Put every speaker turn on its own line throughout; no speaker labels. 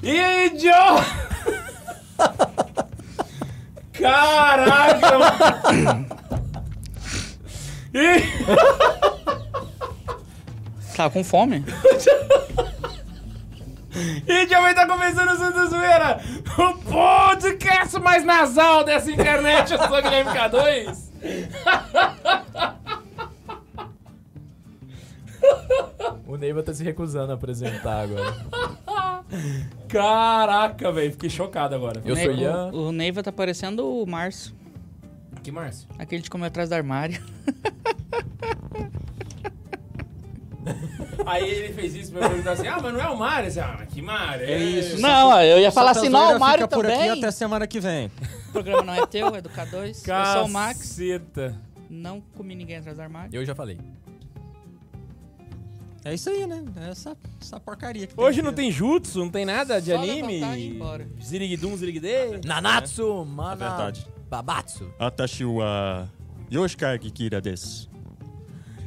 vídeo! Caraca! mano. Ih,
Tá com fome?
E também tá começando o Santa Zoeira, o podcast mais nasal dessa internet, eu sou o Guilherme K2.
O Neiva tá se recusando a apresentar agora.
Caraca, velho, fiquei chocado agora.
Eu sou
Ne-
Ian.
O, o Neiva tá parecendo o Márcio,
Que Márcio?
aquele de comer atrás do armário.
Aí ele fez isso pra eu perguntar assim, ah, mas não é o Mário? Eu disse, Ah, mas que Mário? É
isso.
não, ó, eu ia falar assim, não,
Satazoeira
o Mário
fica por aqui
também.
até semana que vem.
O programa não é teu, é do K2. Eu sou o Max,
Caceta.
não comi ninguém atrás do armário.
Eu já falei.
É isso aí, né? É essa, essa porcaria que
Hoje
aqui,
não
né?
tem jutsu, não tem nada de
Só
anime.
levantar e ir embora.
Ziriguidum,
É
ziriguidê.
Nanatsu, mana...
É verdade.
Babatsu.
私は吉川キキラ です。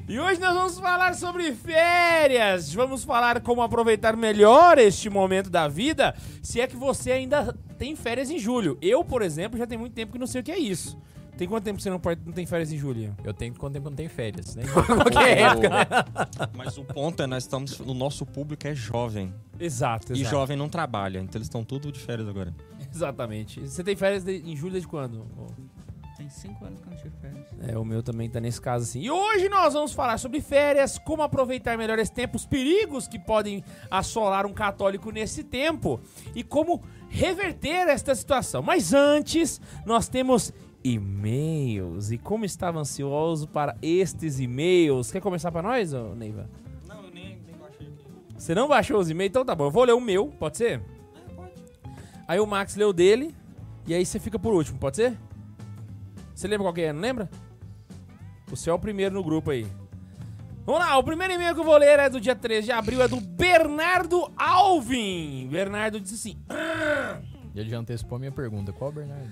E hoje nós vamos falar sobre férias. Vamos falar como aproveitar melhor este momento da vida, se é que você ainda tem férias em julho. Eu, por exemplo, já tem muito tempo que não sei o que é isso. Tem quanto tempo que você não, pode- não tem férias em julho?
Eu tenho quanto tempo eu não tenho férias, né?
Mas
Mas
o ponto é, nós estamos. O nosso público é jovem.
Exato,
E jovem não trabalha, então eles estão tudo de férias agora.
exatamente. Você tem férias de- em julho desde quando? ô?
Tem 5 anos que eu não tiro férias.
É, o meu também tá nesse caso assim. E hoje nós vamos falar sobre férias, como aproveitar melhor esse tempo, os perigos que podem assolar um católico nesse tempo e como reverter esta situação. Mas antes, nós temos e-mails. E como estava ansioso para estes e-mails. Quer começar para nós, ô Neiva?
Não, eu nem, nem baixei aqui.
Você não baixou os e-mails? Então tá bom, eu vou ler o meu, pode ser? Aí o Max leu o dele e aí você fica por último, pode ser? Você lembra qual que é, não lembra? O seu é o primeiro no grupo aí. Vamos lá, o primeiro e-mail que eu vou ler é do dia 13 de abril, é do Bernardo Alvin. Bernardo disse assim:
Ele já antecipou a minha pergunta. Qual, Bernardo?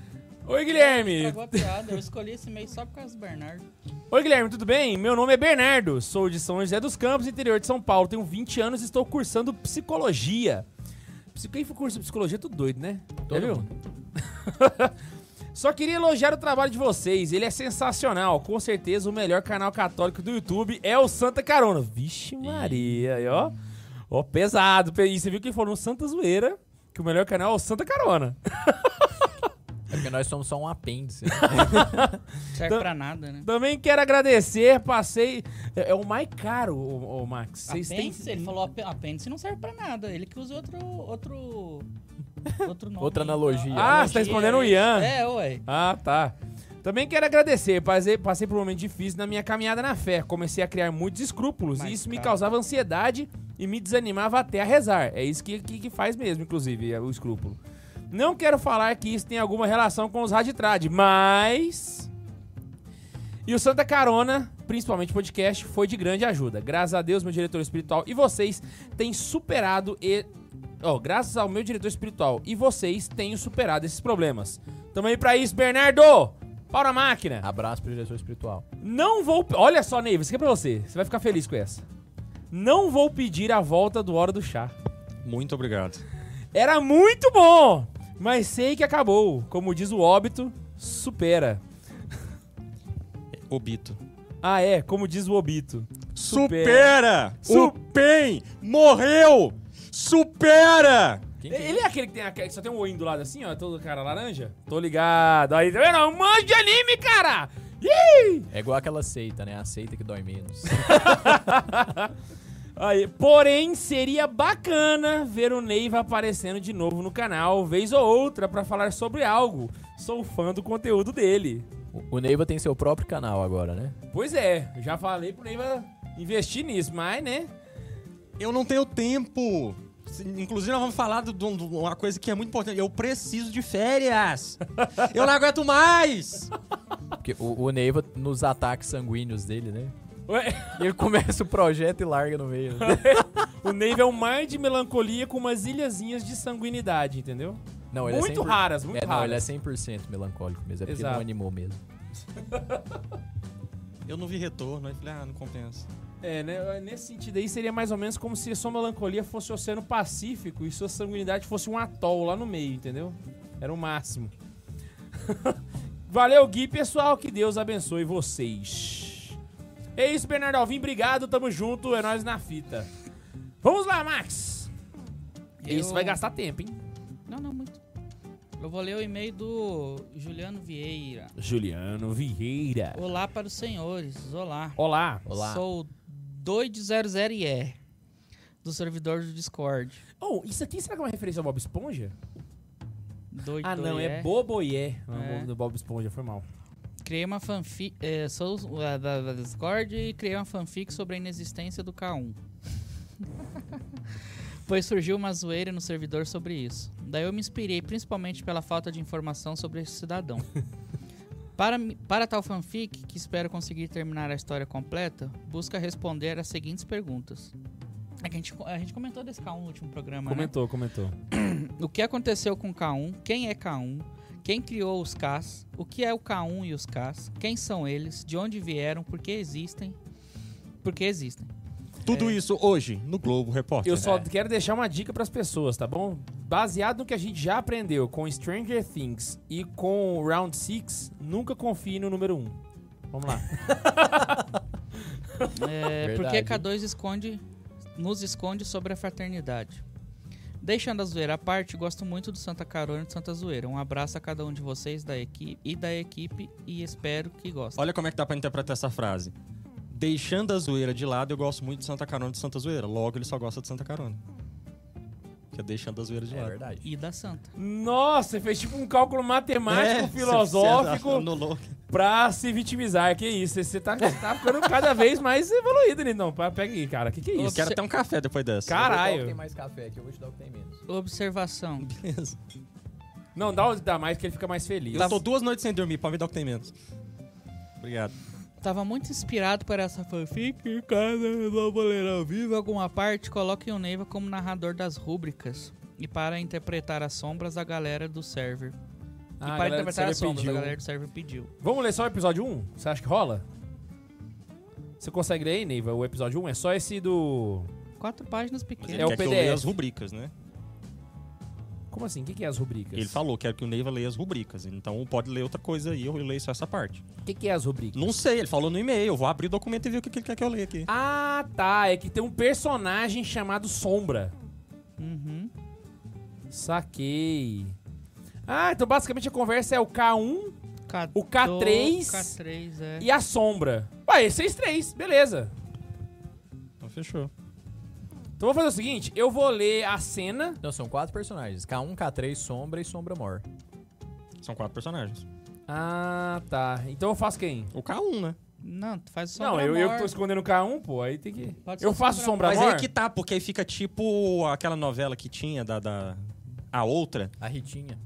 Oi Guilherme,
Acabou a piada, eu escolhi esse meio só por causa do Bernardo.
Oi, Guilherme, tudo bem? Meu nome é Bernardo, sou de São José dos Campos, interior de São Paulo. Tenho 20 anos e estou cursando psicologia. Psi- Quem for curso de psicologia é tudo doido, né?
Todo
Já Só queria elogiar o trabalho de vocês, ele é sensacional. Com certeza o melhor canal católico do YouTube é o Santa Carona. Vixe Maria, aí, ó. Ó, pesado. Pe- E você viu que falou no Santa Zoeira que o melhor canal é o Santa Carona.
É porque nós somos só um apêndice. né?
Serve pra nada, né?
Também quero agradecer, passei... É é o mais caro, o, Max.
Ah,
Vocês têm...
Apêndice, ele falou apê- apêndice não serve pra nada. Ele que usa outro. outro. outro nome.
Outra analogia.
Ah, você tá respondendo o Ian.
É, ué.
Ah, tá. Também quero agradecer. Passei, passei por um momento difícil na minha caminhada na fé. Comecei a criar muitos escrúpulos
Mas,
e isso me
cara.
causava ansiedade e me desanimava até a rezar. É isso que, que, que faz mesmo, inclusive, é o escrúpulo. Não quero falar que isso tem alguma relação com os Raditrad, mas. E o Santa Carona, principalmente o podcast, foi de grande ajuda. Graças a Deus, meu diretor espiritual e vocês têm superado. E... ó, graças ao meu diretor espiritual e vocês têm superado esses problemas. Tamo aí pra isso, Bernardo! Pau na máquina!
Abraço pro diretor espiritual.
Não vou. pe- Olha só, Neiva, isso aqui é pra você. Você vai ficar feliz com essa. Não vou pedir a volta do Hora do Chá.
Muito obrigado.
Era muito bom, mas sei que acabou. Como diz o óbito, supera.
Obito.
Ah, é, como diz o obito.
Supera!
Su-
O PEN morreu! Supera!
Quem que é?
Ele é aquele que, tem, aquele que só tem um oinho do lado assim, ó, todo cara laranja? Tô ligado. Aí, tá vendo? Um monte de anime, cara! Ih!
É igual aquela seita, né? A seita que dói menos.
Aí, porém, seria bacana ver o Neiva aparecendo de novo no canal, vez ou outra, pra falar sobre algo. Sou fã do conteúdo dele.
O- o Neiva tem seu próprio canal agora, né?
Pois é, eu já falei pro Neiva investir nisso, mas, né?
Eu não tenho tempo. Se- Inclusive, nós vamos falar de uma coisa que é muito importante. Eu preciso de férias. eu não aguento mais.
Porque o, o Neiva, nos ataques sanguíneos dele, né?
Ué,
Ele começa o projeto e larga no meio. né?
o Neiva é um mar de melancolia com umas ilhazinhas de sanguinidade, entendeu?
Não, ele
muito
é 100%,
raras, muito
é, não, ele é
raras.
100% melancólico mesmo. É porque
Exato.
não animou mesmo.
Eu não vi retorno. Aí falei, ah, não compensa.
É, né, nesse sentido aí seria mais ou menos como se a sua melancolia fosse o Oceano Pacífico e sua sanguinidade fosse um atol lá no meio, entendeu? Era o máximo. Valeu, Gui, pessoal. Que Deus abençoe vocês. É isso, Bernardo Alvim. Obrigado, tamo junto. É nóis na fita. Vamos lá, Max. Isso
Eu-
vai gastar tempo, hein?
Não, não, muito. Eu vou ler o e-mail do Juliano Vieira.
Juliano Vieira.
Olá para os senhores. Olá.
Olá.
Olá.
Sou doido 00 e é do servidor do Discord.
Oh, isso aqui será que é uma referência ao Bob Esponja?
Doido
Ah, não, é,
IE.
Boboié. Não,
É.
do Bob Esponja, foi mal.
Criei uma fanfic. É, sou uh, da, da Discord e criei uma fanfic sobre a inexistência do K1. pois surgiu uma zoeira no servidor sobre isso. Daí eu me inspirei principalmente pela falta de informação sobre esse cidadão. Para, mi- para tal fanfic, que espero conseguir terminar a história completa, busca responder as seguintes perguntas. É que a gente, co- a gente comentou desse K1 no último programa, né?
Comentou, comentou.
O que aconteceu com o K1? Quem é K1? Quem criou os Ks? O que é o K1 e os Ks? Quem são eles? De onde vieram? Por que existem? Por que existem?
Tudo isso hoje no Globo Repórter.
É.
É.
Eu só quero deixar uma dica pras pessoas, tá bom? Baseado no que a gente já aprendeu com Stranger Things e com Round 6, nunca confie no número 1. Vamos lá.
É, por que
Verdade.
K2 esconde, nos esconde sobre a fraternidade? Deixando a zoeira à parte, gosto muito do Santa Carona e do Santa Zoeira. Um abraço a cada um de vocês da equipe e da equipe e espero que gostem.
Olha como é que dá pra interpretar essa frase. Deixando a zoeira de lado, eu gosto muito de Santa Carona e de Santa Zoeira. Logo, ele só gosta de Santa Carona. Que é deixando a zoeira de
É
lado.
verdade.
E da Santa.
Nossa, você fez tipo um cálculo matemático,
É,
filosófico,
você anulou.
pra se vitimizar. Que isso, você tá, você tá ficando cada vez mais evoluído, Nidão. Pa- Pega aí, cara. Que que é
Eu
isso?
quero até um café depois dessa.
Eu vou te dar o que tem
Caralho.
mais café aqui, eu vou te dar o que tem menos.
Observação.
Beleza.
Não, dá, dá mais que ele fica mais feliz.
Eu tô duas noites sem dormir, pode me dar o que tem menos. Obrigado.
Tava muito inspirado para essa fanfic em casa, eu não vou ler ao vivo. Em alguma parte, coloquem o Neiva como narrador das rúbricas e para interpretar as sombras da galera do server.
Ah,
e
a
para
galera do
interpretar
server
as sombras
pediu.
a galera do server pediu.
Vamos ler só o episódio 1? Você acha que rola? Você consegue ler aí, Neiva, o episódio 1? É só esse do...
Quatro páginas
Mas
pequenas.
ele
É o
quer que eu leia
PDF.
as rubricas, né?
Como assim? O que, que é as rubricas?
Ele falou, quero que o Neiva leia as rubricas. Então pode ler outra coisa aí, eu leio só essa parte.
O que, que é as rubricas?
Não sei, ele falou no e-mail. Eu vou abrir o documento e ver o que ele quer que eu leia aqui.
Ah, tá. É que tem um personagem chamado Sombra.
Uhum.
Saquei. Ah, então basicamente a conversa é o K1
K-
O K3
do K3, é.
e a Sombra. Ué, vocês três, beleza.
Então fechou.
Então vou fazer o seguinte, eu vou ler a cena.
Não, são quatro personagens. K1, K3, Sombra e Sombra Mor.
São quatro personagens.
Ah, tá. Então eu faço quem?
O K1, né?
Não, tu faz o
Não,
sombra
eu, eu
mor.
que tô escondendo o K1, pô, aí tem que...
Pode ser
Eu
o
faço Sombra
Sombra
Mas
Mor?
aí que tá, porque aí fica tipo aquela novela que tinha da. da- A outra,
A Ritinha.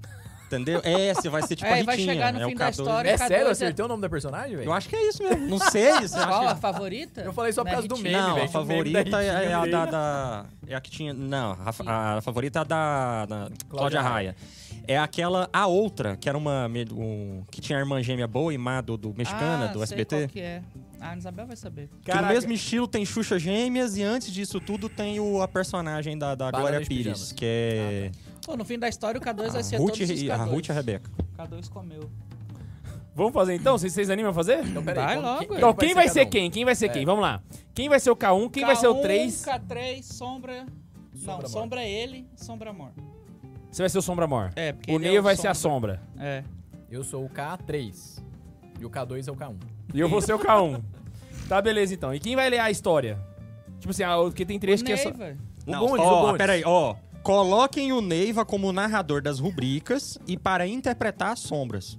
entendeu? É, você vai ser tipo
É,
a
e vai
Ritinha,
chegar no
é
fim
o
da
K2.
história.
É
K2
sério?
é-
Eu acertei o nome do personagem, velho?
Eu acho que é isso mesmo. Não sei isso. Eu,
Qual a
acho que...
favorita?
Eu falei só por
Né,
causa do
Ritinha?
um meme,
Não,
velho.
a
que o meme da
favorita
Ritinha
é, é a
veio.
da, da- É a que tinha. Não, a, fa- a favorita é a da, da Cláudia Raia. É aquela. A outra, que era uma. me- um- que tinha a irmã gêmea boa e má do, do mexicana,
ah,
do
sei
SBT.
qual que é. Ah, A Isabel vai saber.
Que no mesmo estilo tem Xuxa Gêmeas e antes disso tudo tem o, a personagem da, da
Banana
Glória
de
Pires,
pijamas.
que é
Pô, no fim da história, o K2
a,
vai tá. ser
Ruth
todos os
e, a
K2.
Ruth é e a Rebeca.
K2 comeu.
Vamos fazer então? Vocês, vocês animam a fazer?
Então, peraí,
Vai
como-
logo, velho.
Então, quem vai ser
cada um?
quem? Quem vai ser
É.
quem? Vamos lá. Quem vai ser o K1? Quem vai ser o
K1,
3?
K3, um, sombra.
Sombra
não,
Mor.
sombra é ele, sombra amor.
Você vai ser o Sombra Mor.
É, porque.
O
ele
Ney
é
vai ser a Sombra.
É.
Eu sou o K3. E o K2 é o K1.
E eu vou ser o K1. Tá, beleza então. E quem vai ler a história? Tipo assim, ah, porque tem trecho que é só.
Neiva.
O
Não,
Bondes,
ó,
o Bondes.
peraí, ó. Coloquem o Neiva como narrador das rubricas e para interpretar as sombras.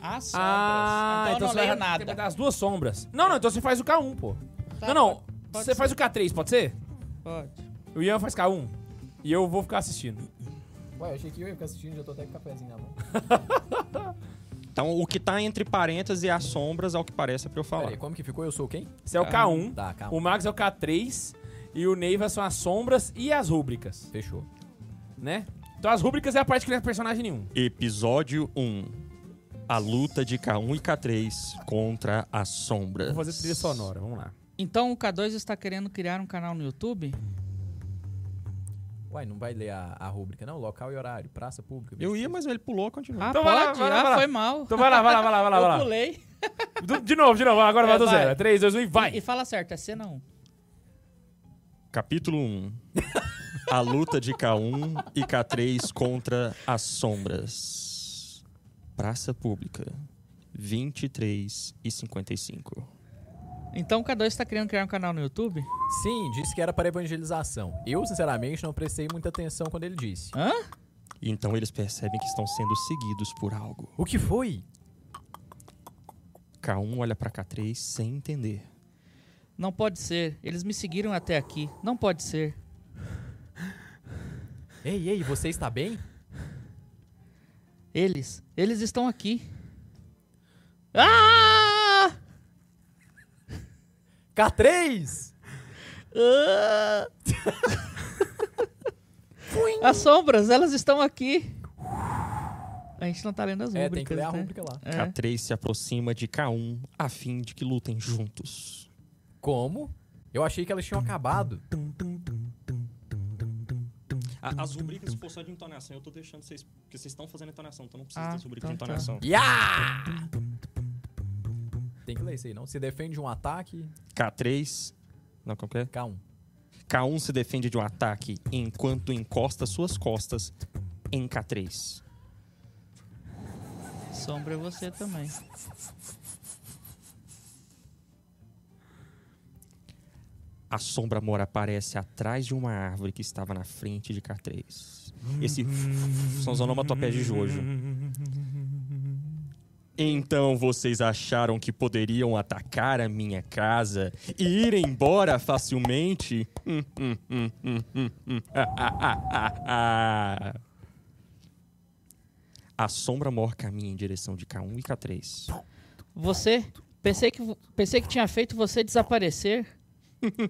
As sombras.
Ah,
então,
então,
eu
você
não leio
vai
nada.
interpretar as duas sombras. Não, não, então você faz o K1, pô.
Tá,
não, não. você
pode ser.
faz o K3, pode ser?
Pode.
O Ian faz K1. E eu vou ficar assistindo.
Ué, eu achei que eu ia ficar assistindo, já tô até com cafezinho na mão.
Então, o que tá entre parênteses e as sombras, ao que parece, é pra eu falar.
Peraí, como que ficou? Eu sou quem?
Você é o K1,
Tá, K1.
o Max é o K3 e o Neiva são as sombras e as rúbricas,
Fechou.
né? Então as rúbricas é a parte que não é personagem nenhum.
Episódio 1. A luta de K1 e K3 contra as sombras.
Vou fazer trilha sonora, vamos lá.
Então o K2 está querendo criar um canal no YouTube?
Uai, não vai ler a, a rúbrica, não? Local e horário, praça pública.
Eu ia, mas ele pulou, continua.
Ah,
Então vai
pode?
lá, vai lá,
ah,
vai lá.
foi mal.
Então vai lá, vai lá, vai lá, vai lá.
Eu
Vai lá.
pulei.
Do- De novo, de novo. Agora
É,
vai do
vai.
zero. 3, 2, 1 e
E
vai.
fala certo, é cena 1.
Capítulo 1. A luta de K1 e K3 contra as sombras. Praça Pública. 23 e 55.
Então o K2 está querendo criar um canal no YouTube?
Sim, disse que era para evangelização. Eu, sinceramente, não prestei muita atenção quando ele disse.
Hã?
E então eles percebem que estão sendo seguidos por algo.
O que foi?
K1 olha pra K3 sem entender.
Não pode ser. Eles me seguiram até aqui. Não pode ser.
Ei, ei, você está bem?
Eles. Eles estão aqui. Ah!
K3!
Ah! As sombras, elas estão aqui. A gente não tá lendo as
É,
músicas.
tem que ler a
né?
rúbrica lá.
É.
K3 se aproxima de K1 a fim de que lutem juntos.
Como? Eu achei que elas tinham acabado.
as rubricas for só de entonação, eu tô deixando vocês. Porque vocês estão fazendo entonação, então não
precisa Ah, das rubricas de então tá. entonação.
Ya! Tem que ler isso aí, não? Se defende de um ataque,
K3. Não, como que é?
K1.
K1 se defende de um ataque enquanto encosta suas costas em K3.
Sombra é você também.
A sombra mora aparece atrás de uma árvore que estava na frente de K3. Esse são os onomatopeias de Jojo. Então vocês acharam que poderiam atacar a minha casa e ir embora facilmente? Hum, hum, hum, hum, hum, hum. ah, A sombra mor caminha em direção de K1 e K3.
Você? Pensei que, pensei que tinha feito você desaparecer.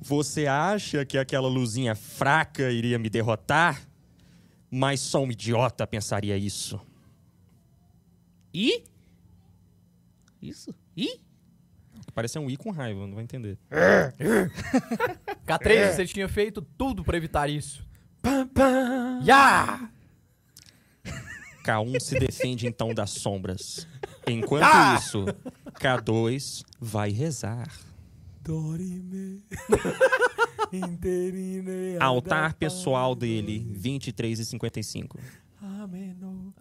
Você acha que aquela luzinha fraca iria me derrotar? Mas só um idiota pensaria isso.
E? Isso? E?
Parece um i com raiva, não vai entender.
K3,
É.
você tinha feito tudo pra evitar isso. Ya!
K1 se defende então das sombras. Enquanto
Ah!
isso, K2 vai rezar.
Dorime. Interine.
Altar pessoal dele, 23 e 55.
Ameno.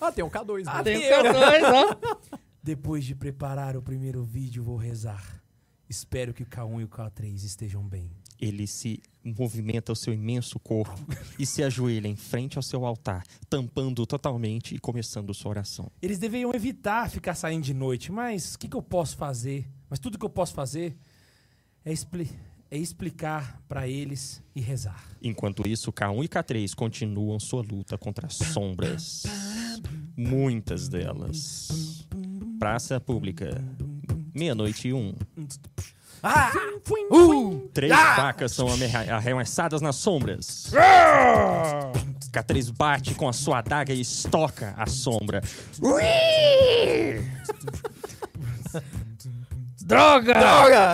Ah, tem um K2, né?
Tem o
eu.
K2, ó.
Depois de preparar o primeiro vídeo, vou rezar. Espero que o K1 e o K3 estejam bem.
Ele se movimenta o seu imenso corpo e se ajoelha em frente ao seu altar, tampando totalmente e começando sua oração.
Eles deveriam evitar ficar saindo de noite, mas o que, que eu posso fazer? Mas tudo que eu posso fazer é, expli- é explicar pra eles e rezar.
Enquanto isso, K1 e K3 continuam sua luta contra as sombras. Muitas delas. Praça Pública. Meia-noite e um.
Ah!
Três facas são amerra- arremessadas nas sombras. K3 bate com a sua adaga e estoca a sombra.
Droga!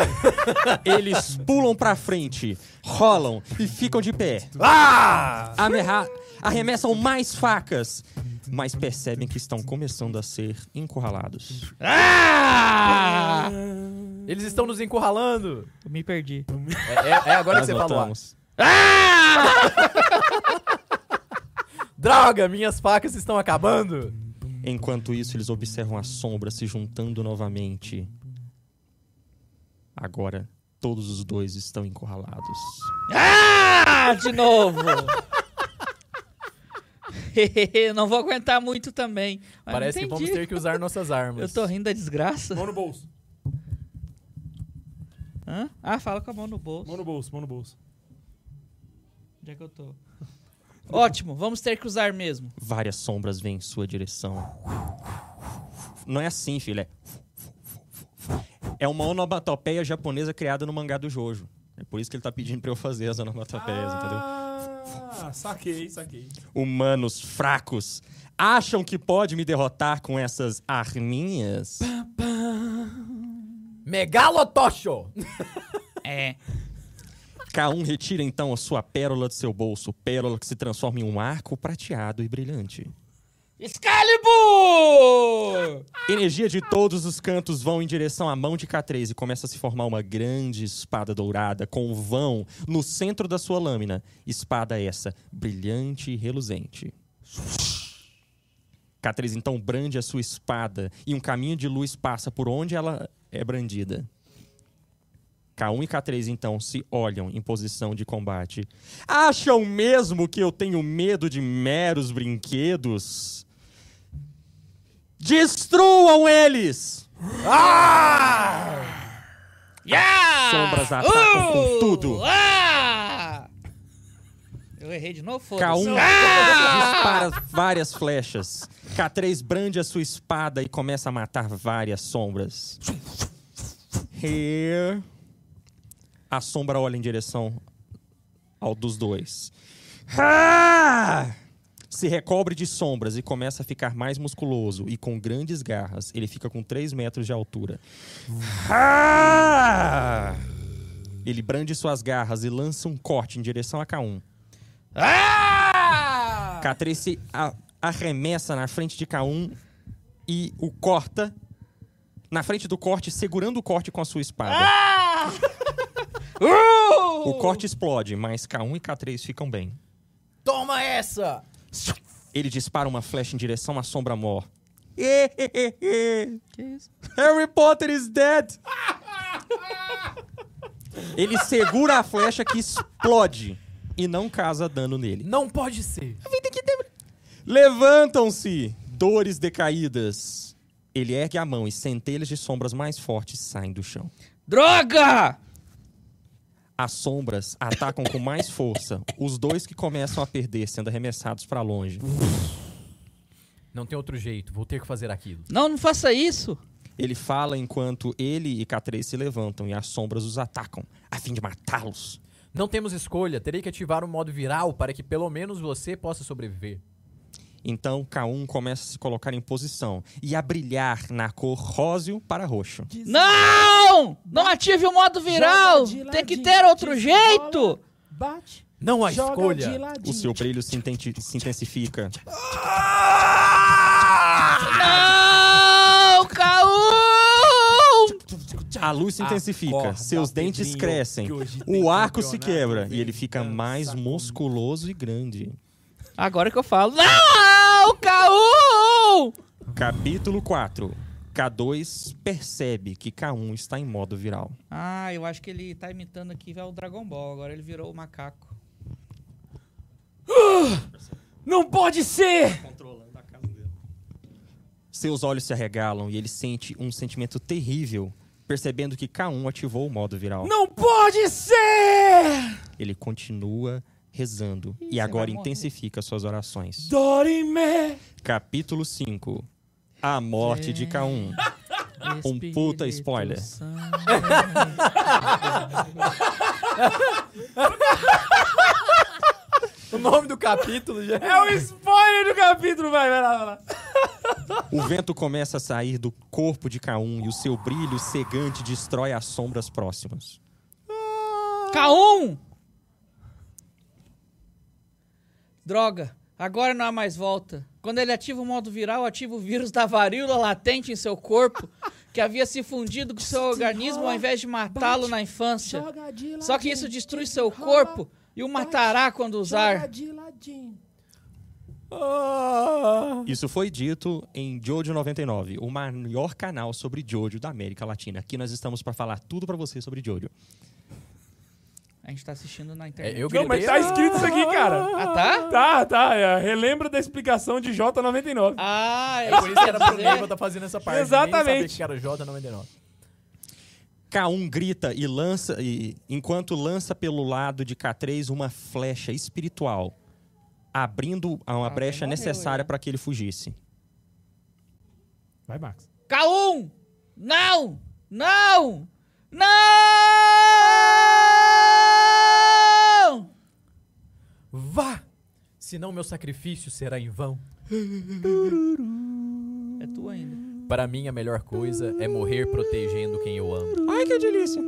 Eles pulam pra frente, rolam e ficam de pé.
Ah!
Amerra- arremessam mais facas, mas percebem que estão começando a ser encurralados.
Eles estão nos encurralando.
Eu me perdi.
É, é- é agora que
Nós
você falou. ah,
notamos.
Droga, minhas facas estão acabando.
Enquanto isso, eles observam a sombra se juntando novamente. Agora, todos os dois estão encurralados.
Ah, de novo! não vou aguentar muito também. Mas
Parece
não
que vamos
Ah, entendi.
ter que usar nossas armas.
Eu tô rindo da desgraça.
Mão no bolso.
Hã? Ah, fala com a mão no bolso.
Mão no bolso, mão no bolso.
Onde é que eu tô? Ótimo, vamos ter que usar mesmo.
Várias sombras vêm em sua direção. Não é assim, filho. É, é uma onomatopeia japonesa criada no mangá do Jojo. É por isso que ele tá pedindo pra eu fazer as onomatopeias, entendeu?
Ah, saquei, saquei.
Humanos fracos acham que pode me derrotar com essas arminhas?
Megalotocho!
É.
K1 retira então a sua pérola do seu bolso, pérola que se transforma em um arco prateado e brilhante.
Excalibur!
Energia de todos os cantos vão em direção à mão de K3 e começa a se formar uma grande espada dourada com um vão no centro da sua lâmina. Espada essa, brilhante e reluzente. K3 então brande a sua espada e um caminho de luz passa por onde ela é brandida. K1 e K3 então se olham em posição de combate. Acham mesmo que eu tenho medo de meros brinquedos? Destruam eles!
Yeah! Uh!
Sombras atacam com tudo.
Ah! Eu errei de novo, foda-se. Ah!
K1 dispara várias flechas. K3 brande a sua espada e começa a matar várias sombras. Here. A sombra olha em direção ao dos dois. Ah! Se recobre de sombras e começa a ficar mais musculoso e com grandes garras. Ele fica com 3 metros de altura. Ah! Ele brande suas garras e lança um corte em direção a K1.
Ah!
K3 se a- arremessa na frente de K1 e o corta na frente do corte, segurando o corte com a sua espada. Ah! O corte explode, mas K1 e K3 ficam bem.
Toma essa!
Ele dispara uma flecha em direção à sombra mor. que isso? Harry Potter is dead! Ele segura a flecha que explode e não causa dano nele.
Não pode ser.
Levantam-se, dores decaídas. Ele ergue a mão e centelhas de sombras mais fortes saem do chão.
Droga!
As sombras atacam com mais força, os dois que começam a perder sendo arremessados pra longe.
Não tem outro jeito, vou ter que fazer aquilo.
Não, não faça isso.
Ele fala enquanto ele e K3 se levantam e as sombras os atacam, a fim de matá-los.
Não temos escolha, terei que ativar o modo viral para que pelo menos você possa sobreviver.
Então K1 começa a se colocar em posição e a brilhar na cor róseo para roxo.
Não! Não ative o modo viral.
Joga de
Tem que
ladinho,
ter outro
desenrola,
jeito.
Bate,
Não há
joga de
escolha.
ladinho.
O seu brilho se, intenti- se intensifica.
Não, um. Caú!
A luz se intensifica,
Acorda,
seus dentes
Pedrinho,
crescem,
que hoje tem
o arco se
campeonato,
quebra
vem
e ele fica
dançar
mais
comigo.
musculoso e grande.
Agora que eu falo. Não, um. Caú!
Capítulo 4. K2 percebe que K1 está em modo viral.
Ah, eu acho que ele tá imitando aqui velho, o Dragon Ball. Agora ele virou o macaco.
Não pode ser!
Seus olhos se arregalam e ele sente um sentimento terrível, percebendo que K1 ativou o modo viral.
Não pode ser!
Ele continua rezando
Ih,
e
você
agora
vai morrer.
intensifica suas orações.
Dorime!
Capítulo 5. A morte
É.
de K1. Um puta spoiler.
Santo.
O nome do capítulo já
É o spoiler do capítulo, vai, vai lá, vai lá.
O vento começa a sair do corpo de K1 e o seu brilho cegante destrói as sombras próximas.
K1! Droga, agora não há mais volta. Quando ele ativa o modo viral, ativa o vírus da varíola latente em seu corpo, que havia se fundido com seu organismo ao invés de matá-lo na infância.
Joga de ladinho.
Só que isso destrui seu corpo e o matará quando
Joga
usar.
de ladinho. Ah.
Isso foi dito em Jojo 99, o maior canal sobre Jojo da América Latina. Aqui nós estamos para falar tudo para você sobre Jojo.
A gente tá assistindo na
É,
internet.
eu
Não, mas tá
gritei-
escrito isso aqui, cara.
Ah, tá?
Tá, tá. é, relembra da explicação de J99.
Ah, é
Por isso que era pro
dizer.
Neiva tá fazendo essa parte.
Exatamente.
Nem sabia que era J99.
K1 grita e lança e enquanto lança pelo lado de K3 uma flecha espiritual, abrindo a uma
Alguém
brecha
morreu,
necessária
né?
para que ele fugisse.
Vai, Max.
K1! Não! Não! Não!
Vá! Senão meu sacrifício será em vão.
É tu ainda.
Para mim, a melhor coisa é morrer protegendo quem eu amo.
Ai, que delícia.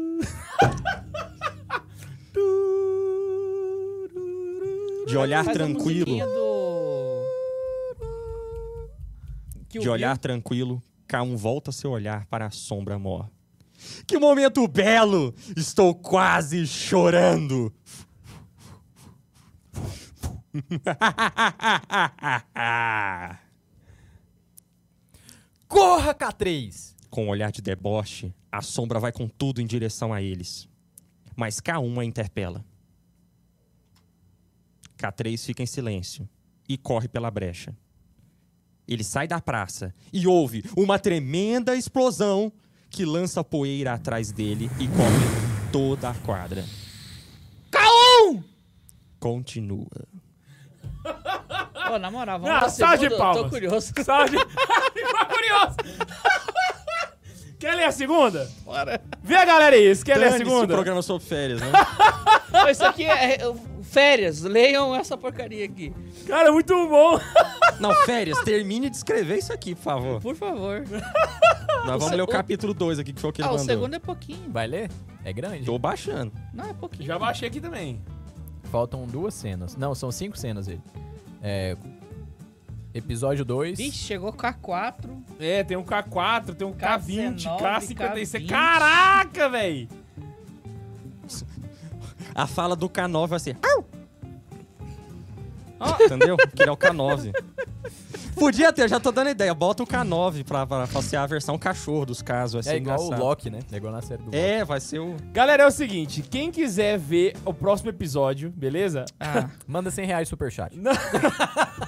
De olhar
Faz a
tranquilo,
musiquinha do... Kill
de
Bill.
olhar tranquilo, K1 volta seu olhar para a sombra mor. Que momento belo! Estou quase chorando.
Corra, K3!
Com um olhar de deboche, a sombra vai com tudo em direção a eles. Mas K1 a interpela. K3 fica em silêncio e corre pela brecha. Ele sai da praça e ouve uma tremenda explosão que lança poeira atrás dele e cobre toda a quadra.
K1!
Continua.
Ô, na moral,
Ah,
vamos pra
salve de
segunda, eu
palmas.
Tô curioso.
Salve! Ficou curioso! Quer ler a segunda? Vê a galera aí, você quer ler é a
Dane-se o
segunda?
programa sobre férias, né?
Pô, Isso aqui é... é- Férias, leiam essa porcaria aqui.
Cara, muito bom!
Não, férias, termine de escrever isso aqui, por favor.
Por favor.
Nós vamos
se-
ler o
o-
capítulo 2 aqui, que foi o que ele
Ah, o
mandou.
segundo é pouquinho.
Vai ler? É grande.
Tô baixando.
Não, é pouquinho.
Já baixei aqui também.
Faltam duas cenas. Não, são cinco cenas ele. É. Episódio 2.
Vixe, chegou K4.
É, tem um K4, tem um K20,
K19,
K56.
K20.
Caraca, velho!
A fala do K9 vai ser. assim, "Au!"
Ah,
Entendeu? Porque ele é o K9. Podia ter, eu já tô dando ideia. Bota o K9 pra, pra passear a versão cachorro dos casos. Vai
É
ser
igual
engraçado.
o Loki, né? É igual na série do Loki.
É, vai ser o.
Galera, é o seguinte, quem quiser ver o próximo episódio, beleza?
Ah,
Manda 100 reais superchat. Tá,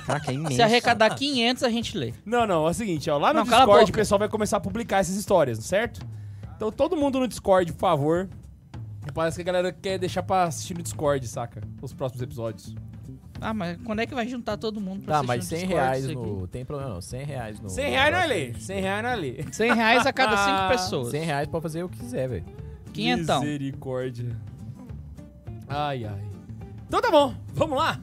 Caraca, é imenso.
se arrecadar 500, a gente lê.
Não, não, é o seguinte, ó, lá no
Não, cala a
Discord o
boca.
pessoal vai começar a publicar essas histórias, certo? Então todo mundo no Discord, por favor. Parece que a galera quer deixar pra assistir no Discord, saca? Os próximos episódios.
Ah, mas quando é que vai juntar todo mundo pra
Tá,
assistir
mas
no
100
Discord
reais
isso aqui?
no. Tem problema não, 100 reais no.
100 reais não é lei, 100 reais não é lei.
100 reais a cada
Ah,
5 pessoas.
100 reais pode fazer o que quiser, velho.
Quinhentão.
Misericórdia. Ai, ai. Então tá bom, vamos lá.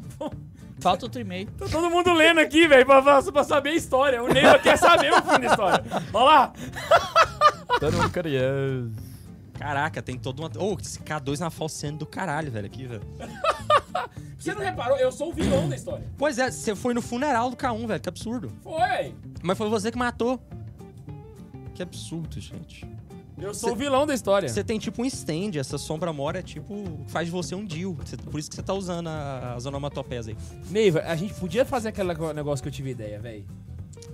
Falta outro e-mail.
Tá todo mundo lendo aqui, velho, pra, pra- pra saber a história. O Neila quer saber o fim da história. Olha lá.
Todo mundo curioso.
Caraca, tem toda uma. Ô, esse K2 na falsene do caralho, velho, aqui, velho.
Você não reparou? Eu sou o vilão da história.
Pois é, você foi no funeral do K1, velho, que absurdo.
Foi.
Mas foi você que matou. Que absurdo, gente.
Eu sou o vilão da
É.
história.
Você tem tipo um stand, essa sombra mora é tipo. faz de você um deal. Cê- Por isso que você tá usando a- as onomatopeias aí.
Neiva, a gente podia fazer aquele negócio que eu tive ideia, velho.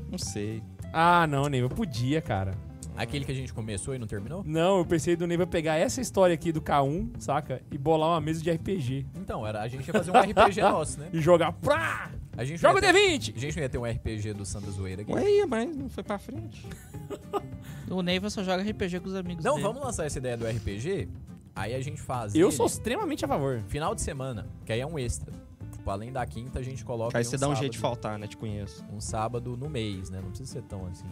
Não sei.
Ah, não, Neiva, podia, cara.
Aquele que a gente começou e não terminou?
Não, eu pensei do Neiva pegar essa história aqui do K1, saca? E bolar uma mesa de RPG.
Então, era, a gente ia fazer um RPG nosso, né?
E jogar. Prá!
A gente
Joga o
não ia ter-
D20!
A gente não ia ter um RPG do Santa Zoeira aqui.
Ué, mas não foi pra frente.
O Neiva só joga RPG com os amigos
Não,
dele.
vamos lançar essa ideia do RPG. Aí a gente faz.
Eu
ele
sou extremamente a favor.
Final de semana, que aí é um extra. Tipo, além da quinta, a gente coloca.
Aí
aí
você dá um jeito de faltar, né? Te conheço.
Um sábado no mês, né? Não precisa ser tão assim.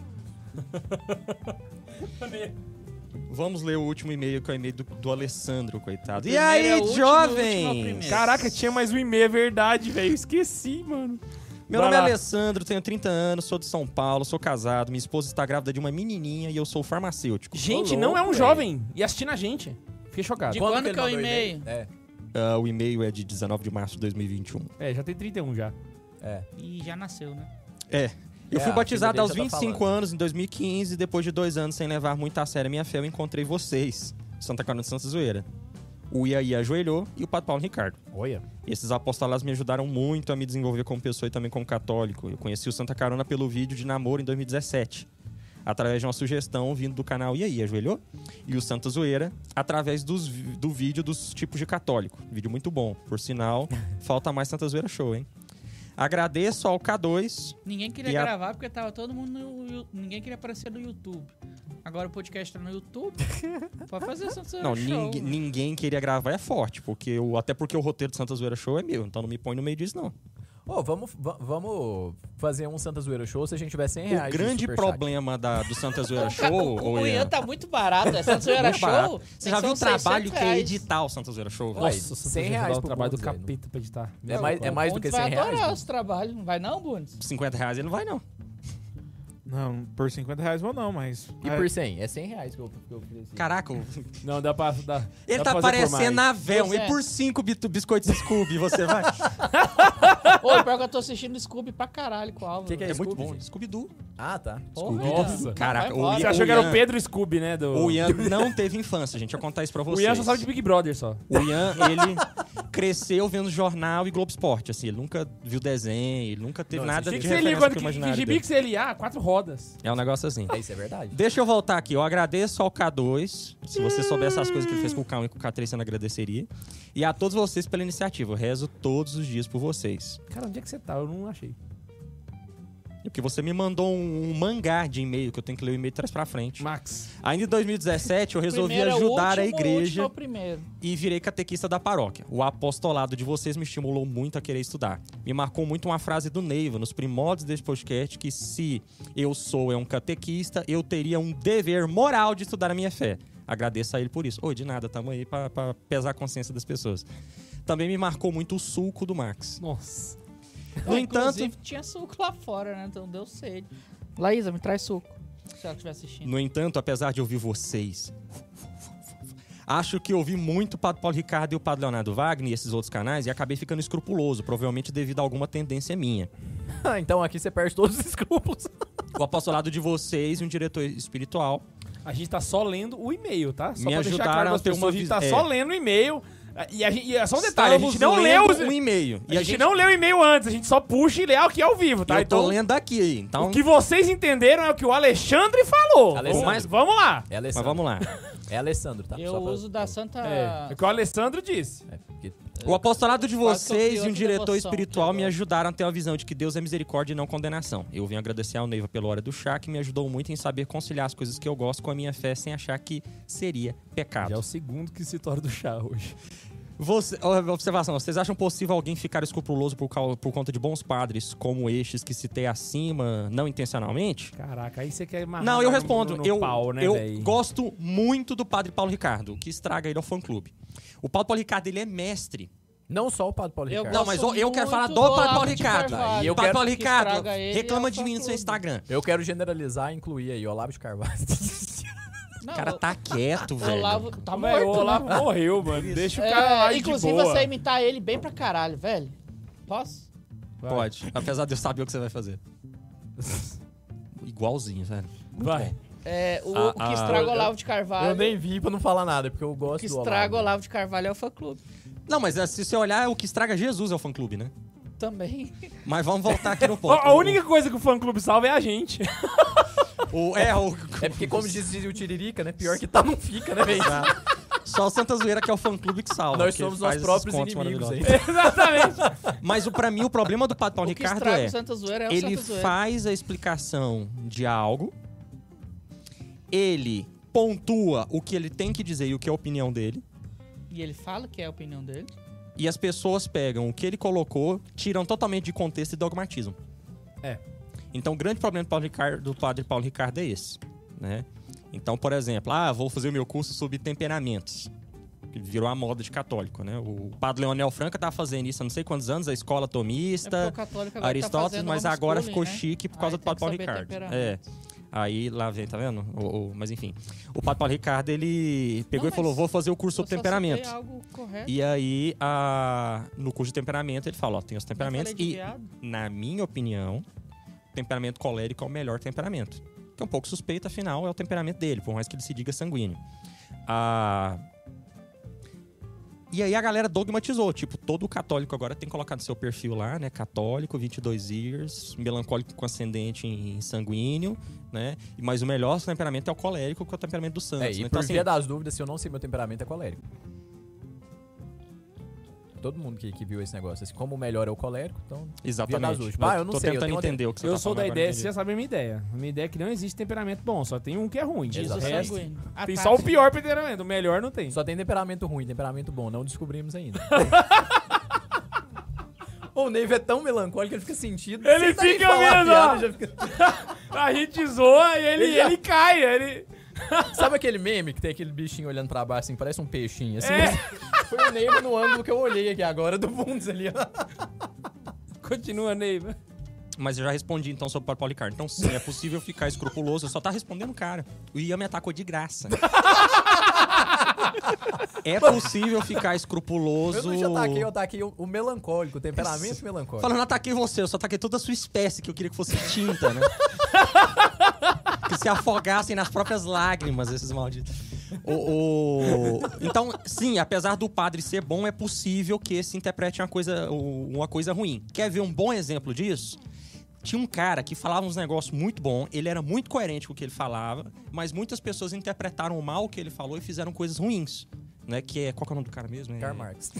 Vamos ler o último e-mail, que é o e-mail do, do Alessandro, coitado. E
Primeiro
aí,
é o último,
jovens?
o último é o primeiro.
Caraca, tinha mais um e-mail, é verdade, velho. Eu Esqueci, mano.
Meu
Vai
nome é
lá.
Alessandro, tenho 30 anos, sou de São Paulo, sou casado, minha esposa está grávida de uma menininha e eu sou farmacêutico.
Gente,
Ô,
não é um
louco,
jovem. E assistindo a gente. Fiquei chocado.
De- Quando
ele
que é o
mandou
e-mail?
É,
Ah, o e-mail é de 19 de março de 2021.
É, já tem 31 já.
é.
E já nasceu, né?
É. Eu
É,
fui
a
batizado
Bíblia
aos
já tá
25
falando.
anos, em 2015, depois de dois anos sem levar muito a sério a minha fé, eu encontrei vocês, Santa Carona de Santa Zoeira. O Iaí ajoelhou e o Pato Paulo Ricardo.
Olha.
Esses apostolados me ajudaram muito a me desenvolver como pessoa e também como católico. Eu conheci o Santa Carona pelo vídeo de namoro em 2017, através de uma sugestão vindo do canal E aí, ajoelhou? E o Santa Zoeira, através dos vi- do vídeo dos tipos de católico. Vídeo muito bom. Por sinal, falta mais Santa Zoeira Show, hein? Agradeço ao K2.
Ninguém queria
E a-
gravar porque tava todo mundo no... Yu- Ninguém queria aparecer no YouTube. Agora o podcast tá no YouTube. Pode fazer essa Santa
Não,
Zoeira
ningu-
Show. Tá,
ninguém queria gravar é forte, porque eu, até porque o roteiro do Santa Zoeira Show é meu, então não me põe no meio disso, não.
Ô, vamos, va- vamos fazer um Santa Zoeira Show se a gente tiver 100 reais.
O
de
grande
superchat.
problema da- do Santa
O
Zoeira
ca-
Show.
o,
é
o
ô, Ian,
Ian tá muito barato. Essa Santa Zoeira
muito
Show.
barato. Você
tem
já
só
viu o
uns 600
trabalho que é
reais.
editar o Santa Zoeira Show? velho?
Nossa,
Nossa,
100
reais
reais
dá o
pro
trabalho do
Bundes, velho.
capeta pra editar.
É mais, é mais do que
Bundes
né?
100
vai adorar
reais?
os trabalhos. Não vai não, Bundes?
50 reais ele não vai, não.
Não, por 50 reais vou não, mas.
E
É,
por 100? É 100 reais que eu, que eu fiz assim.
Caraca,
Não, dá pra. Dá,
ele
dá
tá
pra fazer por mais.
parecendo Avel.
Pois é.
E por cinco bitu- biscoitos Scooby, você vai?
Ô, pior que eu tô assistindo Scooby pra caralho com o Álvaro.
Que que
É muito
Scooby,
bom.
gente?
Scooby-Doo.
Ah, tá.
Porra,
Nossa.
vai
Caraca, o
embora.
Você
Ian-
achou que era o
Ian-
Pedro Scooby, né? Do...
O Ian não teve infância, gente. Eu vou contar isso pra vocês.
O Ian só sabe de Big Brother só.
Tá
O Ian, ele cresceu vendo jornal e Globo Esporte, assim. Ele nunca viu desenho, ele nunca teve
Não,
nada
O que,
de
que você lia
referência
quando
pro
que, que
imaginário
gibi
dele.
que você lia? Ah, quatro rodas.
É um negócio assim.
É, isso é verdade.
Deixa eu voltar aqui. Eu agradeço ao K2. Se você soubesse as coisas que ele fez com o K1 e com o K3, você não agradeceria. E a todos vocês pela iniciativa. Eu rezo todos os dias por vocês.
Cara, onde é que você tá? Eu não achei.
E Porque você me mandou um, um mangar de e-mail, que eu tenho que ler o e-mail de trás pra frente.
Max.
Ainda em 2017, eu resolvi
Primeiro é o
ajudar
último,
a
o último é
igreja
o primeiro.
e virei catequista da paróquia. O apostolado de vocês me estimulou muito a querer estudar. Me marcou muito uma frase do Neiva nos primórdios deste podcast que se eu sou é um catequista, eu teria um dever moral de estudar a minha fé. Agradeço a ele por isso. Oi, de nada, tamo aí pra, pra pesar a consciência das pessoas. Também me marcou muito o sulco do Max.
Nossa.
No entanto,
Inclusive, tinha suco lá fora, né? Então deu sede. Laísa, me traz suco. Se ela estiver assistindo.
No entanto, apesar de ouvir vocês, acho que ouvi muito o Padre Paulo Ricardo e o Padre Leonardo Wagner e esses outros canais e acabei ficando escrupuloso, provavelmente devido a alguma tendência minha.
Ah, então aqui você perde todos os escrúpulos.
O apostolado de vocês e um diretor espiritual.
A gente tá só lendo o e-mail, tá? Só
Me
pra deixar
ajudaram
claro
a
pras
ter uma
pessoas, a gente
vis-
tá
é.
só lendo o e-mail. E, a gente, e é só um detalhe, a gente não
Estamos
leu os...
lendo um e-mail.
a, gente, não leu o e-mail antes, a gente só puxa e lê aqui ao vivo, tá?
eu tô lendo aqui, então.
O que vocês entenderam é o que o Alexandre falou.
Alessandro.
Mas vamos lá.
É
Mas
Alessandro.
vamos lá.
É Alessandro, tá?
Eu
Só pra-
uso da Santa...
É, é o que o Alessandro disse.
É, porque-
O apostolado de
Quase que eu
vocês
criei
e um
outra
diretor
devoção
espiritual me
agora.
ajudaram a ter a visão de que Deus é misericórdia e não condenação. Eu vim agradecer ao Neiva pela hora do chá, que me ajudou muito em saber conciliar as coisas que eu gosto com a minha fé sem achar que seria pecado.
Já é o segundo que se torna do chá hoje.
Você- ó, observação, vocês acham possível alguém ficar escrupuloso por, cau- por conta de bons padres como estes que citei acima, não intencionalmente?
Caraca, aí você quer amarrar
Não, eu
no-
respondo.
no- no
eu
pau, né,
eu
véi?
gosto muito do padre Paulo Ricardo, que estraga ele ao fã-clube. O Paulo Paulo Ricardo, ele é mestre.
Não só o Padre Paulo
Eu
Ricardo.
Não, mas eu, eu quero
muito
falar do
do
Padre Paulo
Olavo de
Ricardo.
Carvalho.
E eu
Padre
quero
Paulo
que
Ricardo,
estraga ele
reclama
é o
de mim no seu
fã-clube.
Instagram.
Eu quero generalizar e incluir aí Olavo de Carvalho.
Não,
O cara tá quieto,
O
velho.
Olavo tá
Véi,
morto,
o Olavo
né?
morreu, mano. Deixa o cara lá
É,
de
Inclusive,
boa.
você imitar ele bem pra caralho, velho. Posso?
Vai.
Pode, apesar de eu saber o que você vai fazer. Igualzinho, velho.
Vai.
É, o,
Ah,
o que
ah,
estraga
eu-
o Olavo de Carvalho...
Eu nem vi pra não falar nada, é porque eu
O
gosto
que
do
estraga o
Olavo.
Olavo de Carvalho é o fã-clube.
Não, mas eh, se você olhar, o que estraga Jesus é o fã-clube, né?
Também.
Mas vamos voltar aqui no
Ó,
ponto.
a única coisa que o fã-clube salva é a gente.
O, é, o...
É porque, como diz o Tiririca, né? Pior que tá, não fica, né, velho?
Só o Santa Zoeira que é o fã-clube que salva.
Nós
Tá que
somos
faz
nossos
esses
próprios
contos
inimigos aí.
maravilhosos.
Exatamente.
Mas o, pra mim, o problema do Padre Paulo
o que
Ricardo
estraga
é...
o Santa Zoeira é o
ele
Santa Zoeira.
faz a explicação de algo, ele pontua o que ele tem que dizer e o que é a opinião dele,
E ele fala que é a opinião dele.
e as pessoas pegam o que ele colocou, tiram totalmente de contexto e dogmatismo.
É.
Então, o grande problema do, Paulo Ricardo, do padre Paulo Ricardo é esse, né? Então, por exemplo, ah, vou fazer o meu curso sobre temperamentos. que Virou a moda de católico, né? O padre Leonel Franca tá fazendo isso há não sei quantos anos, a escola
É
tomista.
porque o católico agora tá
Aristóteles,
fazendo
mas agora
homeschooling,
ficou
né?
chique por causa
Aí
do
tem
Padre
que
Paulo
saber
Ricardo. É.
temperamento.
Aí lá vem, tá vendo? O- o- mas enfim. O Padre Paulo Ricardo, ele pegou
Não,
e falou:
mas
vou fazer o curso
Eu
sobre
só
temperamento.
citei algo né? correto.
E aí, a- no curso de temperamento, ele fala: ó, tem os
Não falei
temperamentos.
de
E,
viado.
na minha opinião, o temperamento colérico é o melhor temperamento. Que é um pouco suspeito, afinal, é o temperamento dele, por mais que ele se diga sanguíneo. Ah. E aí a galera dogmatizou, tipo, todo católico agora tem que colocar no seu perfil lá, né? Católico, 22 years, melancólico com ascendente em sanguíneo, né? E- Mas o melhor temperamento é o colérico, que é o temperamento do Santos.
É,
né?
e
Então,
por
assim,
via das dúvidas, se eu não sei meu temperamento, é colérico. Todo mundo que, que viu esse negócio, assim, como o melhor é o colérico, então... via das
exatamente.
dúvidas. Ah, eu não
tô
sei, eu
tentando
tenho uma-
entender o que você
Eu
tá
sou
falando
da
agora,
ideia,
não
você
entendi.
já sabe a minha ideia. A minha ideia é que não existe temperamento bom, só tem um que é ruim.
Diz
O
o
resto-
sanguíneo.
É
Tem
Ah,
só o
tá.
pior temperamento, o melhor não tem.
Só tem temperamento ruim, temperamento bom, não descobrimos ainda. o Neve é tão melancólico que ele fica sentido.
Ele
sem saber
fica
falar a
mesmo,
piada,
ó.
já fica-
A gente zoa e ele,
Ele já-
ele cai, ele...
Sabe aquele meme que tem aquele bichinho olhando pra baixo, assim, parece um peixinho, assim?
É.
mas Foi o Neve no ângulo que eu olhei aqui agora, do Bundes ali, ó.
Continua, Neiva.
Mas eu já respondi então sobre o Paulo Ricardo. Então, sim, é possível ficar escrupuloso. Eu só tá respondendo o cara. O Ian me atacou de graça. é possível ficar escrupuloso.
Eu não te ataquei, eu ataquei o, o melancólico, o temperamento melancólico.
Falando, ataquei você, eu só ataquei toda a sua espécie que eu queria que fosse tinta, né? que se afogassem nas próprias lágrimas, esses malditos. O, o- Então, sim, apesar do padre ser bom, é possível que se interprete uma coisa, u- uma coisa ruim. Quer ver um bom exemplo disso? Tinha um cara que falava uns negócios muito bom, ele era muito coerente com o que ele falava, mas muitas pessoas interpretaram mal o que ele falou e fizeram coisas ruins. Né? Que é. Qual que é o nome do cara mesmo? É
Karl Marx.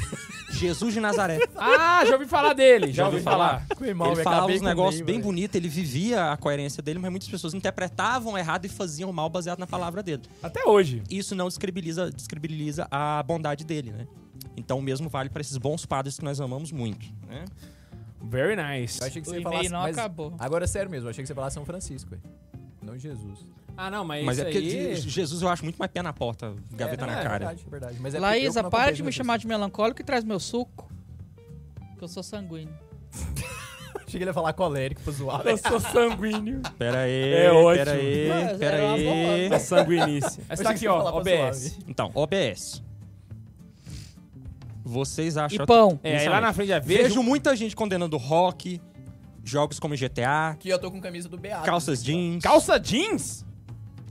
Jesus de Nazaré.
Ah, já ouvi falar dele. Já ouvi falar.
Com o irmão,
ele
eu
falava
acabei
uns
com o
negócios
meio,
bem
velho.
bonitos, ele vivia a coerência dele, mas muitas pessoas interpretavam errado e faziam mal baseado na palavra dele.
Até hoje.
Isso não descredibiliza, descredibiliza a bondade dele, né? Então o mesmo vale pra esses bons padres que nós amamos muito, né?
Very nice.
Eu achei que
O
você ia
e-mail
falar.
não acabou.
Agora, é sério mesmo, eu achei que você ia falar São Francisco, velho. Não Jesus.
Ah, não, mas,
mas
isso
é porque
aí...
Je- Jesus eu acho muito mais pé na porta, gaveta
É,
na
é
cara.
verdade, é verdade. Mas é porque eu
Laísa, para
não acompanho
de me
Jesus.
chamar de melancólico e traz meu suco. Que eu sou sanguíneo.
Achei que ele ia falar colérico pra zoar.
Eu sou sanguíneo.
Pera aí,
É ótimo.
pera aí,
Mas
pera
era uma
aí.
É sanguinícia. Essa tá
Achei que
aqui,
você ia
ó,
falar pra
OBS.
zoar,
Então, OBS. Vocês acham...
E pão.
É, aí lá na frente já
Vejo,
vejo...
muita gente condenando rock, jogos como GTA,
Que eu tô com camisa do né? Beato.
calças jeans.
Calça jeans?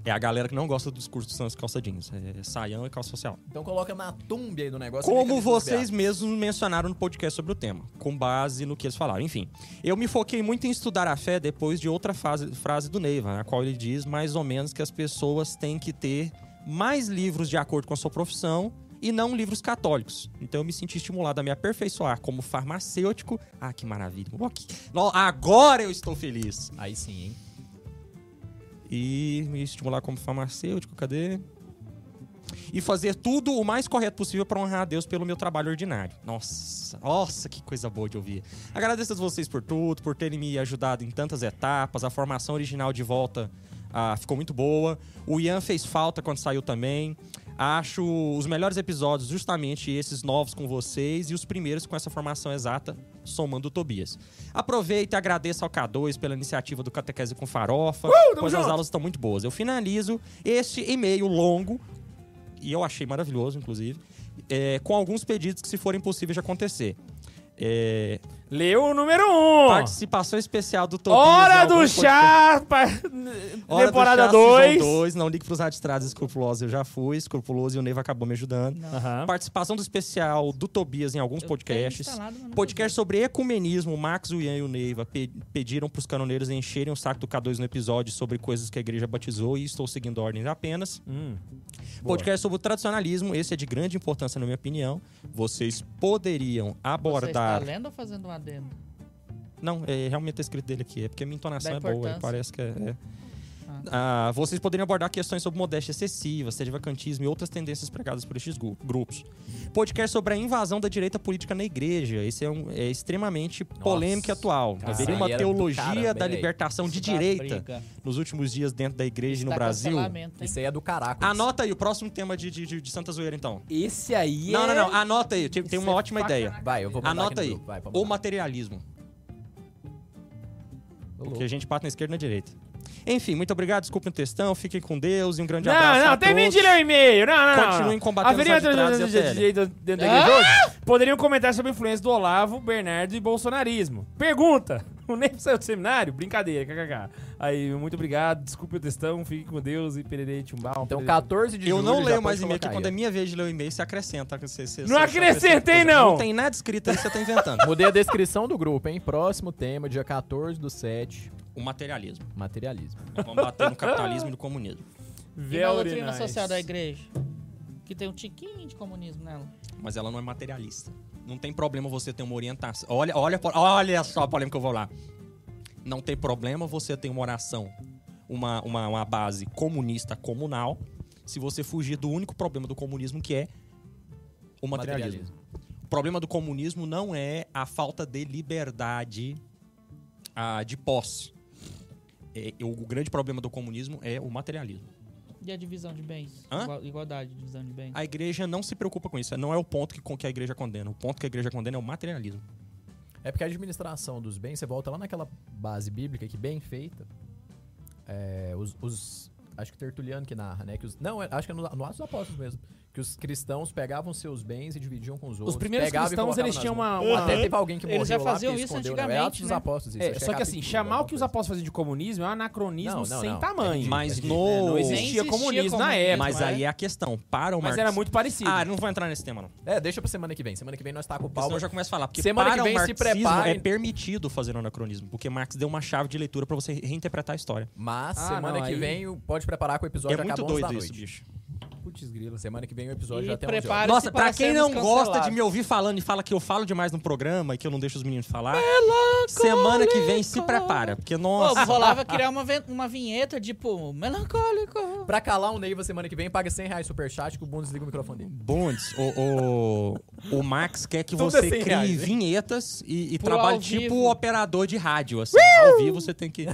É a galera que não gosta do discurso do Santos calça jeans. É saião e calça social.
Então coloca na tumba aí do negócio. é minha
Como
camisa do
vocês
Beato.
mesmos mencionaram no podcast sobre o tema, com base no que eles falaram. Enfim, eu me foquei muito em estudar a fé depois de outra fase- frase do Neiva, na qual ele diz mais ou menos que as pessoas têm que ter mais livros de acordo com a sua profissão e não livros católicos. Então eu me senti estimulado a me aperfeiçoar como farmacêutico. Ah, que maravilha. Ó, que- Nó- Agora eu estou feliz.
Aí sim, hein?
e me estimular como farmacêutico, cadê? E fazer tudo o mais correto possível para honrar a Deus pelo meu trabalho ordinário. Nossa, nossa, que coisa boa de ouvir. Agradeço a vocês por tudo, por terem me ajudado em tantas etapas. A formação original de volta ah, ficou muito boa. O Ian fez falta quando saiu também. Acho os melhores episódios justamente esses novos com vocês e os primeiros com essa formação exata, somando o Tobias. Aproveito e agradeço ao K2 pela iniciativa do Catequese com Farofa, pois as aulas estão muito boas. Eu finalizo este e-mail longo, e eu achei maravilhoso, inclusive, é, com alguns pedidos que, se forem possíveis de acontecer. É,
Leu o número 1. Um.
Participação especial do Tobias. em
Hora
algum
do chá, pa-
Hora do
temporada
Chá, season
2.
dois. Não ligue pros radistrados escrupulosos, eu já fui escrupuloso e o Neiva acabou me ajudando.
Aham.
Participação do especial do Tobias em alguns
Eu tenho né?
podcasts.
instalado, mas não
Podcast sobre ecumenismo, o Max, o Ian e o Neiva pe- pediram para os canoneiros encherem o saco do K2 no episódio sobre coisas que a igreja batizou e estou seguindo ordens apenas.
Hum.
Podcast sobre o tradicionalismo, esse é de grande importância na minha opinião. Vocês poderiam
Você está
abordar...
lendo ou fazendo um adendo?
Não, é realmente tá escrito dele aqui. É porque a minha entonação
Dá
é boa.
importância.
Parece que é. é. Ah, vocês poderiam abordar questões sobre modéstia excessiva, vacantismo e outras tendências pregadas por estes gru- grupos. Podcast sobre a invasão da direita política na igreja. Esse é, um- é extremamente polêmico e atual.
Cara,
Haveria uma
aí era do
teologia
caramba,
da
hein,
libertação de
Isso dá
direita
briga.
nos últimos dias dentro da igreja
Isso
e no
dá
Brasil.
cancelamento, hein?
Isso aí é do caraca.
Anota aí o próximo tema de, de, de- de Santa Zoeira, então.
Esse aí
Não,
é...
não, não. Anota aí. Tem, tem uma ótima ideia.
Vai, eu vou botar
Anota
aqui no
aí.
grupo, Vai, pra
O
mandar.
materialismo.
Ô, louco.
Porque a gente bate na esquerda e na direita. Enfim, muito obrigado, desculpem o textão, fiquem com Deus e um grande abraço.
Não,
a
não, termine
todos.
de ler o e-mail. Não, não, não.
Continuem
não.
combatendo
Haveria
os raditrados
outras
e a
de direita dentro da igreja hoje? Poderiam comentar sobre a influência do Olavo, Bernardo e bolsonarismo. Pergunta. O Ney saiu do seminário? Brincadeira, kkk. Aí, muito obrigado, desculpe o textão, fique com Deus e Um pererei tchumbar.
Então,
pererei,
14 de
Eu
julho,
não
já
leio
pode
mais e-mail,
colocar
porque
aí,
quando
ó.
é minha vez de ler o e-mail, você acrescenta. Você, você-
Não
você acrescenta
acrescentei,
coisa.
não.
Não tem nada escrito aí, você tá inventando.
Mudei a descrição do grupo, hein? Próximo tema, dia 14 do 7,
o materialismo.
materialismo.
Vamos bater no capitalismo e no comunismo.
E é um na
very
doutrina
nice.
social da igreja? Que tem um tiquinho de comunismo nela.
Mas ela não é materialista. Não tem problema você ter uma orientação. Olha, olha, olha só a polêmica que eu vou lá. Não tem problema você ter uma oração, uma, uma, uma base comunista comunal, se você fugir do único problema do comunismo, que é o materialismo. O problema do comunismo não é a falta de liberdade ah, de posse. É, o grande problema do comunismo é o materialismo.
E a divisão de bens?
Hã?
Igual- Igualdade, divisão de bens.
A igreja não se preocupa com isso. Não é o ponto que, com que a igreja condena. O ponto que a igreja condena é o materialismo.
É porque a administração dos bens, você volta lá naquela base bíblica que bem feita. é, os, os- Acho que Tertuliano que narra, né? Que os, não, é- acho que é no, no Atos dos Apóstolos mesmo. Que os cristãos pegavam seus bens e dividiam com os outros.
Os primeiros
pegavam e
cristãos,
colocavam
eles
nas
tinham
mãos.
uma.
Até
uma-
teve alguém que
Eles
morreu
já
lá
faziam
porque
isso
escondeu, né? É Atos
antigamente,
dos
né?
Apóstolos isso.
É,
acho
só que
é
assim,
capítulo,
chamar o que os
alguma coisa.
apóstolos faziam de comunismo é um anacronismo
Não, não,
sem
não.
tamanho.
Entendi.
Mas
Entendi.
no.
é, Não
Nem
existia
existia
comunismo na
comunismo,
época.
Mas
né?
aí é a questão. Para o
Mas
Marx.
era muito parecido.
Ah, não vou entrar nesse tema, não.
É, deixa pra semana que vem. Semana que vem nós tá com o
Porque senão
pau.
eu já começo a falar. Porque
Semana que
para
vem
o
se
marxismo
preparem.
é permitido fazer anacronismo, porque Marx deu uma chave de leitura pra você reinterpretar a história.
Mas
Ah,
semana
não,
que
aí-
vem o- pode preparar com o episódio
é
já
muito
acabou da
doido
noite.
isso, bicho.
Putz grila.
Semana que vem o episódio
E
já tem
prepara- Parece
Nossa, pra
para
quem não
sermos
gosta de
cancelados.
me ouvir falando e fala que eu falo demais no programa e que eu não deixo os meninos falar, semana que vem se prepara, porque
Pô,
nossa.
rolava criar uma, ven- uma vinheta, tipo, melancólico.
Pra calar o Neiva semana que vem, paga 100 reais superchat que o Bundes desliga o microfone dele.
Bundes, o, o, o Max quer que
Tudo
você
é 100
crie
reais, né?
vinhetas e, e
assim, Pro
trabalhe
ao
tipo
vivo.
o operador de rádio, assim. Ao vivo você tem que...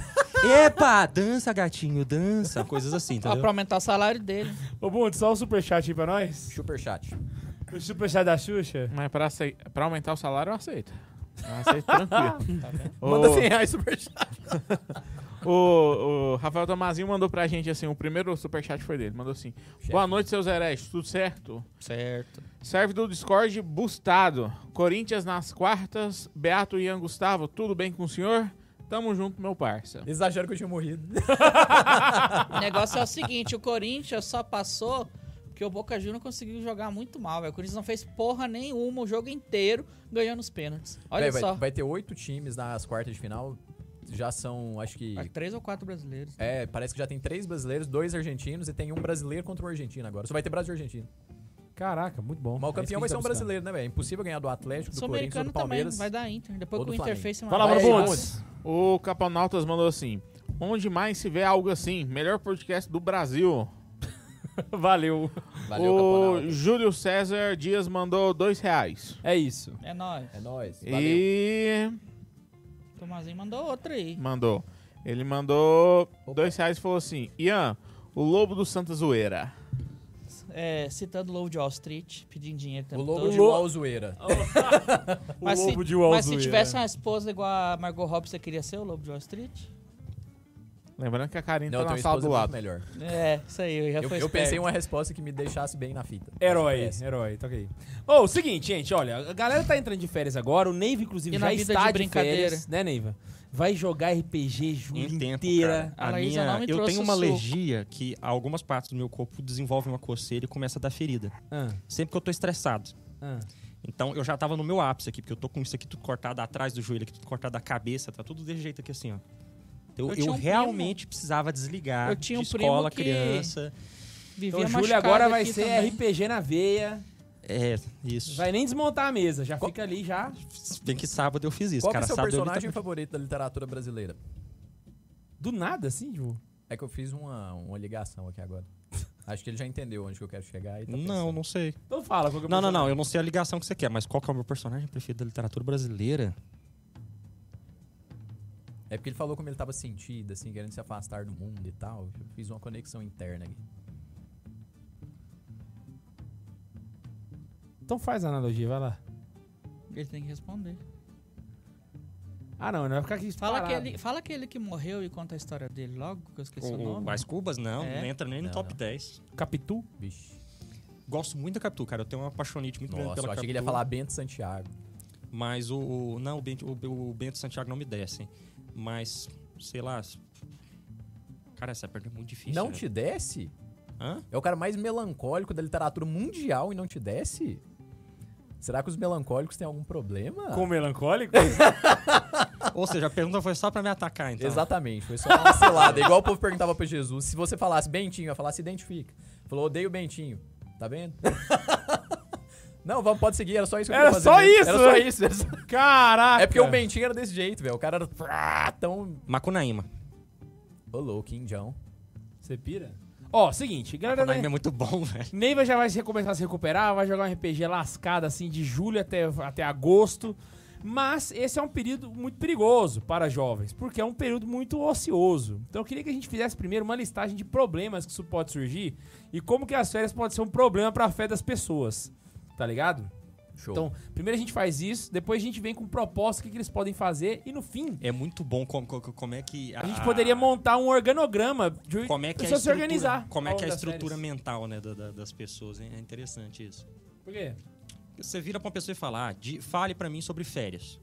Epa, dança, gatinho, dança. Coisas assim,
Ó,
entendeu?
pra aumentar o salário dele.
Ô, Bundes,
um
só o superchat aí pra nós.
Superchat.
O superchat da Xuxa.
Mas pra, acei- pra aumentar o salário, eu aceito. Eu aceito tranquilo. Ô,
Manda 100 reais superchat.
O, o Rafael Tomazinho mandou pra gente assim, o primeiro superchat foi dele, mandou assim: Boa noite, seus heréis, tudo certo?
Certo.
Serve do Discord bustado. Corinthians nas quartas, Beato e Ian Gustavo, tudo bem com o senhor? Tamo junto, meu parça.
Eles acharam que eu tinha morrido.
O negócio é o seguinte, o Corinthians só passou porque o Boca Juniors conseguiu jogar muito mal, velho. O Corinthians não fez porra nenhuma o jogo inteiro ganhando os pênaltis. Olha
Véi, vai,
só.
Vai ter oito times nas quartas de final. Já são, acho que.
Acho que Três ou quatro brasileiros.
É, parece que já tem três brasileiros, dois argentinos e tem um brasileiro contra o argentino agora. Só vai ter Brasil e Argentina.
Caraca, muito bom.
Mas o
É isso que a gente
campeão
tá
vai ser um
buscando.
brasileiro, né, velho? É impossível ganhar do Atlético, do Corinthians ou do
Sul-Americano também,
Palmeiras.
vai dar Inter. Depois
ou
que o
do Flamengo.
Interface
Vai lá,
Vai
Bruno
aí,
Bundes.
O Caponautas mandou assim: Onde mais se vê algo assim? Melhor podcast do Brasil.
Valeu.
Valeu,
o
Caponauta.
Júlio César Dias mandou dois reais.
É isso.
É nóis.
É nóis. Valeu.
E
Tomazinho mandou outra aí.
mandou. Ele mandou
Opa.
dois reais e falou assim: Ian, o lobo do Santa Zoeira.
É, citando o Lobo de Wall Street, pedindo dinheiro
O
também.
lobo de Wall Zoeira.
Mas, se,
lobo de Wall
mas se
Street,
tivesse
né?
uma esposa igual a Margot Robbie, você queria ser o Lobo de Wall Street?
Lembrando que a Karine
Não,
tá na
tem
sala
esposa
do
muito
lado.
melhor.
É, isso aí, eu já
Eu,
fui
eu pensei em
esperto.
uma resposta que me deixasse bem na fita.
Herói,
Acho que é essa.
herói, tá ok. Ô, o seguinte, gente, olha, a galera tá entrando de férias agora, o Neiva, inclusive,
E na
já
vida
está
de
de,
brincadeira.
férias, né, Neiva? Vai jogar RPG julho
em tempo,
inteira.
cara. A
A Laísa
minha-
não me
eu
trouxe
tenho
o
uma
suco.
alergia que algumas partes do meu corpo desenvolvem uma coceira e começa a dar ferida.
Ah,
Sempre que eu tô estressado.
ah.
Então eu já tava no meu ápice aqui, porque eu tô com isso aqui tudo cortado atrás do joelho, aqui tudo cortado da cabeça, tá tudo desse jeito aqui assim, ó. Então,
Eu
eu
tinha um primo-
realmente precisava desligar.
Eu tinha um
de
primo
escola,
que-
criança.
Vivia
Então, Júlio
machucado
agora vai
aqui
ser
também.
RPG na veia,
É, isso.
vai nem desmontar a mesa, já fica ali, já.
Se Bem que sábado eu fiz isso,
Qual que é
cara.
o seu
sábado eu li
personagem
também.
favorito da literatura brasileira?
Do nada, assim, tipo.
É que eu fiz uma, uma ligação aqui agora. Acho que ele já entendeu onde que eu quero chegar. E tá
Não, não sei.
Então fala. Qual que é o
Não, não, não.
personagem.
Eu não sei a ligação que você quer, mas qual que é o meu personagem preferido da literatura brasileira?
pensando. É porque ele falou como ele tava sentido, assim, querendo se afastar do mundo e tal. Eu fiz uma conexão interna aqui.
Então faz a analogia, vai lá.
Ele tem que responder.
Ah, não, não vai ficar aqui
Fala
parado.
aquele, fala aquele que morreu e conta a história dele logo, que eu esqueci é o
O
nome.
Brás Cubas? Não,
É.
não entra nem no
Não,
top
não.
10.
Capitu?
Vixe.
Gosto muito da Capitu, cara. Eu tenho uma apaixonite muito grande
Nossa,
pela
eu achei
Capitu.
que ele ia falar Bento Santiago.
Mas o. o- não, o Bento, o, o Bento Santiago não me desce. Mas, sei lá. Cara, essa perna é muito difícil.
não
velho.
te desce?
Hã?
É o cara mais melancólico da literatura mundial e não te desce? Será que os melancólicos têm algum problema?
Com melancólico?
Ou seja, a pergunta foi só pra me atacar,
Tá.
então.
Exatamente, foi só uma selada. É Igual o povo perguntava pra Jesus. Se você falasse Bentinho, eu ia falar, se identifica. Falou, odeio o Bentinho. Tá vendo? Não, vamos, pode seguir, era só isso que eu
Era
queria fazer
só
mesmo.
isso,
Era só
né?
isso. era só-
Caraca!
É porque o Bentinho era desse jeito, velho. O cara era ah, tão...
Macunaíma.
Ô, louco, hein, John.
Você pira? Ó, seguinte, galera. né?
Macunaíma é muito bom, velho.
Neiva já vai se começar a se recuperar, vai jogar um RPG lascado assim de julho até, até agosto. Mas esse é um período muito perigoso para jovens, porque é um período muito ocioso. Então eu queria que a gente fizesse primeiro uma listagem de problemas que isso pode surgir e como que as férias podem ser um problema para a fé das pessoas. Tá ligado?
Show.
Então, primeiro a gente faz isso, depois a gente vem com proposta, o que, que eles podem fazer, e no fim,
É muito bom como, como- como é que.
a gente poderia montar um organograma de
Como é que é a
pessoas se
estrutura,
organizar.
Como é
ao
que é a
longo das
estrutura
férias.
mental né, da- da- das pessoas, hein? É interessante isso.
Por quê?
Você vira pra uma pessoa e fala, ah, de- fale pra mim sobre férias.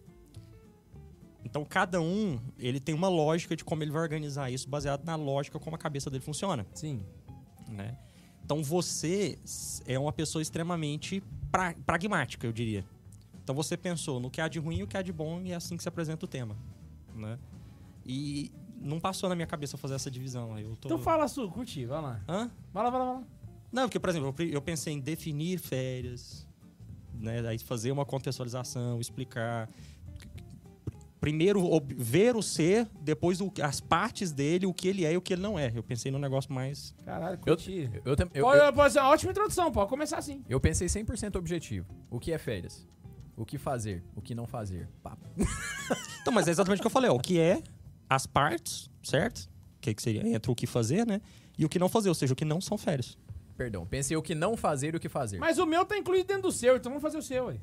Então, cada um, ele tem uma lógica de como ele vai organizar isso, baseado na lógica como a cabeça dele funciona,
Sim.
né? Então, você s- é uma pessoa extremamente pra- pragmática, eu diria. Então, você pensou no que há de ruim e o que há de bom, e é assim que se apresenta o tema, né? E não passou na minha cabeça fazer essa divisão. aí Eu tô...
Então fala, Su, curti, vai lá.
Hã?
Vai lá, vai lá, vai lá.
Não, porque, por exemplo, eu pre- eu pensei em definir férias, né? Daí fazer uma contextualização, explicar. Primeiro, ob- ver o ser, depois o- as partes dele, o que ele é e o que ele não é. Eu pensei num negócio mais.
Caralho,
Eu,
curti.
eu, tam- eu,
Pode,
eu,
pode ser uma ótima introdução, pode começar assim.
eu pensei 100% objetivo. O que é férias? O que fazer? O que não fazer? Pá.
Então, mas é exatamente o que eu falei, ó. O que é, as partes, certo? O que, que seria? Entra o que fazer, né? E o que não fazer, ou seja, o que não são férias.
Perdão. Pensei o que não fazer e o que fazer.
Mas o meu tá incluído dentro do seu, então vamos fazer o seu aí.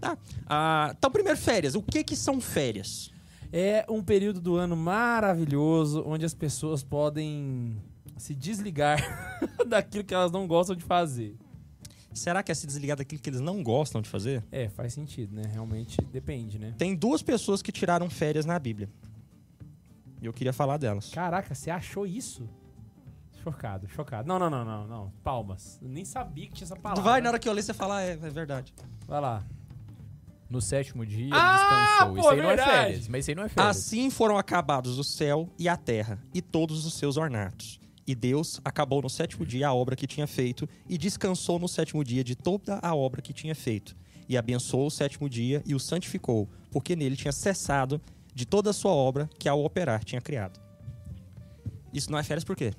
Tá. Ah, então, primeiro, férias. O que, que são férias?
É um período do ano maravilhoso onde as pessoas podem se desligar daquilo que elas não gostam de fazer.
Será que é se desligar daquilo que eles não gostam de fazer?
É, faz sentido, né? Realmente depende, né?
Tem duas pessoas que tiraram férias na Bíblia. E eu queria falar delas.
Caraca, você achou isso? Chocado, chocado. Não, não, não, não, não. Palmas. Eu nem sabia que tinha essa palavra.
Tu vai, na hora que eu ler, você fala, "Ah, é, é verdade.
Vai lá.
No sétimo dia,
Ah,
ele descansou.
pô,
isso aí não é
verdade.
férias. Mas isso
Ah,
aí não é férias.
Assim foram acabados o céu e a terra, e todos os seus ornatos. E Deus acabou no sétimo dia a obra que tinha feito, e descansou no sétimo dia de toda a obra que tinha feito. E abençoou o sétimo dia e o santificou, porque nele tinha cessado de toda a sua obra que ao operar tinha criado. Isso não é férias por quê?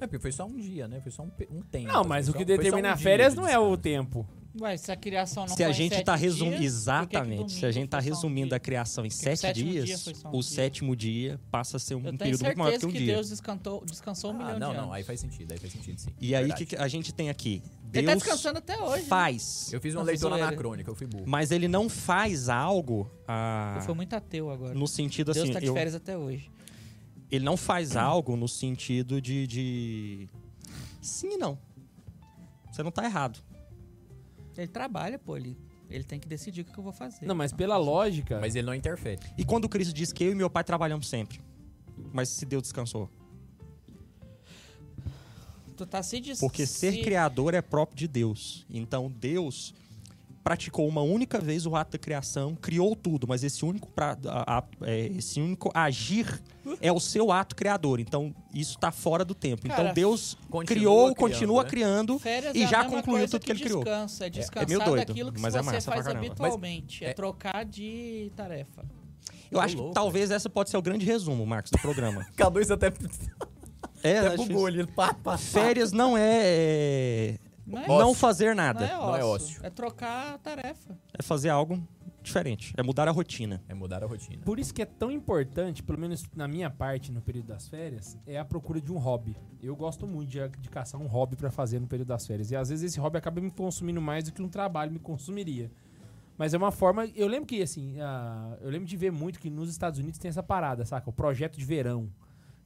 É porque foi só um dia, né? Foi só um, pe- um tempo.
Não, mas
Foi
o
só-
que
foi só
determina
um
a
dia
férias
de
não é o
descanso.
tempo.
Ué, se a criação não
se a
foi em
gente
sete
tá resumindo.
dias, por que que
Exatamente.
domingo
se a gente tá
foi só um
resumindo
dia?
a criação em
o
sete
sétimo dia
dias,
foi só um
o
dia.
sétimo dia passa a ser um
Eu tenho
período muito maior
certeza
que um
que,
dia.
Deus descantou, descansou um
Ah,
milhão
não,
de
não.
anos.
Aí faz sentido, aí faz sentido, sim.
E aí, o
Verdade.
que, que a gente tem aqui?
Ele tá
Deus
descansando até hoje. né?
faz,
Eu fiz uma
Nossa,
leitura
zoeira.
anacrônica, eu fui burro.
mas ele não faz algo ah,
Eu fui muito ateu agora.
no sentido
Deus
assim.
tá de
eu-
férias até hoje.
ele não faz algo no sentido de. de... Sim e não. Você não tá errado.
Ele trabalha, pô. Ele, ele tem que decidir o que que eu vou fazer.
Não, mas pela lógica.
Mas ele não interfere.
E quando Cristo diz que eu e meu pai trabalhamos sempre, mas se Deus descansou?
Tu tá se des...
Porque ser
se-
criador é próprio de Deus. Então Deus praticou uma única vez o ato da criação, criou tudo, mas esse único, pra- a- a- é, esse único agir é o seu ato criador. Então isso está fora do tempo.
Cara,
então Deus
continua
criou,
criando,
continua
né?
criando
Férias
e
é a
já
mesma
concluiu
coisa
tudo que ele criou.
Descanso, é descansar
meio doido,
daquilo que
mas
você
é massa pra
faz
caramba. Mas-
habitualmente. é trocar de tarefa.
Eu acho que
louco,
talvez essa pode ser o grande resumo, Marcos, do programa.
Cadu isso até,
é,
até
acho
bugou
isso.
ali. Pá, pá, pá.
Férias não é, é,
Não é
não
Ócio.
fazer
Não
nada.
é ócio.
Não é
é
ócio.
trocar a tarefa.
é fazer algo diferente. É mudar a rotina.
É mudar a rotina.
Por isso que é tão importante, pelo menos na minha parte, no período das férias, é a procura de um hobby. Eu gosto muito de, de caçar um hobby pra fazer no período das férias. E às vezes esse hobby acaba me consumindo mais do que um trabalho me consumiria. Mas é uma forma. Eu lembro que, assim, a- eu lembro de ver muito que nos Estados Unidos tem essa parada, saca? O projeto de verão.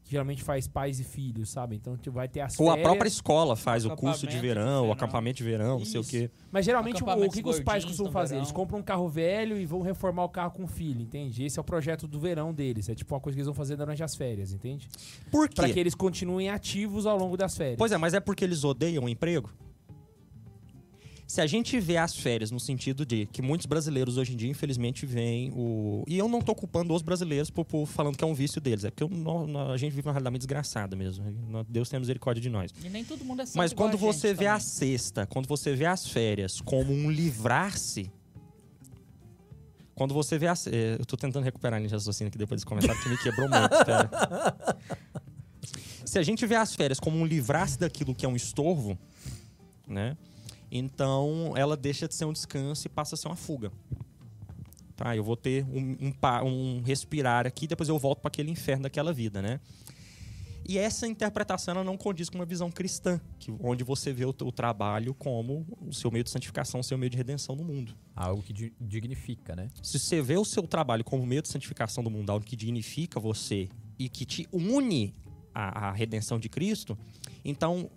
Que geralmente faz pais e filhos, sabe? Então tipo, vai ter as
Ou a
férias,
própria escola faz o curso
Acampamento
de
de
verão, o
verão.
acampamento de verão, não sei o
Isso.
quê.
Mas geralmente o, o
Acampamentos
que, que os pais
gordinhos
costumam
no
fazer?
verão.
Eles compram um carro velho e vão reformar o carro com o filho, entende? Esse é o projeto do verão deles. É tipo uma coisa que eles vão fazer durante as férias, entende?
Por
é.
Pra que
quê?
eles continuem ativos ao longo das férias.
Pois é, mas é porque eles odeiam o emprego? Se a gente vê as férias no sentido de que muitos brasileiros hoje em dia, infelizmente, veem o. E eu não tô culpando os brasileiros por, por falando que é um vício deles. É porque eu não- não- a gente vive uma realidade meio desgraçada mesmo. Deus tenha misericórdia de nós.
E nem todo mundo é santo
Mas
igual
quando
a gente
você vê
também.
a sexta, quando você vê as férias como um livrar-se. Quando você vê as. é, Eu tô tentando recuperar a linha de raciocínio aqui depois desse comentário que me quebrou muito, cara. Se a gente vê as férias como um livrar-se daquilo que é um estorvo, né? Então ela deixa de ser um descanso e passa a ser uma fuga. Tá, eu vou ter um, um, pa- um respirar aqui, depois eu volto para aquele inferno daquela vida, né? E essa interpretação ela não condiz com uma visão cristã, que, onde você vê o, t- o trabalho como o seu meio de santificação, o seu meio de redenção no mundo.
Algo que di- dignifica, né?
Se você vê o seu trabalho como meio de santificação do mundo, algo que dignifica você e que te une à, à redenção de Cristo, então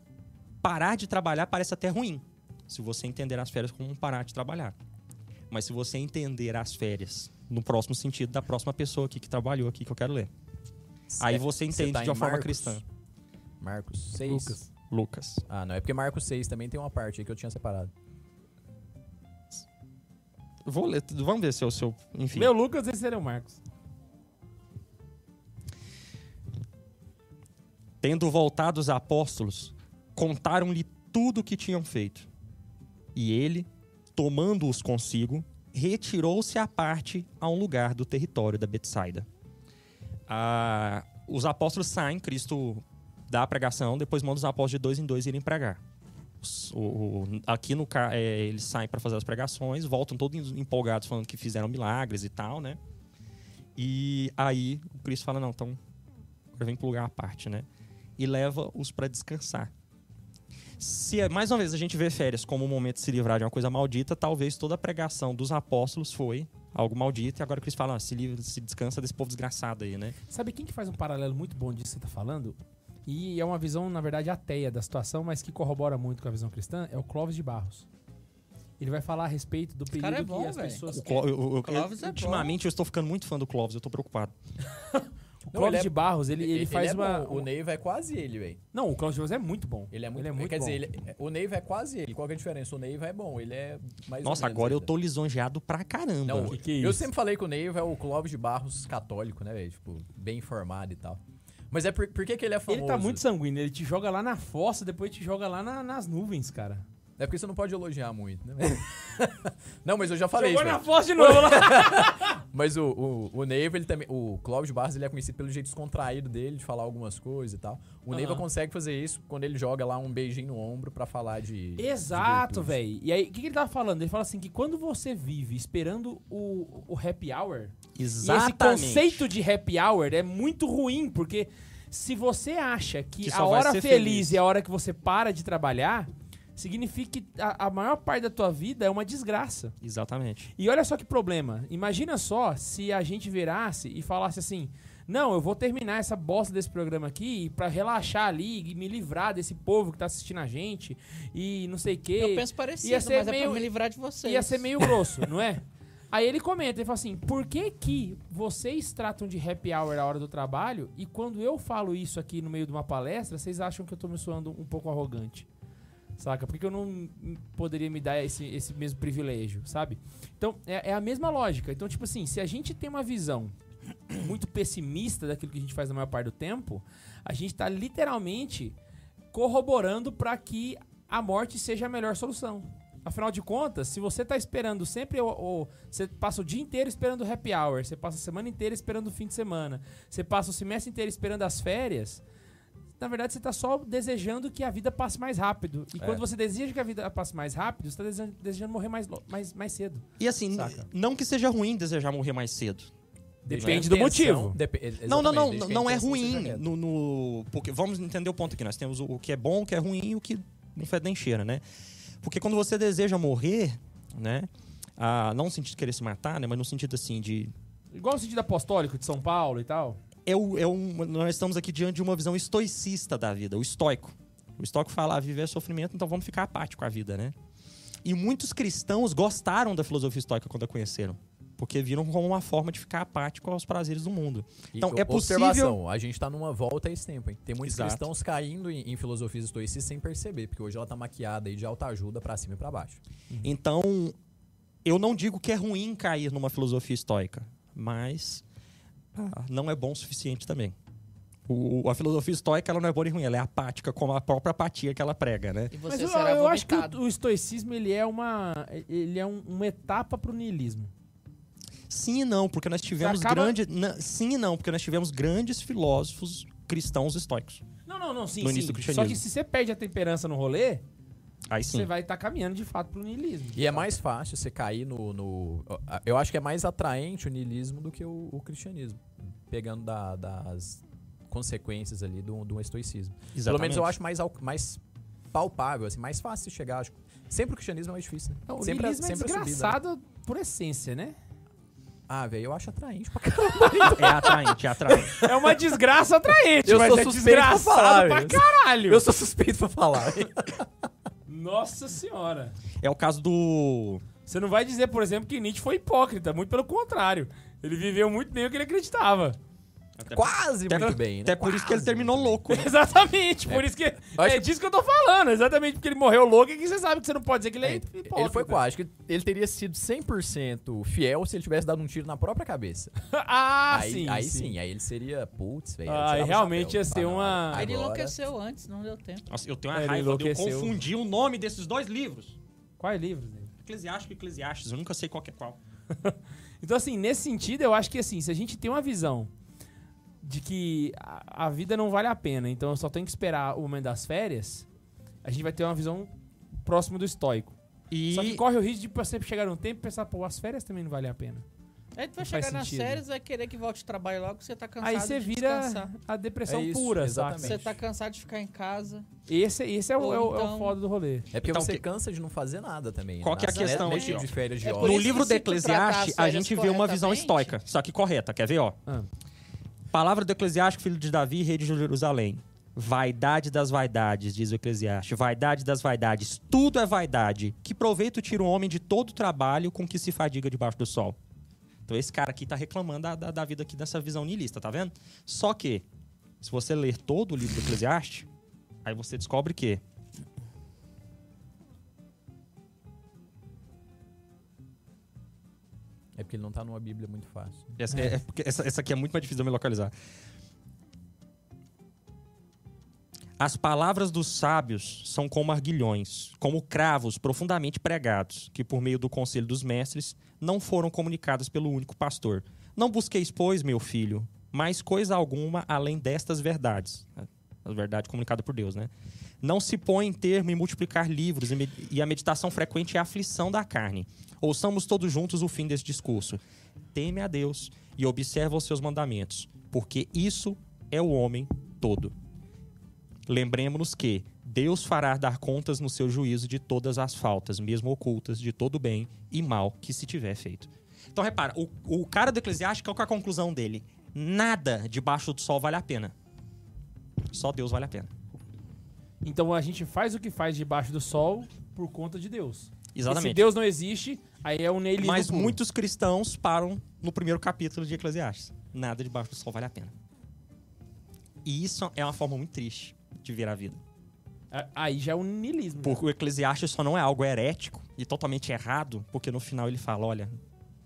parar de trabalhar parece até ruim. Se você entender as férias como um parar de trabalhar. Mas se você entender as férias no próximo sentido da próxima pessoa aqui que trabalhou aqui, que eu quero ler. Aí você entende
tá
de uma
em
forma
Marcos.
cristã.
Marcos 6.
Lucas. Lucas.
Ah, não. É porque Marcos 6 também tem uma parte aí que eu tinha separado.
Vou ler, tudo, vamos ver se é o seu. Enfim.
Meu Lucas, esse seria o Marcos.
Tendo voltado os apóstolos, contaram-lhe tudo o que tinham feito. E ele, tomando-os consigo, retirou-se à parte a um lugar do território da Betsaida. Ah, os apóstolos saem, Cristo dá a pregação, depois manda os apóstolos de dois em dois irem pregar. Os- o- o- aqui no ca- é, eles saem para fazer as pregações, voltam todos empolgados falando que fizeram milagres e tal, né? E aí o Cristo fala: não, então agora vem pro lugar à parte, né? E leva-os para descansar. Se, é- mais uma vez, a gente vê férias como um momento de se livrar de uma coisa maldita, talvez toda a pregação dos apóstolos foi algo maldito, e agora o Cristo fala: ah, se, livra, se descansa desse povo desgraçado aí, né?
Sabe quem que faz um paralelo muito bom disso que você tá falando? E é uma visão, na verdade, ateia da situação, mas que corrobora muito com a visão cristã, é o Clóvis de Barros. Ele vai falar a respeito do período
cara é bom,
que as
velho.
pessoas...
O Cló- eu- eu- eu-
Clóvis é
ultimamente eu estou ficando muito fã do Clóvis, eu tô preocupado.
O
Não, ele
Clóvis
é-
de Barros, ele, ele, faz
é
uma...
bom. O Neiva é quase ele, velho.
Não, o Clóvis de Barros é muito bom.
Ele é muito,
bom.
Quer dizer, ele- o Neiva é quase ele. Qual que é a diferença? O Neiva é bom, ele é mais ou
Nossa,
menos
agora eu
ainda.
tô lisonjeado pra caramba.
Não,
que que é
eu
isso?
sempre falei que o Neiva é o Clóvis de Barros católico, né, velho? Tipo, bem informado e tal. Mas é por, por que, que ele é famoso?
Ele tá muito sanguíneo, ele te joga lá na fossa, depois te joga lá na- nas nuvens, cara.
É porque você não pode elogiar muito, né? não, mas eu já falei
Jogou
isso.
na
velho.
fossa de novo lá.
Mas o, o, o Neiva, ele também. O Clóvis de Barros, ele é conhecido pelo jeito descontraído dele, de falar algumas coisas e tal. O Neiva
Aham.
consegue fazer isso quando ele joga lá um beijinho no ombro pra falar de. de
Exato,
virtudes.
velho. E aí, o que, que ele tava falando? Ele fala assim que quando você vive esperando o, o happy hour,
Exatamente.
e esse conceito de happy hour é muito ruim, porque se você acha que,
Que só
a
vai
hora
ser
feliz,
feliz.
é a hora que você para de trabalhar, significa que a, a maior parte da tua vida é uma desgraça.
Exatamente.
E olha só que problema. Imagina só se a gente virasse e falasse assim: "Não, eu vou terminar essa bosta desse programa aqui pra relaxar ali e me livrar desse povo que tá assistindo a gente e não sei o quê".
Eu penso parecido,
ia ser
mas é
meio-
pra me livrar de vocês.
Ia ser meio grosso, não é? Aí ele comenta, ele fala assim: por que que vocês tratam de happy hour a hora do trabalho e quando eu falo isso aqui no meio de uma palestra, vocês acham que eu tô me soando um pouco arrogante? Saca? Por que, que eu não m- poderia me dar esse, esse mesmo privilégio, sabe? Então, é, é a mesma lógica. Então, tipo assim, se a gente tem uma visão muito pessimista daquilo que a gente faz na maior parte do tempo, a gente tá literalmente corroborando para que a morte seja a melhor solução. Afinal de contas, se você tá esperando sempre, ou, você passa o dia inteiro esperando o happy hour, você passa a semana inteira esperando o fim de semana, você passa o semestre inteiro esperando as férias, na verdade você tá só desejando que a vida passe mais rápido. E
É.
quando você deseja que a vida passe mais rápido, você tá desejando, desejando morrer mais, lo- mais, mais cedo.
E assim,
Saca.
n- não que seja ruim desejar morrer mais cedo.
Desde
Depende
que a
do
intenção-
motivo.
Depe-
Não, não, não,
exatamente,
não,
desde que a
não é
intenção seja
ruim
reta.
no, no- porque vamos entender o ponto aqui. Nós temos o, o que é bom, o que é ruim e o que não fede nem cheira, né? Porque quando você deseja morrer, né? Ah, não no sentido de querer se matar, né? Mas no sentido assim de
Igual o sentido apostólico de São Paulo e tal.
é o, é um, nós estamos aqui diante de uma visão estoicista da vida, o estoico. O estoico fala, ah, viver é sofrimento, então vamos ficar apático com a vida, né? E muitos cristãos gostaram da filosofia estoica quando a conheceram, porque viram como uma forma de ficar apático aos prazeres do mundo. Então,
E
é possível-
Observação, a gente tá numa volta a esse tempo, hein? Tem muitos
Exato.
cristãos caindo em, em filosofias estoicistas sem perceber, porque hoje ela tá maquiada aí de autoajuda pra cima e pra baixo.
Então, eu não digo que é ruim cair numa filosofia estoica, mas ah, não é bom o suficiente também. O- o- a filosofia estoica ela não é boa nem ruim, ela é apática, como a própria apatia que ela prega, né?
E
Mas
você
eu,
será
eu acho que
vomitado.
o, o estoicismo ele é uma ele é um- uma etapa pro niilismo.
Sim e não, porque nós tivemos
acaba-
grandes. Sim e não, porque nós tivemos grandes filósofos cristãos estoicos.
Não, não, não, sim,
No
sim.
início do
Só
cristianismo.
que se você perde a temperança no rolê,
Aí
você
sim.
vai estar caminhando de fato pro niilismo.
E é mais fácil você cair no. no- eu acho que é mais atraente o niilismo do que o, o cristianismo. Pegando da- das consequências ali de um de um estoicismo. Pelo
Exatamente.
menos eu acho mais, al- mais palpável, assim, mais fácil de chegar. Acho. Sempre o cristianismo é mais difícil, né?
Não, o
sempre
niilismo é
sempre a subida, né?
desgraçado por essência, né?
Ah, velho, eu acho atraente pra caramba.
É atraente, é atraente.
É uma desgraça atraente, mas é desgraçado pra
velho.
caralho.
Eu sou suspeito pra falar.
Nossa senhora.
É o caso do.
Você não vai dizer, por exemplo, que Nietzsche foi hipócrita. Muito pelo contrário. Ele viveu muito bem o que ele acreditava.
Quase
Até-
muito bem, né?
Até por isso que ele terminou louco. né?
Exatamente. Por isso que... É disso que eu tô falando. Exatamente porque ele morreu louco e que você sabe que você não pode dizer que ele é, hipócrita.
Ele foi quase. Acho que ele teria sido 100% fiel se ele tivesse dado um tiro na própria cabeça.
ah,
aí,
sim.
aí sim. aí ele seria, putz, velho. eu
Ah,
tirava
e
o
realmente
chapéu.
ia ser
Ah, não,
uma-
agora-
Ele enlouqueceu antes, não deu tempo.
Nossa, eu tenho uma
Ele
raiva de eu
enlouqueceu.
confundir o nome desses dois livros.
Quais livros, né?
Eclesiástico e Eclesiastes, eu nunca sei qual que é qual.
Então, assim, nesse sentido, eu acho que, assim, se a gente tem uma visão de que a, a vida não vale a pena, então eu só tenho que esperar o momento das férias, a gente vai ter uma visão próxima do estoico.
E
Só que corre o risco de você chegar um tempo e pensar, pô, as férias também não valem a pena.
Aí tu vai
Não faz
chegar nas
sentido.
séries, vai querer que volte ao trabalho logo, você tá cansado
Aí você
de
vira
descansar.
a depressão
É isso,
pura, saca?
exatamente.
Você tá cansado de ficar em casa.
Esse, esse é, o,
Ou
é, o, é o
então-
foda do rolê.
É porque
Então,
você
que-
cansa de não fazer nada também. né?
Qual que é a
Nessa-
questão
nesse
aqui, ó?
de férias de
É por
ódio.
no
isso
livro
que
de
se tu tratar
Eclesiastes,
as
a
férias
gente vê uma visão
corretamente-
estoica. Só que correta, quer ver, ó?
Ah.
Palavra do Eclesiástico, filho de Davi, rei de Jerusalém. Vaidade das vaidades, diz o Eclesiastes. Vaidade das vaidades. Tudo é vaidade. Que proveito tira o homem de todo o trabalho com que se fadiga debaixo do sol. Então esse cara aqui tá reclamando da, da, da vida aqui dessa visão niilista, tá vendo? Só que, se você ler todo o livro do Eclesiastes, aí você descobre que...
É porque ele não tá numa Bíblia muito fácil.
Essa, é- é porque essa- essa aqui é muito mais difícil de eu me localizar. As palavras dos sábios são como arguilhões, como cravos profundamente pregados, que por meio do conselho dos mestres não foram comunicadas pelo único pastor. Não busqueis, pois, meu filho, mais coisa alguma além destas verdades. A verdade comunicada por Deus, né? Não se põe em termo em multiplicar livros, e me- e a meditação frequente é a aflição da carne. Ouçamos todos juntos o fim desse discurso. Teme a Deus e observa os seus mandamentos, porque isso é o homem todo. Lembremos-nos que Deus fará dar contas no seu juízo de todas as faltas, mesmo ocultas, de todo bem e mal que se tiver feito. Então, repara, o, o cara do Eclesiástico, qual que é a conclusão dele? Nada debaixo do sol vale a pena. Só Deus vale a pena.
Então a gente faz o que faz debaixo do sol por conta de Deus. E se
Exatamente.
Deus não existe, aí é o neilismo
Mas
puro.
muitos cristãos param no primeiro capítulo de Eclesiastes. Nada debaixo do sol vale a pena. E isso é uma forma muito triste de ver a vida.
A- Aí já é o niilismo.
Porque o Eclesiastes só não é algo herético e totalmente errado, porque no final ele fala, olha,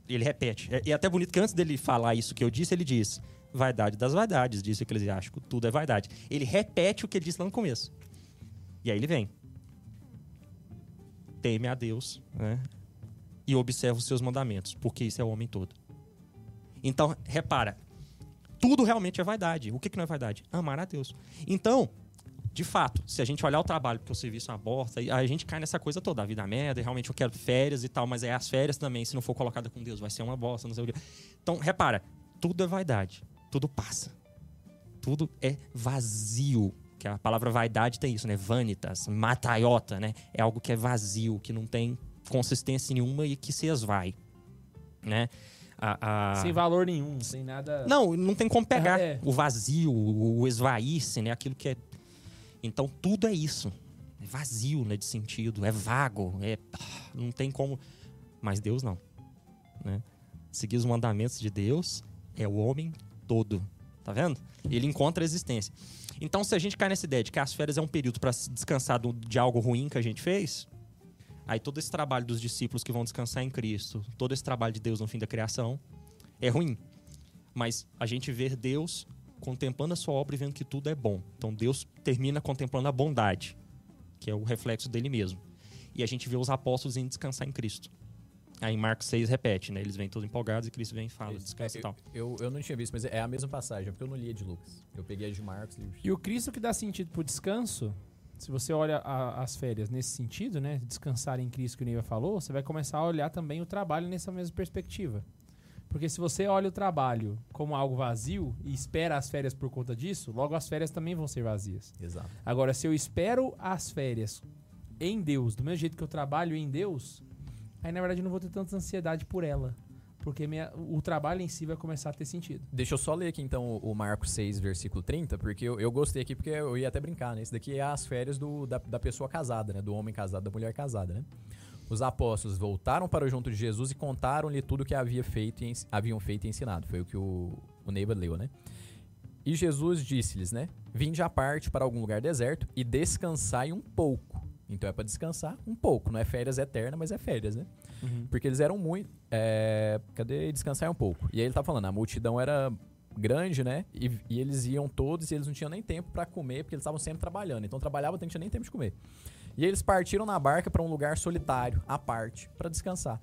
ele repete. É- E é até bonito que antes dele falar isso que eu disse, ele diz, vaidade das vaidades, disse o Eclesiástico, tudo é vaidade. Ele repete o que ele disse lá no começo. E aí ele vem. Teme a Deus, né? E observa os seus mandamentos, porque isso é o homem todo. Então, repara, tudo realmente é vaidade. O que, que não é vaidade? Amar a Deus. Então, de fato, se a gente olhar o trabalho, porque o serviço é uma bosta, aí a gente cai nessa coisa toda, a vida é uma merda, e realmente eu quero férias e tal, mas é as férias também, se não for colocada com Deus, vai ser uma bosta, não sei o quê. Então, repara, tudo é vaidade, tudo passa. Tudo é vazio. Que a palavra vaidade tem isso, né? Vanitas, mataiota, né? É algo que é vazio, que não tem consistência nenhuma e que se esvai, né? A, a-
Sem valor nenhum, sem nada.
não, não tem como pegar
É.
o vazio, o esvair-se, né? Aquilo que é. Então tudo é isso. É vazio, né? De sentido, é vago, é. Não tem como. Mas Deus não. Né? Seguir os mandamentos de Deus é o homem todo. Tá vendo? Ele encontra a existência. Então, se a gente cai nessa ideia de que as férias é um período para se descansar do- de algo ruim que a gente fez, aí todo esse trabalho dos discípulos que vão descansar em Cristo, todo esse trabalho de Deus no fim da criação, é ruim mas a gente vê Deus contemplando a sua obra e vendo que tudo é bom. Então Deus termina contemplando a bondade, que é o reflexo dele mesmo. E a gente vê os apóstolos em descansar em Cristo. Aí Marcos 6 repete, né? Eles vêm todos empolgados e Cristo vem e fala, descansa e
eu,
tal.
eu, eu não tinha visto, mas é a mesma passagem, é porque eu não lia de Lucas. Eu peguei a de Marcos e
E o Cristo que dá sentido pro descanso, se você olha a- as férias nesse sentido, né? Descansar em Cristo que o Neiva falou, você vai começar a olhar também o trabalho nessa mesma perspectiva. Porque se você olha o trabalho como algo vazio e espera as férias por conta disso, logo as férias também vão ser vazias.
Exato.
Agora, se eu espero as férias em Deus, do mesmo jeito que eu trabalho em Deus, aí na verdade eu não vou ter tanta ansiedade por ela. Porque minha- o trabalho em si vai começar a ter sentido.
Deixa eu só ler aqui então o o Marcos 6, versículo 30, porque eu, eu gostei aqui, porque eu ia até brincar, né? Esse daqui é as férias do- da, da pessoa casada, né? Do homem casado, da mulher casada, né? Os apóstolos voltaram para junto de Jesus e contaram-lhe tudo o que havia feito e ens- haviam feito e ensinado. Foi o que o, o Neiva leu, né? E Jesus disse-lhes, né? Vinde à parte para algum lugar deserto e descansai um pouco. Então é para descansar um pouco, não é férias eterna, mas é férias, né? Porque eles eram muito. é, cadê? Descansar um pouco. E aí ele tá falando, a multidão era grande, né? E, e eles iam todos e eles não tinham nem tempo pra comer, porque eles estavam sempre trabalhando. Então trabalhava, então não tinha nem tempo de comer. E eles partiram na barca pra um lugar solitário, à parte, pra descansar.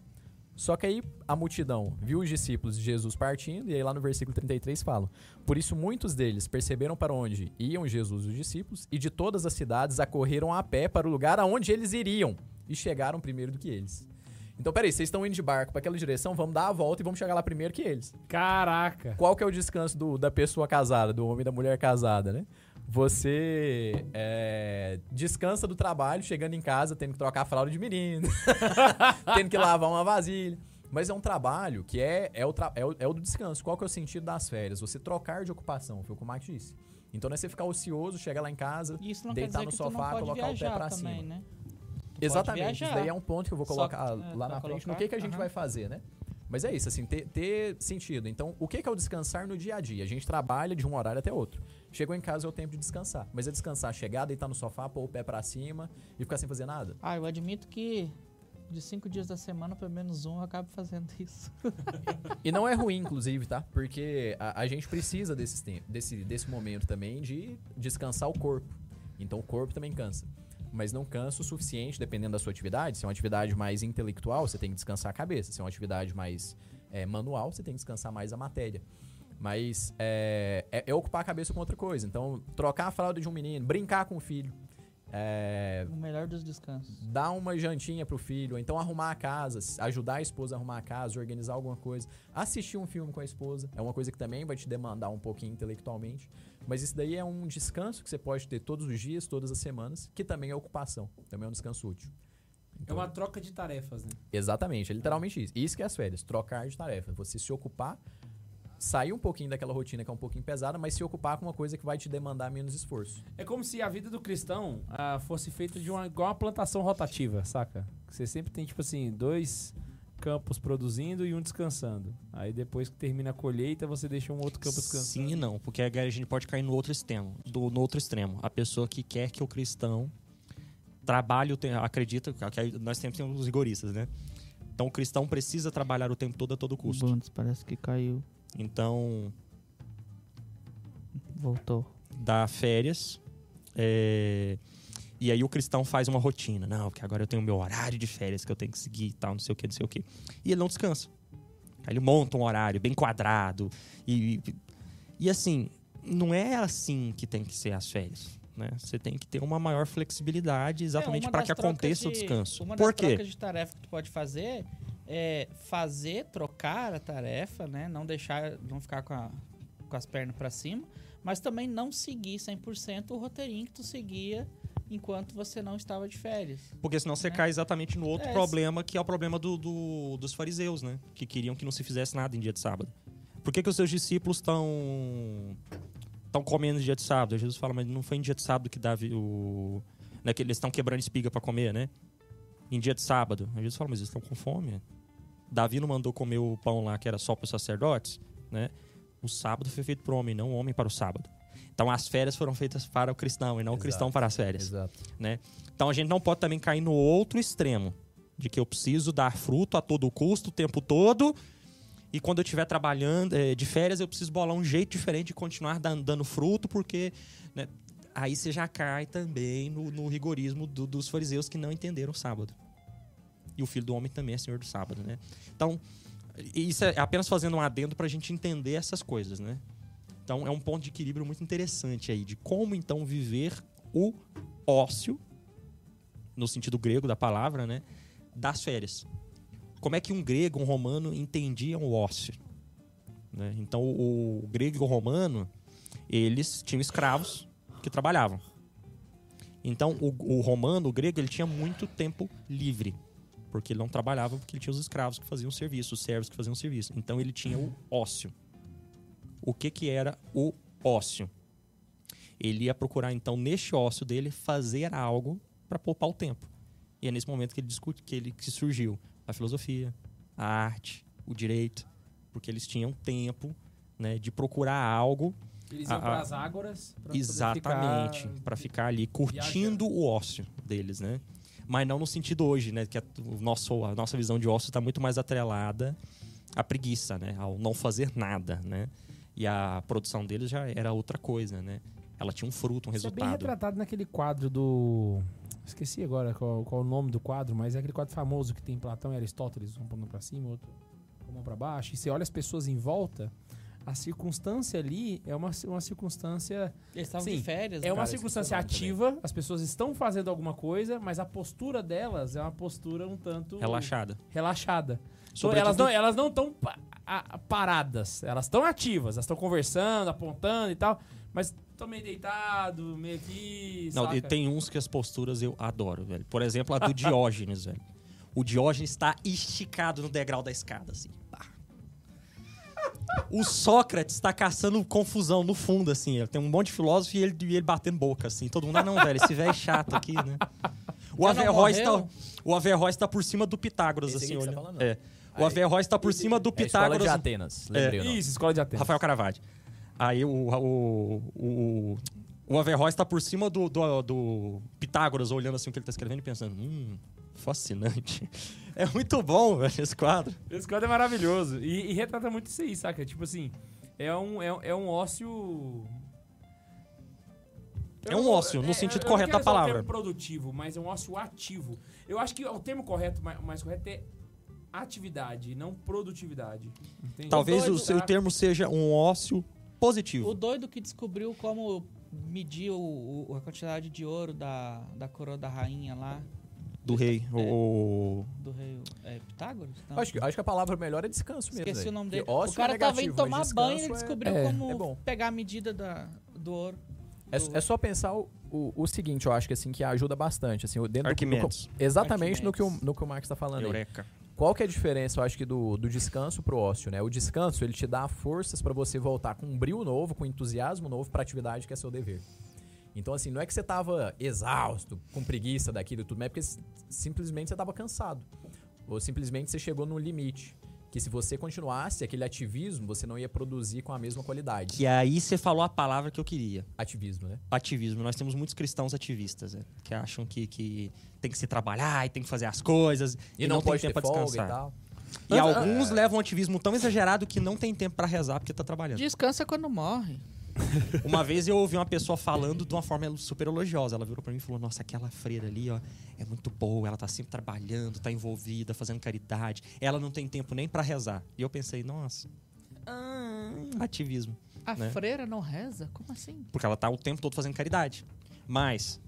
Só que aí a multidão viu os discípulos de Jesus partindo, e aí lá no versículo 33 falam: Por isso muitos deles perceberam para onde iam Jesus e os discípulos, e de todas as cidades acorreram a pé para o lugar aonde eles iriam, e chegaram primeiro do que eles. Então, peraí, vocês estão indo de barco para aquela direção, vamos dar a volta e vamos chegar lá primeiro que eles.
Caraca!
Qual que é o descanso do- da pessoa casada, do homem e da mulher casada, né? Você é, descansa do trabalho, chegando em casa, tendo que trocar a fralda de menino, tendo que lavar uma vasilha. Mas é um trabalho que é, é, o tra- é, o, é o do descanso. Qual que é o sentido das férias? Você trocar de ocupação, foi o que o Max disse. Então não é você ficar ocioso, chegar lá em casa,
E isso não
deitar
quer dizer
no
que tu
sofá,
não pode
colocar o pé
viajar
pra
também,
cima.
né? pode
Exatamente, isso
viajar.
daí é um ponto que eu vou
Só-
colocar
é, vai
lá na frente no
colocar,
que, que a gente
aham.
vai fazer, né? Mas é isso, assim, ter, ter sentido. Então, o que que é o descansar no dia a dia? A gente trabalha de um horário até outro. Chegou em casa é o tempo de descansar. Mas é descansar, chegar, deitar no sofá, pôr o pé pra cima e ficar sem fazer nada?
Ah, eu admito que de cinco dias da semana, pelo menos um, eu acabo fazendo isso.
E não é ruim, inclusive, tá? Porque a, a gente precisa desses tem- desse, desse momento também de descansar o corpo. Então o corpo também cansa. Mas não cansa o suficiente, dependendo da sua atividade. Se é uma atividade mais intelectual, você tem que descansar a cabeça. Se é uma atividade mais é, manual, você tem que descansar mais a matéria. Mas é, é- é ocupar a cabeça com outra coisa. Então, trocar a fralda de um menino, brincar com o filho. É,
O melhor dos descansos.
dar uma jantinha pro filho, ou então arrumar a casa, s- ajudar a esposa a arrumar a casa, organizar alguma coisa, assistir um filme com a esposa, é uma coisa que também vai te demandar um pouquinho intelectualmente, mas isso daí é um descanso que você pode ter todos os dias, todas as semanas, que também é ocupação, também é um descanso útil.
É uma troca de tarefas, né?
Exatamente, é literalmente isso. Isso que é as férias, trocar de tarefa, você se ocupar, sair um pouquinho daquela rotina que é um pouquinho pesada, mas se ocupar com uma coisa que vai te demandar menos esforço.
É como se a vida do cristão ah, fosse feita de uma igual uma plantação rotativa, saca? Que Você sempre tem, tipo assim, dois campos produzindo e um descansando. Aí depois que termina a colheita, você deixa um outro campo descansando.
Sim e não, porque agora a gente pode cair no outro extremo, do, no outro extremo. A pessoa que quer que o cristão trabalhe, o te- acredita, que aí nós sempre temos os rigoristas, né? Então o cristão precisa trabalhar o tempo todo a todo custo.
Bundes, parece que caiu.
Então,
Voltou.
dá férias. é, E aí o cristão faz uma rotina. Não, porque agora eu tenho meu horário de férias que eu tenho que seguir e tal, não sei o que, não sei o que. E ele não descansa. Aí ele monta um horário bem quadrado. E, e assim, não é assim que tem que ser as férias. Né? Você tem que ter uma maior flexibilidade exatamente
É, uma
para
das
que
trocas
aconteça o
de-
descanso.
Uma das
Por quê?
trocas de tarefa que tu pode fazer é fazer, trocar a tarefa, né? Não deixar, não ficar com, a- com as pernas pra cima, mas também não seguir 100% o roteirinho que tu seguia enquanto você não estava de férias.
Porque senão você
né?
cai exatamente no outro
É,
problema, que é o problema do- do- dos fariseus, né? Que queriam que não se fizesse nada em dia de sábado. Por que, que os seus discípulos estão estão comendo em dia de sábado? Aí Jesus fala, mas não foi em dia de sábado que Davi o né, que eles estão quebrando espiga para comer, né? Em dia de sábado. Aí Jesus fala, mas eles estão com fome. né? Davi não mandou comer o pão lá que era só para os sacerdotes, né? O sábado foi feito para o homem, não o homem para o sábado. Então as férias foram feitas para o cristão e não o
Exato.
cristão para as férias.
Exato.
Então a gente não pode também cair no outro extremo. De que eu preciso dar fruto a todo custo, o tempo todo. E quando eu estiver trabalhando eh, de férias, eu preciso bolar um jeito diferente de continuar dan- dando fruto, porque né, aí você já cai também no, no rigorismo do- dos fariseus que não entenderam o sábado. E o filho do homem também é senhor do sábado, né? Então, isso é apenas fazendo um adendo para a gente entender essas coisas, né? Então, é um ponto de equilíbrio muito interessante aí, de como então viver o ócio no sentido grego da palavra, né? Das férias. Como é que um grego, um romano entendiam o ócio? né? Então, o, o grego e o romano, eles tinham escravos que trabalhavam. Então, o, o romano, o grego, ele tinha muito tempo livre. Porque ele não trabalhava, porque ele tinha os escravos que faziam serviço, os servos que faziam serviço. Então, ele tinha o ócio. O que que era o ócio? Ele ia procurar, então, neste ócio dele, fazer algo para poupar o tempo. E é nesse momento que ele discute, que ele que surgiu a filosofia, a arte, o direito, porque eles tinham tempo, né, de procurar algo
Eles
Ah,
iam
ah.
pras ágoras. pra poder
Exatamente,
ficar-
Pra ficar ali curtindo o ócio deles, né? Mas não no sentido hoje, né? Que a, o nosso, a nossa visão de ócio tá muito mais atrelada à preguiça, né? Ao não fazer nada, né? E a produção deles já era outra coisa, né? Ela tinha um fruto, um
Isso é bem
resultado.
retratado naquele quadro do. Esqueci agora qual, qual o nome do quadro, mas é aquele quadro famoso que tem Platão e Aristóteles, um pondo pra cima, outro com a mão pra baixo. E você olha as pessoas em volta, a circunstância ali é uma, uma circunstância.
Eles estavam
Sim,
de férias,
É
né?
uma
esqueci o
circunstância
nome também.
ativa, as pessoas estão fazendo alguma coisa, mas a postura delas é uma postura um tanto
Relaxada.
relaxada. Então,
Sobretudo-
elas não elas não estão paradas, elas estão ativas, elas estão conversando, apontando e tal, mas estão meio deitado, meio aqui,
Não,
saca?
e tem uns que as posturas eu adoro, velho. Por exemplo, a do Diógenes, velho. O Diógenes está esticado no degrau da escada, assim. Pá. O Sócrates está caçando confusão no fundo, assim. Tem um monte de filósofo e ele, e ele batendo boca, assim. Todo mundo, ah, não, velho, esse velho é chato aqui, né? O
Já não
Averroes está
morreu?
o Averroes tá por cima do Pitágoras,
Esse aqui
assim,
que você
olha.
tá falando?
É. O Averroes está por cima do
É a escola
Pitágoras. É,
de Atenas, lembrei o nome.
Isso, escola de Atenas.
Rafael Caravati. Aí o, o, o, o Averroes tá por cima do, do, do Pitágoras, olhando assim o que ele tá escrevendo e pensando, hum, fascinante. É muito bom, velho, esse quadro.
Esse quadro é maravilhoso. E, e retrata muito isso aí, saca? Tipo assim, é um, é, um- é um ócio.
É um ócio, no sentido
eu
correto
não quero
da
usar o
palavra.
termo produtivo, mas é um ócio ativo. Eu acho que o termo correto, mais, mais correto é atividade, não produtividade. Entende?
Talvez o
Doido,
seu
tá?
termo seja um ócio
O
positivo.
doido que descobriu como medir o- o- a quantidade de ouro da, da coroa da rainha lá,
Do rei, o...
do rei é, Pitágoras? Não.
Acho que, acho que a palavra melhor é descanso mesmo.
Esqueci
velho.
o nome
Porque
dele.
ócio
o cara
é
tava
negativo,
indo
mas
tomar
descanso
banho e
é-
ele descobriu
é,
como
é bom.
pegar a medida da, do ouro. do-
É, é só pensar o, o, o seguinte, eu acho que assim que ajuda bastante, assim, o dentro do- do,
Arquimedes.
exatamente no que o
Arquimedes.
no que o Marx está falando. aí.
Eureka.
Qual que é a diferença, eu acho que do, do descanso pro ócio, né? O descanso, ele te dá forças pra você voltar com um brilho novo, com entusiasmo novo pra atividade que é seu dever. Então, assim, não é que você tava exausto, com preguiça daquilo e tudo, mas é porque s- simplesmente você tava cansado. Ou simplesmente você chegou num limite. Que se você continuasse aquele ativismo, você não ia produzir com a mesma qualidade.
Que aí você falou a palavra que eu queria.
Ativismo, né?
ativismo. Nós temos muitos cristãos ativistas, né? que acham que, que tem que se trabalhar e tem que fazer as coisas e, não, tem tempo pra descansar.
e tal.
E alguns levam um ativismo tão exagerado que não tem tempo pra rezar porque tá trabalhando.
Descansa quando morre.
Uma vez eu ouvi uma pessoa falando de uma forma super elogiosa. Ela virou pra mim e falou: Nossa, aquela freira ali, ó, é muito boa, ela tá sempre trabalhando, tá envolvida, fazendo caridade. Ela não tem tempo nem pra rezar. E eu pensei: Nossa, ativismo.
A
Né?
freira não reza? Como assim?
Porque ela tá o tempo todo fazendo caridade. Mas,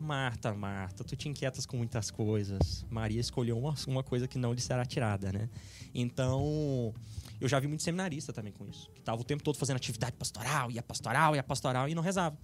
Marta, Marta, tu te inquietas com muitas coisas. Maria escolheu uma, uma coisa que não lhe será tirada, né? Então, eu já vi muito seminarista também com isso. Que tava o tempo todo fazendo atividade pastoral, ia pastoral, ia pastoral e não rezava.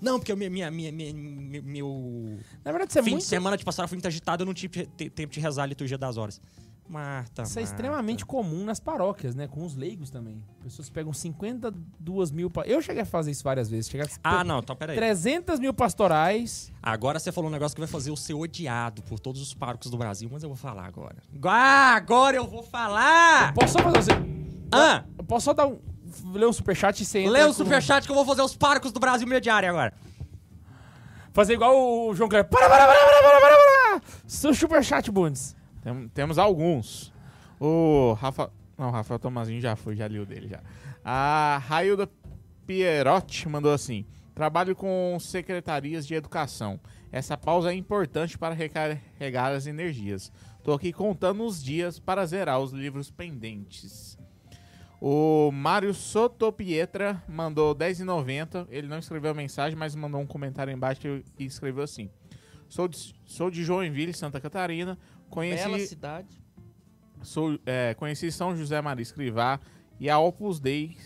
Não, porque eu, minha, minha, minha, minha- meu- meu
Na verdade, isso é
fim
muito.
de semana de pastoral foi muito agitado, eu não tive te- tempo de rezar a liturgia das horas. Marta,
Isso é
Marta.
extremamente comum nas paróquias, né? Com os leigos também. Pessoas pegam 52 mil. pa- Eu cheguei a fazer isso várias vezes. Cheguei a
Ah, não, então peraí.
300 mil pastorais.
Agora você falou um negócio que vai fazer eu ser odiado por todos os párocos do Brasil, mas eu vou falar agora. Ah, agora eu vou falar!
Posso só fazer. um
Ah,
Eu posso só dar um. Ler um superchat e você entra
lê o
com-
superchat que eu vou fazer os párocos do Brasil mediarem agora.
Fazer igual o João Cleber. Para, para, para, para, para, para, para! Seu superchat, Bundes.
Tem- temos alguns. O Rafa. Não, o Rafael Tomazinho já foi, já liu dele já. A Railda Pierotti mandou assim: Trabalho com secretarias de educação. Essa pausa é importante para recarregar as energias. Tô aqui contando os dias para zerar os livros pendentes. O Mário Sotopietra mandou 10,90. Ele não escreveu a mensagem, mas mandou um comentário embaixo e escreveu assim: Sou de, sou de Joinville, Santa Catarina. Conheci,
Bela cidade.
Sou, é, conheci São José Maria Escrivá e a Opus Dei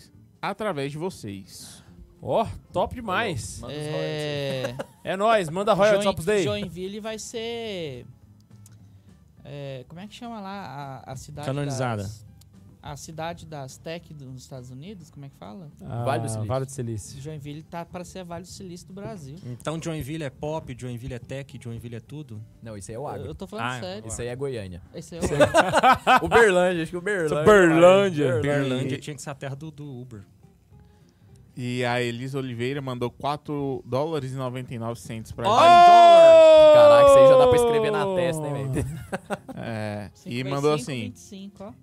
através de vocês.
Ó, top demais.
Manda os royalties.
É...
É nóis, manda royalties
Join-
Opus Dei.
Joinville vai ser. é, como é que chama lá a, a cidade?
Canonizada.
das- a cidade das tech do- dos Estados Unidos? Como é que fala?
Ah,
Vale do Silício.
Vale do Silício.
Joinville tá para ser a Vale do Silício do Brasil.
Então Joinville é pop, Joinville é tech, Joinville é tudo?
Não, isso aí é o
Eu,
Agro.
eu tô falando
Ah,
sério.
Isso aí é Goiânia.
Esse é o-
Uberlândia, acho que
Uberlândia.
Uberlândia. Uberlândia.
é Berlândia tinha que ser a terra do, do Uber.
E a Elisa Oliveira mandou 4 dólares e 99 centos pra
Ó!
gente.
Oh,
Caraca, isso aí já dá pra escrever na testa, hein, velho?
É, e
55,
mandou assim:
25, ó.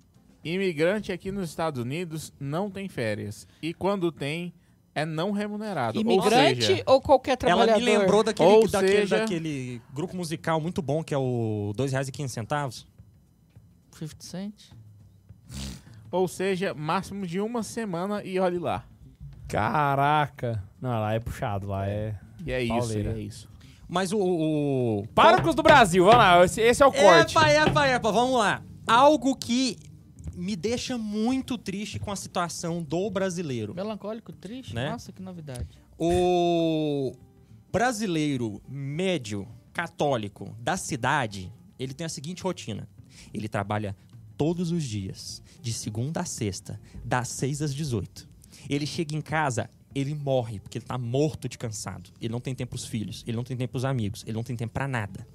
imigrante aqui nos Estados Unidos não tem férias. E quando tem, é não remunerado.
Imigrante ou,
Ou seja,
qualquer
então, Ela
trabalhador?
me lembrou
Ou
daquele, daquele,
seja-
daquele grupo musical muito bom que é o R$ 2,15.
50 Cent?
ou seja, máximo de uma semana e olhe lá.
Caraca. Não, lá é puxado, lá é...
E é
Pauleira.
isso, e é isso.
Mas o. o, o-
Paracos do Brasil, vamos lá. Esse, esse é o corte.
Epa, epa, epa, é, vamos lá. Algo que me deixa muito triste com a situação do brasileiro.
Melancólico, triste?
Né?
Nossa, que novidade.
O brasileiro médio católico da cidade, ele tem a seguinte rotina. Ele trabalha todos os dias, de segunda a sexta, das 6 às 18. Ele chega em casa, ele morre, porque ele tá morto de cansado. Ele não tem tempo pros filhos, ele não tem tempo pros amigos, ele não tem tempo pra nada.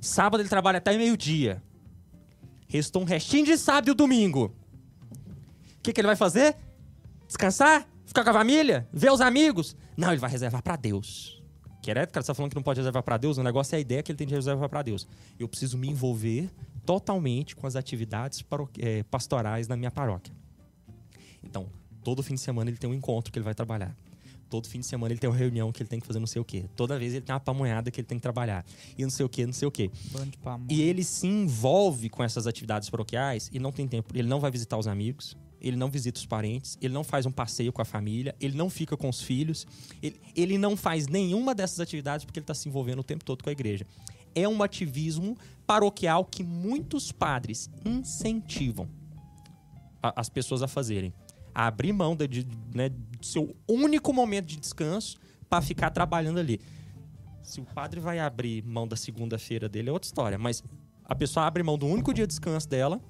Sábado ele trabalha até meio-dia. Restou um restinho de sábado e o domingo. O que que ele vai fazer? Descansar? Ficar com a família? Ver os amigos? Não, ele vai reservar pra Deus. Quereto, cara, você tá falando que não pode reservar pra Deus? O negócio é a ideia que ele tem de reservar pra Deus. Eu preciso me envolver totalmente com as atividades paro- eh, pastorais na minha paróquia. Então, todo fim de semana ele tem um encontro que ele vai trabalhar. Todo fim de semana ele tem uma reunião que ele tem que fazer não sei o quê. Toda vez ele tem uma pamonhada que ele tem que trabalhar. E não sei o quê, não sei o quê.
Bando de pamonha.
E ele se envolve com essas atividades paroquiais e não tem tempo. Ele não vai visitar os amigos, ele não visita os parentes, ele não faz um passeio com a família, ele não fica com os filhos, ele, ele não faz nenhuma dessas atividades porque ele está se envolvendo o tempo todo com a igreja. É um ativismo paroquial que muitos padres incentivam a- as pessoas a fazerem. A abrir mão de, de- né, do seu único momento de descanso para ficar trabalhando ali. Se o padre vai abrir mão da segunda-feira dele, é outra história. Mas a pessoa abre mão do único dia de descanso dela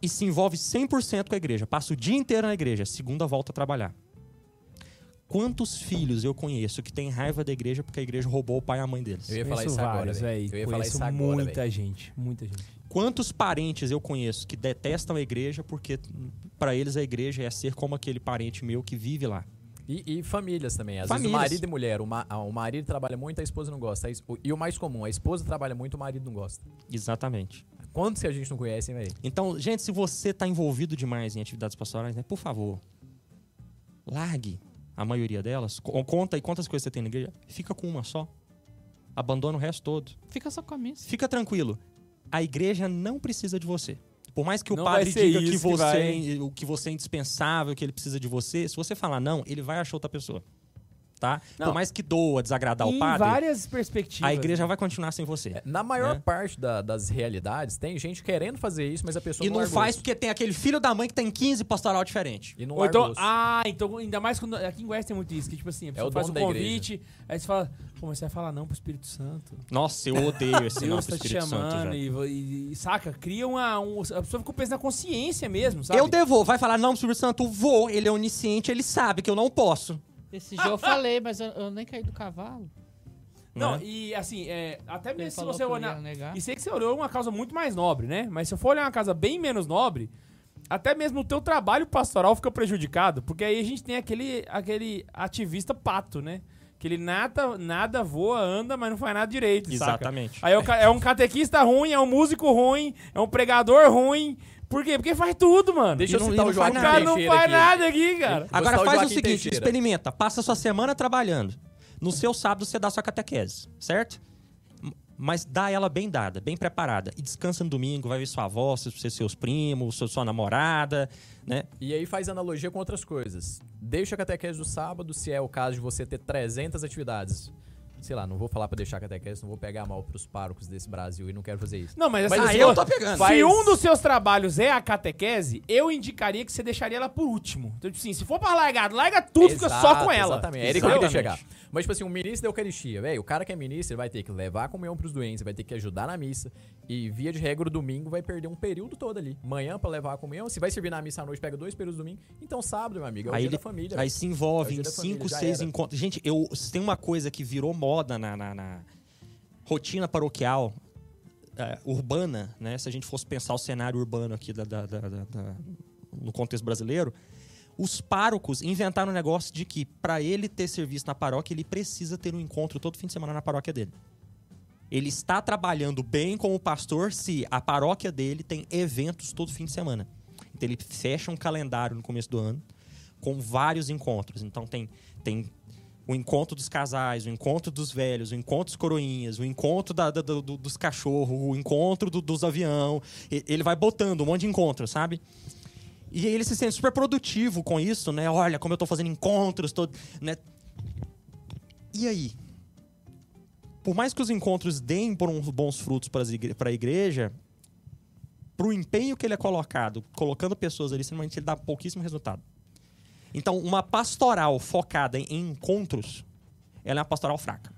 e se envolve 100% com a igreja. Passa o dia inteiro na igreja, segunda volta a trabalhar. Quantos filhos eu conheço que têm raiva da igreja porque a igreja roubou o pai e a mãe deles?
Eu ia falar isso agora,
véi.
velho. Eu ia falar
Conheço
isso agora,
muita
velho.
gente, muita gente.
Quantos parentes eu conheço que detestam a igreja porque para eles a igreja é ser como aquele parente meu que vive lá?
E, e famílias também. Às vezes
Famílias.
o marido e mulher. O, ma- ah, o marido trabalha muito, a esposa não gosta. A es- o- E o mais comum, a esposa trabalha muito, o marido não gosta.
Exatamente.
Quantos que a gente não conhece, hein, velho?
Então, gente, se você tá envolvido demais em atividades pastorais, né, por favor, largue a maioria delas. Co- Conta e quantas coisas você tem na igreja. Fica com uma só. Abandona o resto todo.
Fica só com a missa.
Fica tranquilo. A igreja não precisa de você. Por mais que o
Não vai
padre
ser
diga que
isso que
você,
vai-
o que você é indispensável, que ele precisa de você, se você falar não, ele vai achar outra pessoa. Tá?
Não.
Por mais que doa desagradar
em
o padre,
várias perspectivas. É,
a igreja vai continuar sem você.
É, Na maior
Né?
parte da- das realidades, tem gente querendo fazer isso, mas a pessoa
E
um
não
larga o
faz
osso.
porque tem aquele filho da mãe que tem 15 pastoral diferente.
E não
Ou então,
ah,
ah, então ainda mais quando. Aqui em Goiás tem muito isso, que tipo assim,
É
a pessoa
o
faz um
dono da
convite, aí você fala, pô, mas você vai falar não pro Espírito Santo.
Nossa, eu odeio esse nome
Deus
pro
tá te
Espírito Santo,
chamando
velho.
e, vo- e- e saca, cria uma. um- a pessoa fica pensando na consciência mesmo, sabe?
Eu devo, vai falar, não, pro Espírito Santo, vou, ele é onisciente, ele sabe que eu não posso.
Esse dia eu falei, mas eu, eu nem caí do cavalo.
Não,
né?
e assim, é, até
Ele né?
mesmo se
falou
você
que eu
olhar.
ia negar.
E sei que você olhou uma causa muito mais nobre, né? Mas se eu for olhar uma causa bem menos nobre, até mesmo o teu trabalho pastoral fica prejudicado, porque aí a gente tem aquele, aquele ativista pato, né? Que ele nada, nada voa, anda, mas não faz nada direito, saca?
Exatamente.
Aí é o ca- é um catequista ruim, é um músico ruim, é um pregador ruim. Por quê? Porque faz tudo, mano.
Deixa
e não-
eu
e
citar
não faz
o
o
Joaquim
nada.
cara não
Teixeira
faz
aqui.
nada aqui, cara.
Agora
Gostar
faz
o
o
Joaquim
seguinte,
Teixeira.
experimenta, passa a sua semana trabalhando. No seu sábado você dá sua catequese, certo? M- Mas dá ela bem dada, bem preparada. E descansa no domingo, vai ver sua avó, seus, seus primos, sua, sua namorada, né?
E aí faz analogia com outras coisas. Deixa a catequese do sábado, se é o caso de você ter 300 atividades. sei lá, não vou falar pra deixar catequese, não vou pegar mal pros párocos desse Brasil e não quero fazer isso.
Não, mas assim,
Mas
se,
eu
eu-
tô pegando.
se
Faz-
um dos seus trabalhos é a catequese, eu indicaria que você deixaria ela por último. Então, tipo assim, se for pra largar, larga tudo, fica só
Exato,
com ela.
Exatamente. É ele que vai ter que chegar.
Exatamente.
Mas, tipo assim, um ministro da Eucaristia, velho, o cara que é ministro, ele vai ter que levar a comunhão pros doentes, ele vai ter que ajudar na missa. E, via de regra, o domingo vai perder um período todo ali. Manhã pra levar a comunhão, se vai servir na missa à noite, pega dois períodos do domingo. Então, sábado, meu amigo, é o
Aí,
dia
ele,
da família.
aí
velho.
se
É o
envolve
dia
em
da
5,
família, já
6
era.
encontros. Gente, eu se tem uma coisa que virou moda na, na- na rotina paroquial eh, urbana, né? Se a gente fosse pensar o cenário urbano aqui da- da- da- da- da- no contexto brasileiro, os párocos inventaram um negócio de que para ele ter serviço na paróquia, ele precisa ter um encontro todo fim de semana na paróquia dele. Ele está trabalhando bem como pastor se a paróquia dele tem eventos todo fim de semana. Então ele fecha um calendário no começo do ano com vários encontros. Então tem, tem o encontro dos casais, o encontro dos velhos, o encontro dos coroinhas, o encontro da- da- do- do- dos cachorros, o encontro do- dos avião. E- Ele vai botando um monte de encontros, sabe? E ele se sente super produtivo com isso, né? Olha como eu tô fazendo encontros, tô, né? E aí? Por mais que os encontros deem por uns bons frutos para a igreja, pro empenho que ele é colocado, colocando pessoas ali, simplesmente ele dá pouquíssimo resultado. Então, uma pastoral focada em encontros, ela é uma pastoral fraca.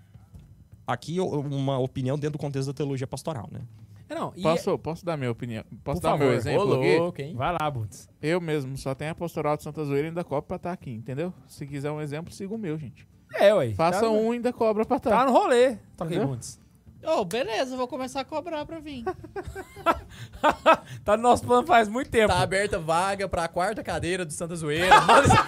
Aqui, eu- uma opinião dentro do contexto da teologia pastoral, né?
É, Não, e-
Posso, posso dar minha opinião? Posso
Por
dar meu
favor.
Ô,
exemplo aqui?
louco, hein?
Vai lá, Bundes.
Eu mesmo, só tenho a pastoral de Santa Zoeira e ainda cobra pra estar aqui, entendeu? Se quiser um exemplo, siga o meu, gente.
É, ué.
Faça
tá,
um e ainda cobra pra estar.
Tá no rolê. Toca aí,
Entendeu?
Bundes.
Ô, beleza, vou começar a cobrar pra vir.
Tá no nosso plano faz muito tempo.
Tá aberta vaga pra quarta cadeira do Santa Zoeira. Manda-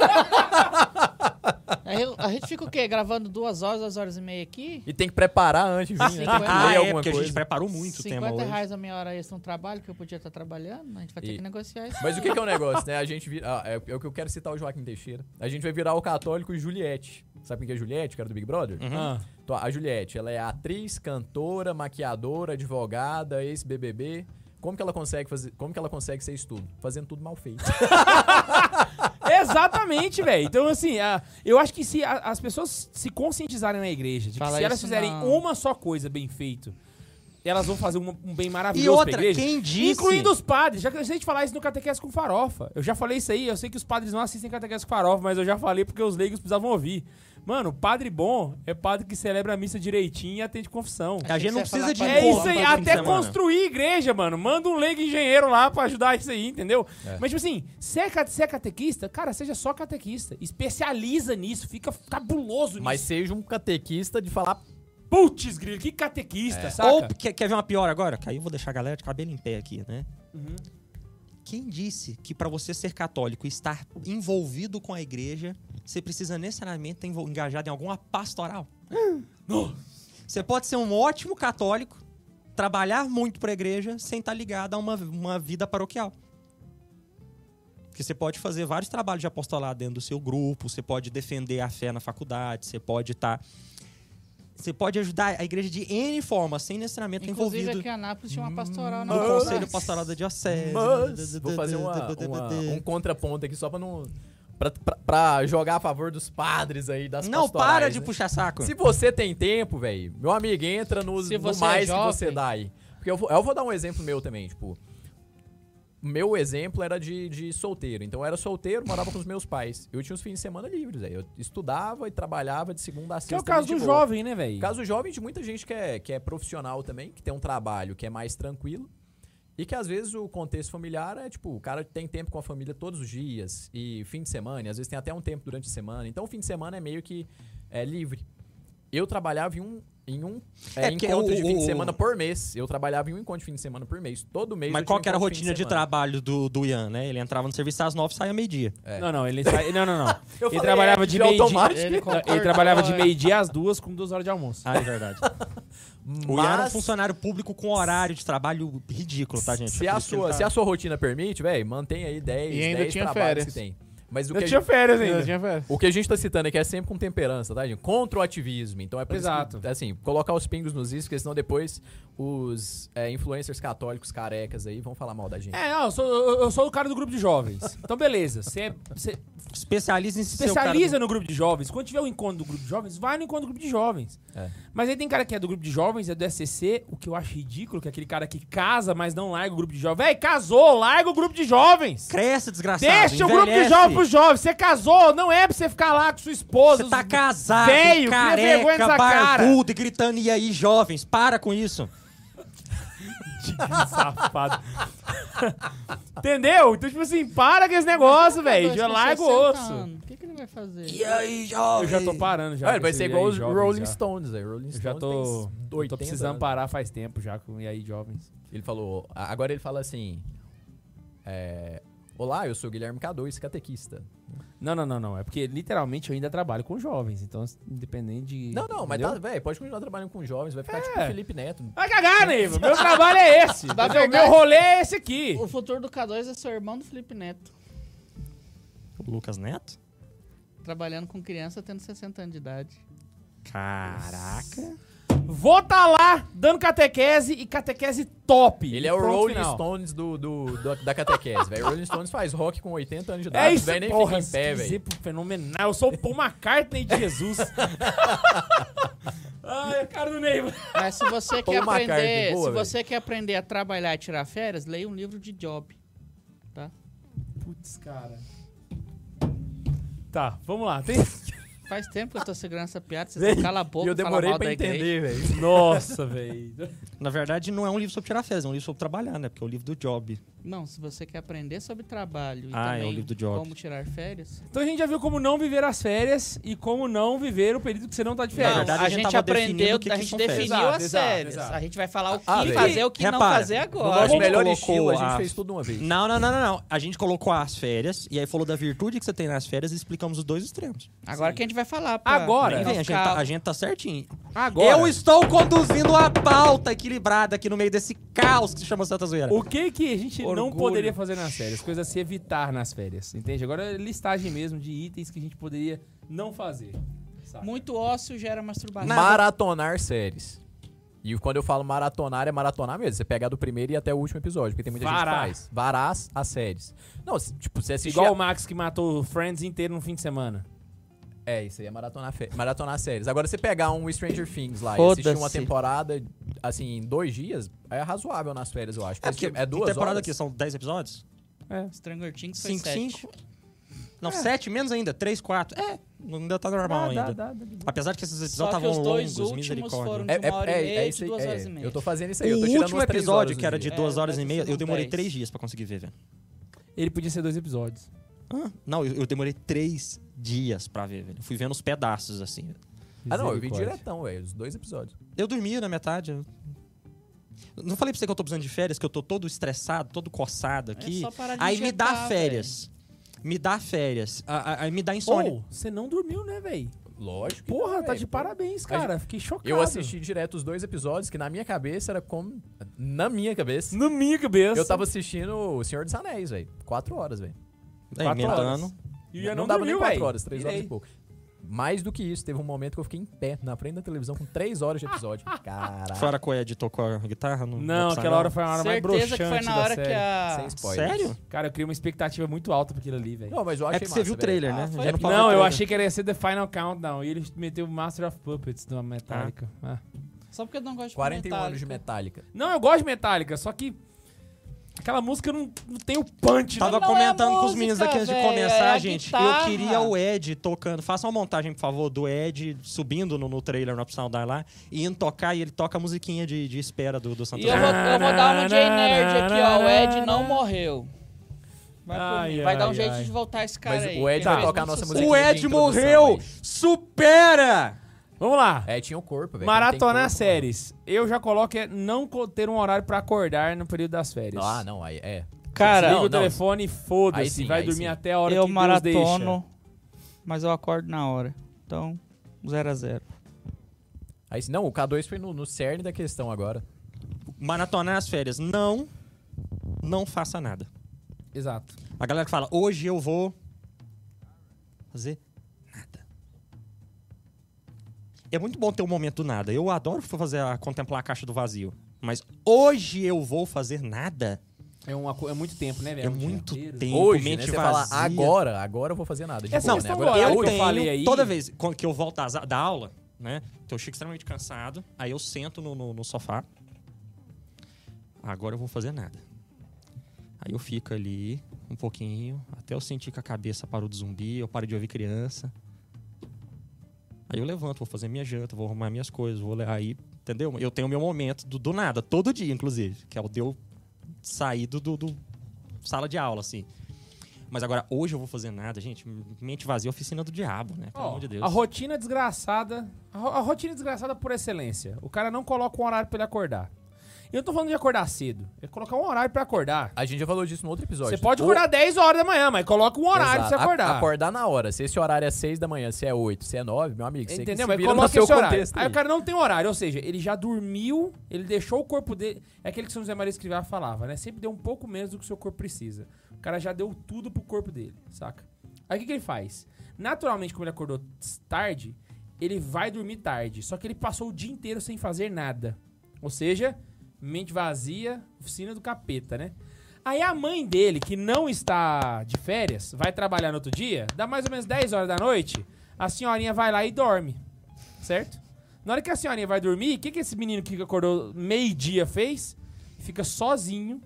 Aí eu- a gente fica o quê? Gravando duas horas, duas horas e meia aqui?
e tem que preparar antes, de vir, né? Tem que
Ah,
ler
é,
alguma
porque a gente
coisa.
preparou muito o tema
50
hoje.
reais a minha hora extra no trabalho que eu podia estar trabalhando, a gente vai ter
E-
que negociar isso.
Mas o que, que é o negócio, né? A gente vira. ah, é, é o que eu quero citar o Joaquim Teixeira. A gente vai virar o católico e Juliette. Sabe quem que é Juliette, o cara do Big Brother?
Ah.
Então, A Juliette, ela é atriz, cantora, maquiadora, advogada, ex-BBB. Como que ela consegue fazer? Como que ela consegue ser isso tudo? Fazendo tudo mal feito.
Exatamente, velho. Então, assim, a- eu acho que se a- as pessoas se conscientizarem na igreja, de que
Fala
se elas
isso
fizerem
não.
uma só coisa bem feito, elas vão fazer um, um bem maravilhoso
E outra,
pra igreja.
quem disse...
Incluindo os padres. Já cansei de falar isso no Catequese com Farofa. Eu já falei isso aí. Eu sei que os padres não assistem Catequese com Farofa, mas eu já falei porque os leigos precisavam ouvir. Mano, padre bom é padre que celebra a missa direitinho e atende confissão.
A gente não precisa de
É
encontro
isso aí,
todo um fim de
até
semana.
construir igreja, mano. Manda um leigo engenheiro lá pra ajudar isso aí, entendeu? Mas, tipo assim, se é, ca- se é catequista, cara, seja só catequista. Especializa nisso, fica cabuloso
Mas
nisso.
seja um catequista de falar.
Putz, grilo, que catequista, saca?
Ou, quer, quer ver uma pior agora? Que aí eu vou deixar a galera de cabelo em pé aqui, né? Quem disse que pra você ser católico e estar envolvido com a igreja, você precisa necessariamente estar envol- engajado em alguma pastoral? Você pode ser um ótimo católico, trabalhar muito pra igreja, sem estar ligado a uma, uma vida paroquial. Porque você pode fazer vários trabalhos de apostolado dentro do seu grupo, você pode defender a fé na faculdade, você pode estar. Você pode ajudar a igreja de N forma, sem necessariamente estar
Inclusive
envolvido Hum,
aqui em Anápolis tinha uma pastoral
no
na
Conselho Pastoral da Diocese.
Mas vou fazer uma- uma- um contraponto aqui só pra não pra, pra- pra jogar a favor dos padres aí das
Não,
pastorais,
para de
né?
puxar saco.
Se você tem tempo, velho, meu amigo, entra no,
Se
no
você é
mais
jovem.
que você dá aí. Porque eu vou, eu vou dar um exemplo meu também, tipo. Meu exemplo era de, de solteiro. Então eu era solteiro, morava com os meus pais. Eu tinha os fins de semana livres, velho. Eu estudava e trabalhava de segunda a sexta.
Que é o caso
de
do
boa.
jovem, né, velho?
Caso jovem de muita gente que é, que é profissional também, que tem um trabalho que é mais tranquilo. E que às vezes o contexto familiar é tipo, o cara tem tempo com a família todos os dias e fim de semana, e às vezes tem até um tempo durante a semana. Então o fim de semana é meio que é, livre. Eu trabalhava em um, em um é,
É porque
encontro de
o-
fim de
o-
semana por mês. Eu trabalhava em um encontro de fim de semana por mês. Todo mês.
Mas
eu
qual
tinha um
que era a
encontro fim
rotina de
semana.
trabalho do, do Ian, né? Ele entrava no serviço às nove, saía meio-dia.
É.
Não, não, ele sai. Não, não, não.
Eu
ele
falei,
trabalhava
é,
de meio-dia.
automático.
Ele
Não,
concordou,
Ele trabalhava de
é.
meio-dia às duas com duas horas de almoço.
Ah, é verdade. O Ian era um
Mas-
funcionário público com horário de trabalho ridículo, tá, gente?
Se
É por
a,
isso que ele
sua,
tá-
se a sua rotina permite, velho, mantém aí 10,
E ainda
10
tinha
trabalhos
férias.
que tem. Mas o
Eu
que a
tinha férias ainda.
Eu tinha fé.
O que a gente tá citando aqui é sempre com temperança, tá, gente? Contra o ativismo. Então é por
Exato.
isso que, assim, colocar os pingos nos is, porque senão depois os é, influencers católicos carecas aí vão falar mal da gente.
É, não, eu sou, eu, eu sou o cara do grupo de jovens. Então, beleza. Você é- você-
Especializa em ser o
é um
cara do-
Especializa no grupo de jovens. Quando tiver o encontro do grupo de jovens, vai no encontro do grupo de jovens.
É.
Mas aí tem cara que é do grupo de jovens, é do SCC, o que eu acho ridículo, que é aquele cara que casa, mas não larga o grupo de jovens. Véi, casou, larga o grupo de jovens!
Cresce, desgraçado.
Deixa o grupo de
envelhece.
jovens pros jovens. Você casou, não é pra você ficar lá com sua esposa.
Você tá
os-
casado,
Velho, cria vergonha
careca,
nessa cara.
barbudo e gritando, e aí, jovens, para com isso.
Que safado. Entendeu? Então, tipo assim, para com esse
é
negócio, velho. Já larga o osso.
O que, que ele vai fazer?
E aí,
Eu
jovens.
já tô parando já.
Olha, ele vai
com
ser
esse
igual
e aí,
os
jovens,
Rolling
já.
Stones, velho. Rolling
Eu
Stones
já tô,
tem
eu tô
80
precisando
anos.
parar faz tempo já com E aí Jovens.
Ele falou... a- Agora ele fala assim... é, Olá, eu sou o Guilherme K2, catequista.
Não, não, não, não. É porque literalmente eu ainda trabalho com jovens, então independente de.
Não, não, mas
entendeu?
tá, velho, pode continuar trabalhando com jovens, vai ficar tipo
É.
o Felipe Neto.
Vai cagar, Neiva. Meu trabalho é esse.
Tá
Dá
entendeu?
verdade.
Meu rolê é esse aqui.
O futuro do K2 é seu irmão do Felipe Neto.
O Lucas Neto?
Trabalhando com criança tendo 60 anos de idade.
Caraca.
Vou tá lá dando catequese e catequese top.
Ele é o
Pronto,
Rolling
final.
Stones do, do- do- da catequese, velho. O Rolling Stones faz rock com 80 anos de idade,
É isso,
velho, nem
porra.
fica em pé,
esse
velho.
exemplo fenomenal. Eu sou o Paul McCartney de Jesus. Ai, a cara do Neiva.
Mas se você
Paul
quer
McCartney,
aprender,
boa,
se
velho.
você quer aprender a trabalhar e tirar férias, leia um livro de Job.
Putz, cara. Tá, vamos lá. Tem...
Faz tempo que eu tô segurando essa piada, vocês vão calar a boca
E eu
falar
demorei
mal
pra
da igreja.
entender, velho.
Nossa, velho.
Na verdade, não é um livro sobre tirar férias, é um livro sobre trabalhar, né? Porque é o livro do Job.
Não, se você quer aprender sobre trabalho e
Ah, é o
também
livro do Job.
como tirar férias.
Então a gente já viu como não viver as férias e como não viver o período que você não tá de
Na
férias.
verdade,
a,
a gente
gente
tava definindo
aprendeu,
o que
a
que
gente
são férias.
definiu
Exato,
as
exato,
férias.
exato.
A gente vai falar o que
Ah, velho.
fazer, o que não
Repara,
fazer
no
agora.
nosso
Os
Como
melhores
colocou
estilos, a gente
a-
fez tudo de uma vez.
Não, não, não, não, não. A gente colocou as férias e aí falou da virtude que você tem nas férias e explicamos os dois extremos.
Agora que a gente vai falar. pra-
Agora.
Bem,
Bora.
pra
vem, a, gente
ficar-
tá, a gente tá certinho.
Agora.
Eu estou conduzindo a pauta equilibrada aqui no meio desse caos que se chama Santa Zoeira.
O que que a gente não
Orgulho.
poderia fazer nas férias? Coisas a se evitar nas férias, entende? Agora é listagem mesmo de itens que a gente poderia não fazer. saca?
Muito ócio gera masturbação.
Maratonar séries. E quando eu falo maratonar, é maratonar mesmo. Você pegar do primeiro e até o último episódio, porque tem muita
Varar.
gente que faz. Varar as- as séries. Não, se- tipo, você assistir...
Igual
a-
o Max que matou o Friends inteiro no fim de semana.
É, isso aí é maratonar, fe- maratonar séries. Agora, você pegar um Stranger Things lá e
Foda-se.
assistir uma temporada, assim, em dois dias, é razoável nas férias, eu acho. Porque, tipo, é, duas
temporada
horas.
aqui são 10 episódios?
Stranger Things foi
5,
7.
5.
É.
Não, 7 menos ainda. 3, 4. É, não- ainda tá
Ah,
normal ainda. Apesar de que esses episódios
Só que
estavam
os
longos,
dois últimos
misericórdia.
foram de
É, é,
uma hora
é,
e meia
é
e
isso
de
aí,
duas
é.
horas e meia.
Eu tô fazendo isso aí. eu tô
O
tirando
último
umas três horas
episódio,
no
que era
dia.
de
dia.
2
É,
horas e
mas
meia,
esses
eu
são
demorei
dez.
3 dias pra conseguir ver, velho.
Ele podia ser dois episódios.
Ah, não, eu, eu demorei 3 dias pra ver, velho. Eu Fui vendo os pedaços, assim. velho.
Ah, não, eu vi
Misericórdia.
diretão, velho, os dois episódios.
Eu dormi na metade. eu- Não falei pra você que eu tô precisando de férias, que eu tô todo estressado, todo coçado aqui.
É só parar de
Aí me dá
injetar,
férias. Me dá férias. Ah, ah, Aí me dá insônia.
Ou, você não dormiu, né, velho?
Lógico. que
Porra,
não,
tá
velho.
de parabéns,
Mas
cara. Fiquei chocado.
Eu assisti direto os dois episódios, que na minha cabeça era como. Na minha cabeça.
No minha cabeça.
Eu tava assistindo O Senhor dos Anéis, velho. Quatro horas, velho.
Aí,
Quatro
emendando.
horas. E eu
dava nem quatro
véi.
horas, três horas e
Virei.
pouco. Mais do que isso, teve um momento que eu fiquei em pé na frente da televisão com três horas de episódio. Caraca.
Ah. Fora a coed tocou a guitarra? Ah, Não,
Não, aquela hora foi uma hora mais broxante
Certeza que foi na
da
hora
série.
que a...
Sem spoiler.
Sério?
Cara, eu criei uma expectativa muito alta pra aquilo ali, velho.
Não, mas eu achei
É que você
massa,
viu o
velho.
trailer,
Ah,
né?
foi-
Já não
Não,
falou
Não, eu
do trailer.
achei que era ia ser The Final Countdown. E ele meteu Master of Puppets na Metallica. Ah.
Só porque eu não gosto de
41
Metallica.
anos de Metallica.
Não, eu gosto de Metallica, só que. Aquela música não, não tem o punch.
Tava
Não é a
comentando com os
música,
meninos aqui antes de
véi, é
começar,
a
gente.
guitarra.
Eu queria o Ed tocando. Faça uma montagem, por favor, do Ed subindo no, no trailer no Optional Die lá e indo tocar e ele toca a musiquinha de, de espera do, do Santa
E eu vou, eu vou dar uma de nerd aqui, ó. O Ed não morreu. Vai, por
Ai,
mim. vai dar um
ai,
jeito
ai.
de voltar esse cara
Mas
aí.
o Ed
que ele
vai
fez
tocar a
muito
nossa
sucesso.
música.
O Ed morreu! Supera!
Vamos lá.
É, tinha o corpo, velho.
Maratonar
Quando tem corpo,
séries. Eu já coloco é não co- ter um horário pra acordar no período das férias.
mano. Ah, não, aí é.
Cara,
Liga
Não,
o
não.
telefone e
Aí
foda-se.
sim,
Vai
aí
dormir
sim.
até a hora
eu
que Deus deixa.
maratono, mas eu acordo na hora. Então, 0 a 0
Aí, não, o K2 foi no, no cerne da questão agora.
Maratonar as férias. Não, não faça nada.
Exato.
A galera que fala, hoje eu vou fazer nada. É muito bom ter um momento do nada. Eu adoro fazer a, contemplar a caixa do vazio. Mas hoje eu vou fazer nada.
É, uma, co- é muito tempo, né, velho?
É
Um dia
muito
inteiro.
tempo,
Hoje, né,
mente
você fala,
vazia.
agora, agora eu vou fazer nada. De
Essa
boa, né?
questão
Agora,
do horário
eu
que eu
tenho,
falei aí-
toda vez quando- que eu volto às- da aula, né? Que eu chego extremamente cansado, aí eu sento no, no- no sofá. Agora eu vou fazer nada. Aí eu fico ali um pouquinho, até eu sentir que a cabeça parou de zumbi, eu paro de ouvir criança. Aí eu levanto, vou fazer minha janta, vou arrumar minhas coisas, vou le- aí, entendeu? Eu tenho meu momento do, do nada, todo dia, inclusive, que é o de eu sair do, do- do sala de aula, assim. Mas agora, hoje eu vou fazer nada, gente. Mente vazia, é oficina do diabo, né? Pelo
Ó,
amor de Deus.
A rotina desgraçada. A, ro- a rotina desgraçada por excelência. O cara não coloca um horário pra ele acordar. E eu não tô falando de acordar cedo. É colocar um horário pra acordar.
A gente já falou disso no outro episódio.
Você pode acordar 10 horas da manhã, mas coloca um horário pra
Exato.
você
A-
acordar.
acordar na hora. Se esse horário é 6 da manhã, se é 8, se é 9, meu amigo, você que
Entendeu?
se
Mas
vira no
coloca
seu
esse horário.
contexto.
Aí
aí.
o cara não tem horário, ou seja, ele já dormiu, ele deixou o corpo dele. É aquele que São José Maria Escrivá falava, né? Sempre deu um pouco menos do que o seu corpo precisa. O cara já deu tudo pro corpo dele, saca? Aí o que, que ele faz? Naturalmente, como ele acordou s- tarde, ele vai dormir tarde. Só que ele passou o dia inteiro sem fazer nada. Ou seja, mente vazia, oficina do capeta, né? Aí a mãe dele, que não está de férias, vai trabalhar no outro dia, dá mais ou menos 10 horas da noite, a senhorinha vai lá e dorme, certo? Na hora que a senhorinha vai dormir, o que, que esse menino que acordou meio-dia fez? Fica sozinho,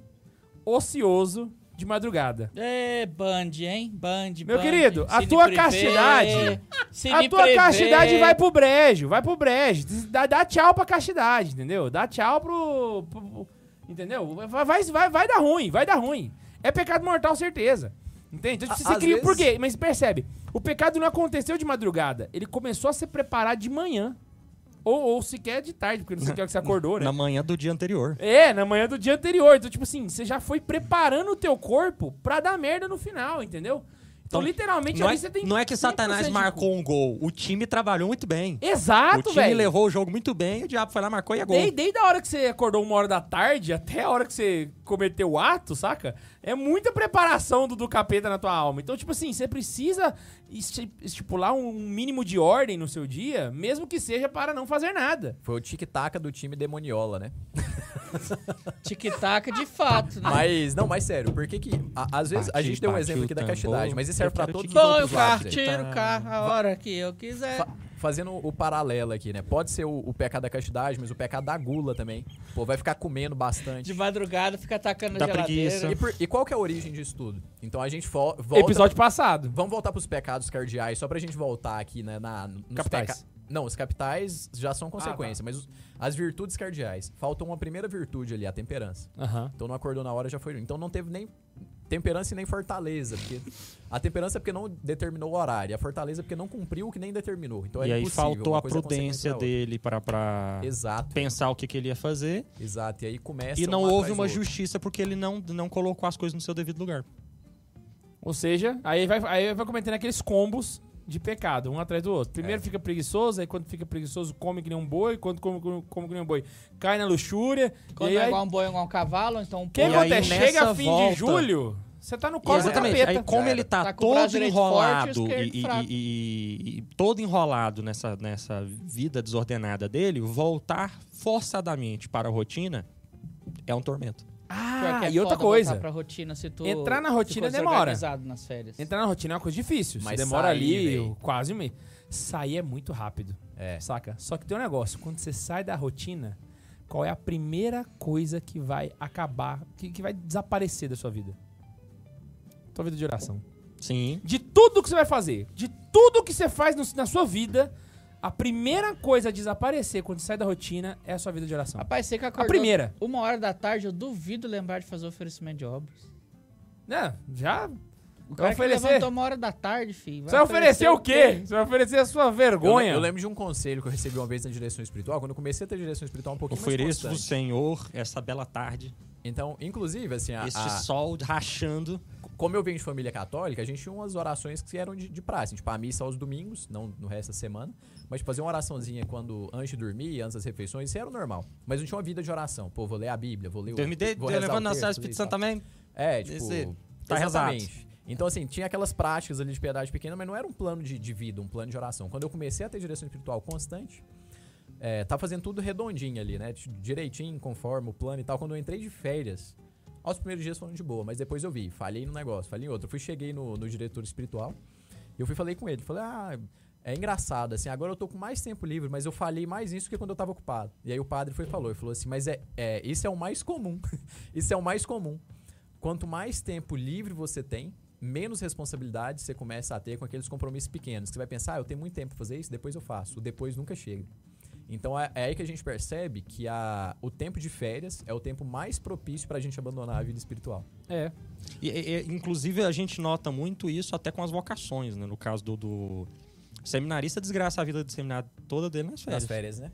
ocioso, de madrugada.
É, Band, hein? Band,
Meu
Band,
querido, a
Cine
tua
Privé,
castidade-
Cine
a tua
Privé.
castidade vai pro brejo, vai pro brejo. Dá, dá tchau pra castidade, entendeu? Dá tchau pro. pro- pro- entendeu? Vai, vai, vai, vai dar ruim, vai dar ruim. É pecado mortal, certeza. Entende? Então,
A-
você
às
cria, Por
vezes-
quê? Mas percebe, o pecado não aconteceu de madrugada. Ele começou a se preparar de manhã. Ou, ou sequer de tarde, porque não sei o que hora que você acordou, né?
Na manhã do dia anterior.
É, na manhã do dia anterior. Então, tipo assim, você já foi preparando o teu corpo pra dar merda no final, entendeu? Então,
Então,
literalmente,
Não é,
ali você tem.
não é que
100%
Satanás
de
marcou um gol. O time trabalhou muito bem. o
Exato,
time
velho.
levou o jogo muito bem, o diabo foi lá, marcou e é gol.
Desde, desde a hora que você acordou uma hora da tarde até a hora que você cometeu o ato, saca? É muita preparação do, do capeta na tua alma. Então, tipo assim, você precisa esti- estipular um mínimo de ordem no seu dia, mesmo que seja para não fazer nada.
Foi o tic-tac do time demoniola, né?
Tic-tac de fato,
Ah.
né?
Mas, não, mais sério, por que que... a- às vezes, a
Bati,
gente deu um
bati
exemplo
o
aqui da
tambor,
castidade, mas isso
eu
serve pra
quero
todos os
Dou
outros
o
lados
carro,
aí.
tiro o carro a hora que eu quiser.
Fa- Fazendo o paralelo aqui, né? Pode ser o, o pecado da castidade, mas o pecado da gula também. Pô, vai ficar comendo bastante.
De madrugada fica atacando
Dá
a geladeira.
preguiça.
E, por- e qual que é a origem disso tudo? Então a gente fo- volta...
Episódio passado.
Vamos voltar pros pecados cardeais, só pra gente voltar aqui, né? Na, nos
Capitais.
peca- Não, os capitais já são
Ah,
consequência,
tá.
mas os- as virtudes cardeais. Faltou uma primeira virtude ali, a temperança. Então não acordou na hora, já foi. Então não teve nem temperança e nem fortaleza. Porque a temperança é porque não determinou o horário, e a fortaleza é porque não cumpriu o que nem determinou. Então
e
era
aí
impossível,
faltou
uma
a
coisa é consequência
prudência
da outra.
dele pra, pra
Exato,
pensar o que, que ele ia fazer.
exato. E aí começa
e não
um
houve
atrás do
é uma
outro.
justiça porque ele não, não colocou as coisas no seu devido lugar.
Ou seja, aí vai, aí vai cometendo aqueles combos de pecado, um atrás do outro. Primeiro fica preguiçoso, aí quando fica preguiçoso, come que nem um boi, quando come, come, come que nem um boi, cai na luxúria.
Quando
e
é
aí, é
igual um boi, igual um cavalo, então um
O que
E
porco.
aí,
acontece?
nessa
Chega fim
volta-
de julho, você tá no
E
colo
Exatamente.
do capeta.
Aí, como
Já
ele
era.
tá,
Tá com o braço
todo
direito forte e o
enrolado
esquerdo
e, e-
fraco.
e- e todo enrolado nessa, nessa vida desordenada dele, voltar forçadamente para a rotina é um tormento.
Ah,
é
e outra
foda voltar
coisa.
Pra rotina, se tu
Entrar na
ficou
rotina demora.
desorganizado nas férias.
Entrar na rotina é uma coisa difícil. Você
Mas
demora
sair,
ali
véi.
quase um mês. Sair é muito rápido.
É.
Saca? Só que tem um negócio. Quando você sai da rotina, qual é a primeira coisa que vai acabar, que, que vai desaparecer da sua vida? Tua vida de oração.
Sim.
De tudo que você vai fazer, de tudo que você faz no- na sua vida, a primeira coisa a desaparecer quando você sai da rotina é a sua vida de oração.
Rapaz, você que
A
acordou
primeira.
uma hora da tarde, eu duvido lembrar de fazer oferecimento de obras.
Né? Já.
O
Vai
cara que
oferecer?
levantou uma hora da tarde, filho.
Você vai oferecer o quê? Você vai oferecer a sua
Eu,
vergonha.
le- eu lembro de um conselho que eu recebi uma vez na direção espiritual, quando eu comecei a ter direção espiritual um pouquinho mais
Ofereço o
constante.
Senhor essa bela tarde,
Então, inclusive, assim, a,
este
a-
sol rachando.
como eu venho de família católica, a gente tinha umas orações que eram de, de praxe. Tipo, a missa aos domingos, não no resto da semana. Mas tipo, fazer uma oraçãozinha quando antes de dormir, antes das refeições, isso era o normal. Mas não tinha uma vida de oração. Pô, vou ler a Bíblia, vou ler o.
Deus me dê,
vou
Deus
rezar o
levando na
terço,
Senhora
fazer
Espírito
isso,
Santo
tal.
também.
É, tipo.
Esse- tá
exatamente. Então, assim, tinha aquelas práticas ali de piedade pequena, mas não era um plano de, de vida, um plano de oração. Quando eu comecei a ter direção espiritual constante, é, tá fazendo tudo redondinho ali, né? Direitinho, conforme o plano e tal. Quando eu entrei de férias, Aos primeiros dias foram de boa, mas depois eu vi, falhei no negócio, falhei em outro. Eu fui, cheguei no, no diretor espiritual e eu fui falei com ele. Falei, ah, é engraçado, assim, agora eu tô com mais tempo livre, mas eu falhei mais nisso que quando eu tava ocupado. E aí o padre foi e falou, ele falou assim, mas é, é esse é o mais comum. esse é o mais comum. Quanto mais tempo livre você tem, menos responsabilidade você começa a ter com aqueles compromissos pequenos. que Você vai pensar, ah, eu tenho muito tempo pra fazer isso, depois eu faço. O depois nunca chega. Então é, é aí que a gente percebe que a, o tempo de férias é o tempo mais propício pra gente abandonar a vida espiritual.
É.
E, e, e, inclusive, a gente nota muito isso até com as vocações, né? No caso do. do... Seminarista desgraça a vida do seminário toda dele nas férias.
Nas férias, né?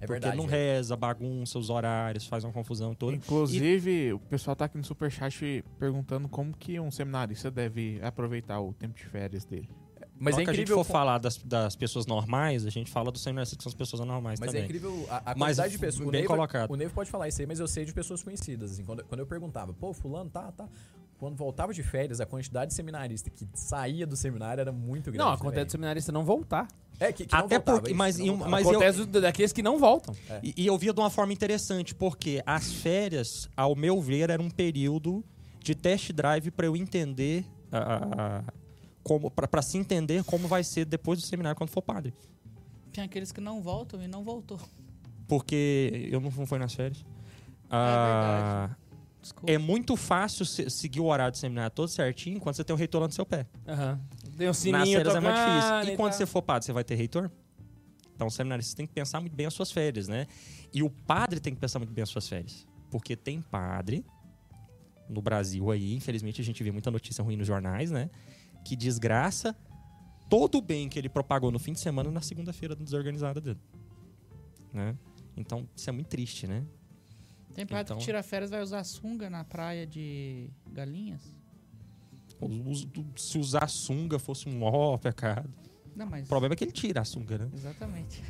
É
porque
verdade.
não
né?
reza, bagunça os horários, faz uma confusão toda.
Inclusive, o pessoal tá aqui no superchat perguntando como que um seminarista deve aproveitar o tempo de férias dele.
Mas
Mas é
que a gente
incrível.
for
co-
falar das, das pessoas normais, a gente fala dos seminaristas que são as pessoas normais
Mas
também.
é incrível a, a
Mas
quantidade de pessoas. O
bem
Neiva-
colocado.
O Neiva pode falar isso aí, mas eu sei de pessoas conhecidas. assim, quando, quando eu perguntava, pô, fulano, tá, tá. Quando voltava de férias, a quantidade de seminarista que saía do seminário era muito grande.
Não, acontece do
também.
seminarista não voltar.
É, que, que não
Até
voltava,
porque.
isso,
Mas,
que não
em um-
voltava.
mas eu,
acontece do- daqueles que não voltam.
é.
E, e eu via de uma forma interessante, porque as férias, ao meu ver, era um período de test drive para eu entender a- a- a- como para se entender como vai ser depois do seminário quando for padre.
Tem aqueles que não voltam e não voltou.
Porque eu não, não fui nas férias.
verdade.
Ah,
Desculpa.
é, muito fácil se- seguir o horário do seminário todo certinho quando você tem o reitor lá no seu pé.
Aham. Tem um
nas
sininho
férias é muito
tocando
difícil. E quando você for padre, você vai ter reitor? Então, o seminarista tem que pensar muito bem as suas férias, né? E o padre tem que pensar muito bem as suas férias. Porque tem padre no Brasil aí, infelizmente a gente vê muita notícia ruim nos jornais, né? Que desgraça todo o bem que ele propagou no fim de semana na segunda-feira desorganizada dele. Né? Então, isso é muito triste, né?
Tem padre
então-
que tira férias vai usar sunga na praia de galinhas?
Os- os- Se usar sunga fosse um ó pecado.
Não, mas.
O problema é que ele tira a sunga, né?
Exatamente.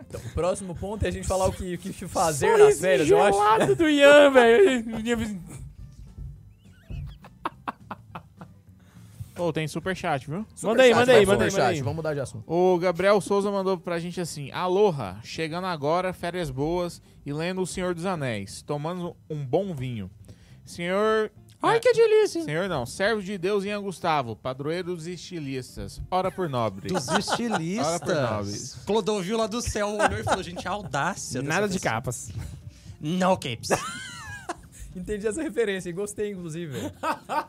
Então, o próximo ponto é a gente falar o que, o que fazer nas férias, eu acho.
gelado do Ian, assim, velho.
Ô, tem superchat, viu?
Manda aí,
Superchat,
manda aí,
vai,
manda aí,
superchat,
manda aí.
Vamos mudar de assunto.
O Gabriel Souza mandou pra gente assim: Aloha, chegando agora, férias boas e lendo O Senhor dos Anéis, tomando um bom vinho. Senhor. Ai, que delícia! Senhor não, servo de Deus Ian Gustavo, padroeiro dos estilistas, ora por nobres.
Dos
Ora por
estilistas.
nobres.
Clodovil lá do céu olhou e falou, gente, a audácia. dessa
Nada de
pessoa.
capas.
Não, Capes.
Entendi essa referência e gostei, inclusive. velho.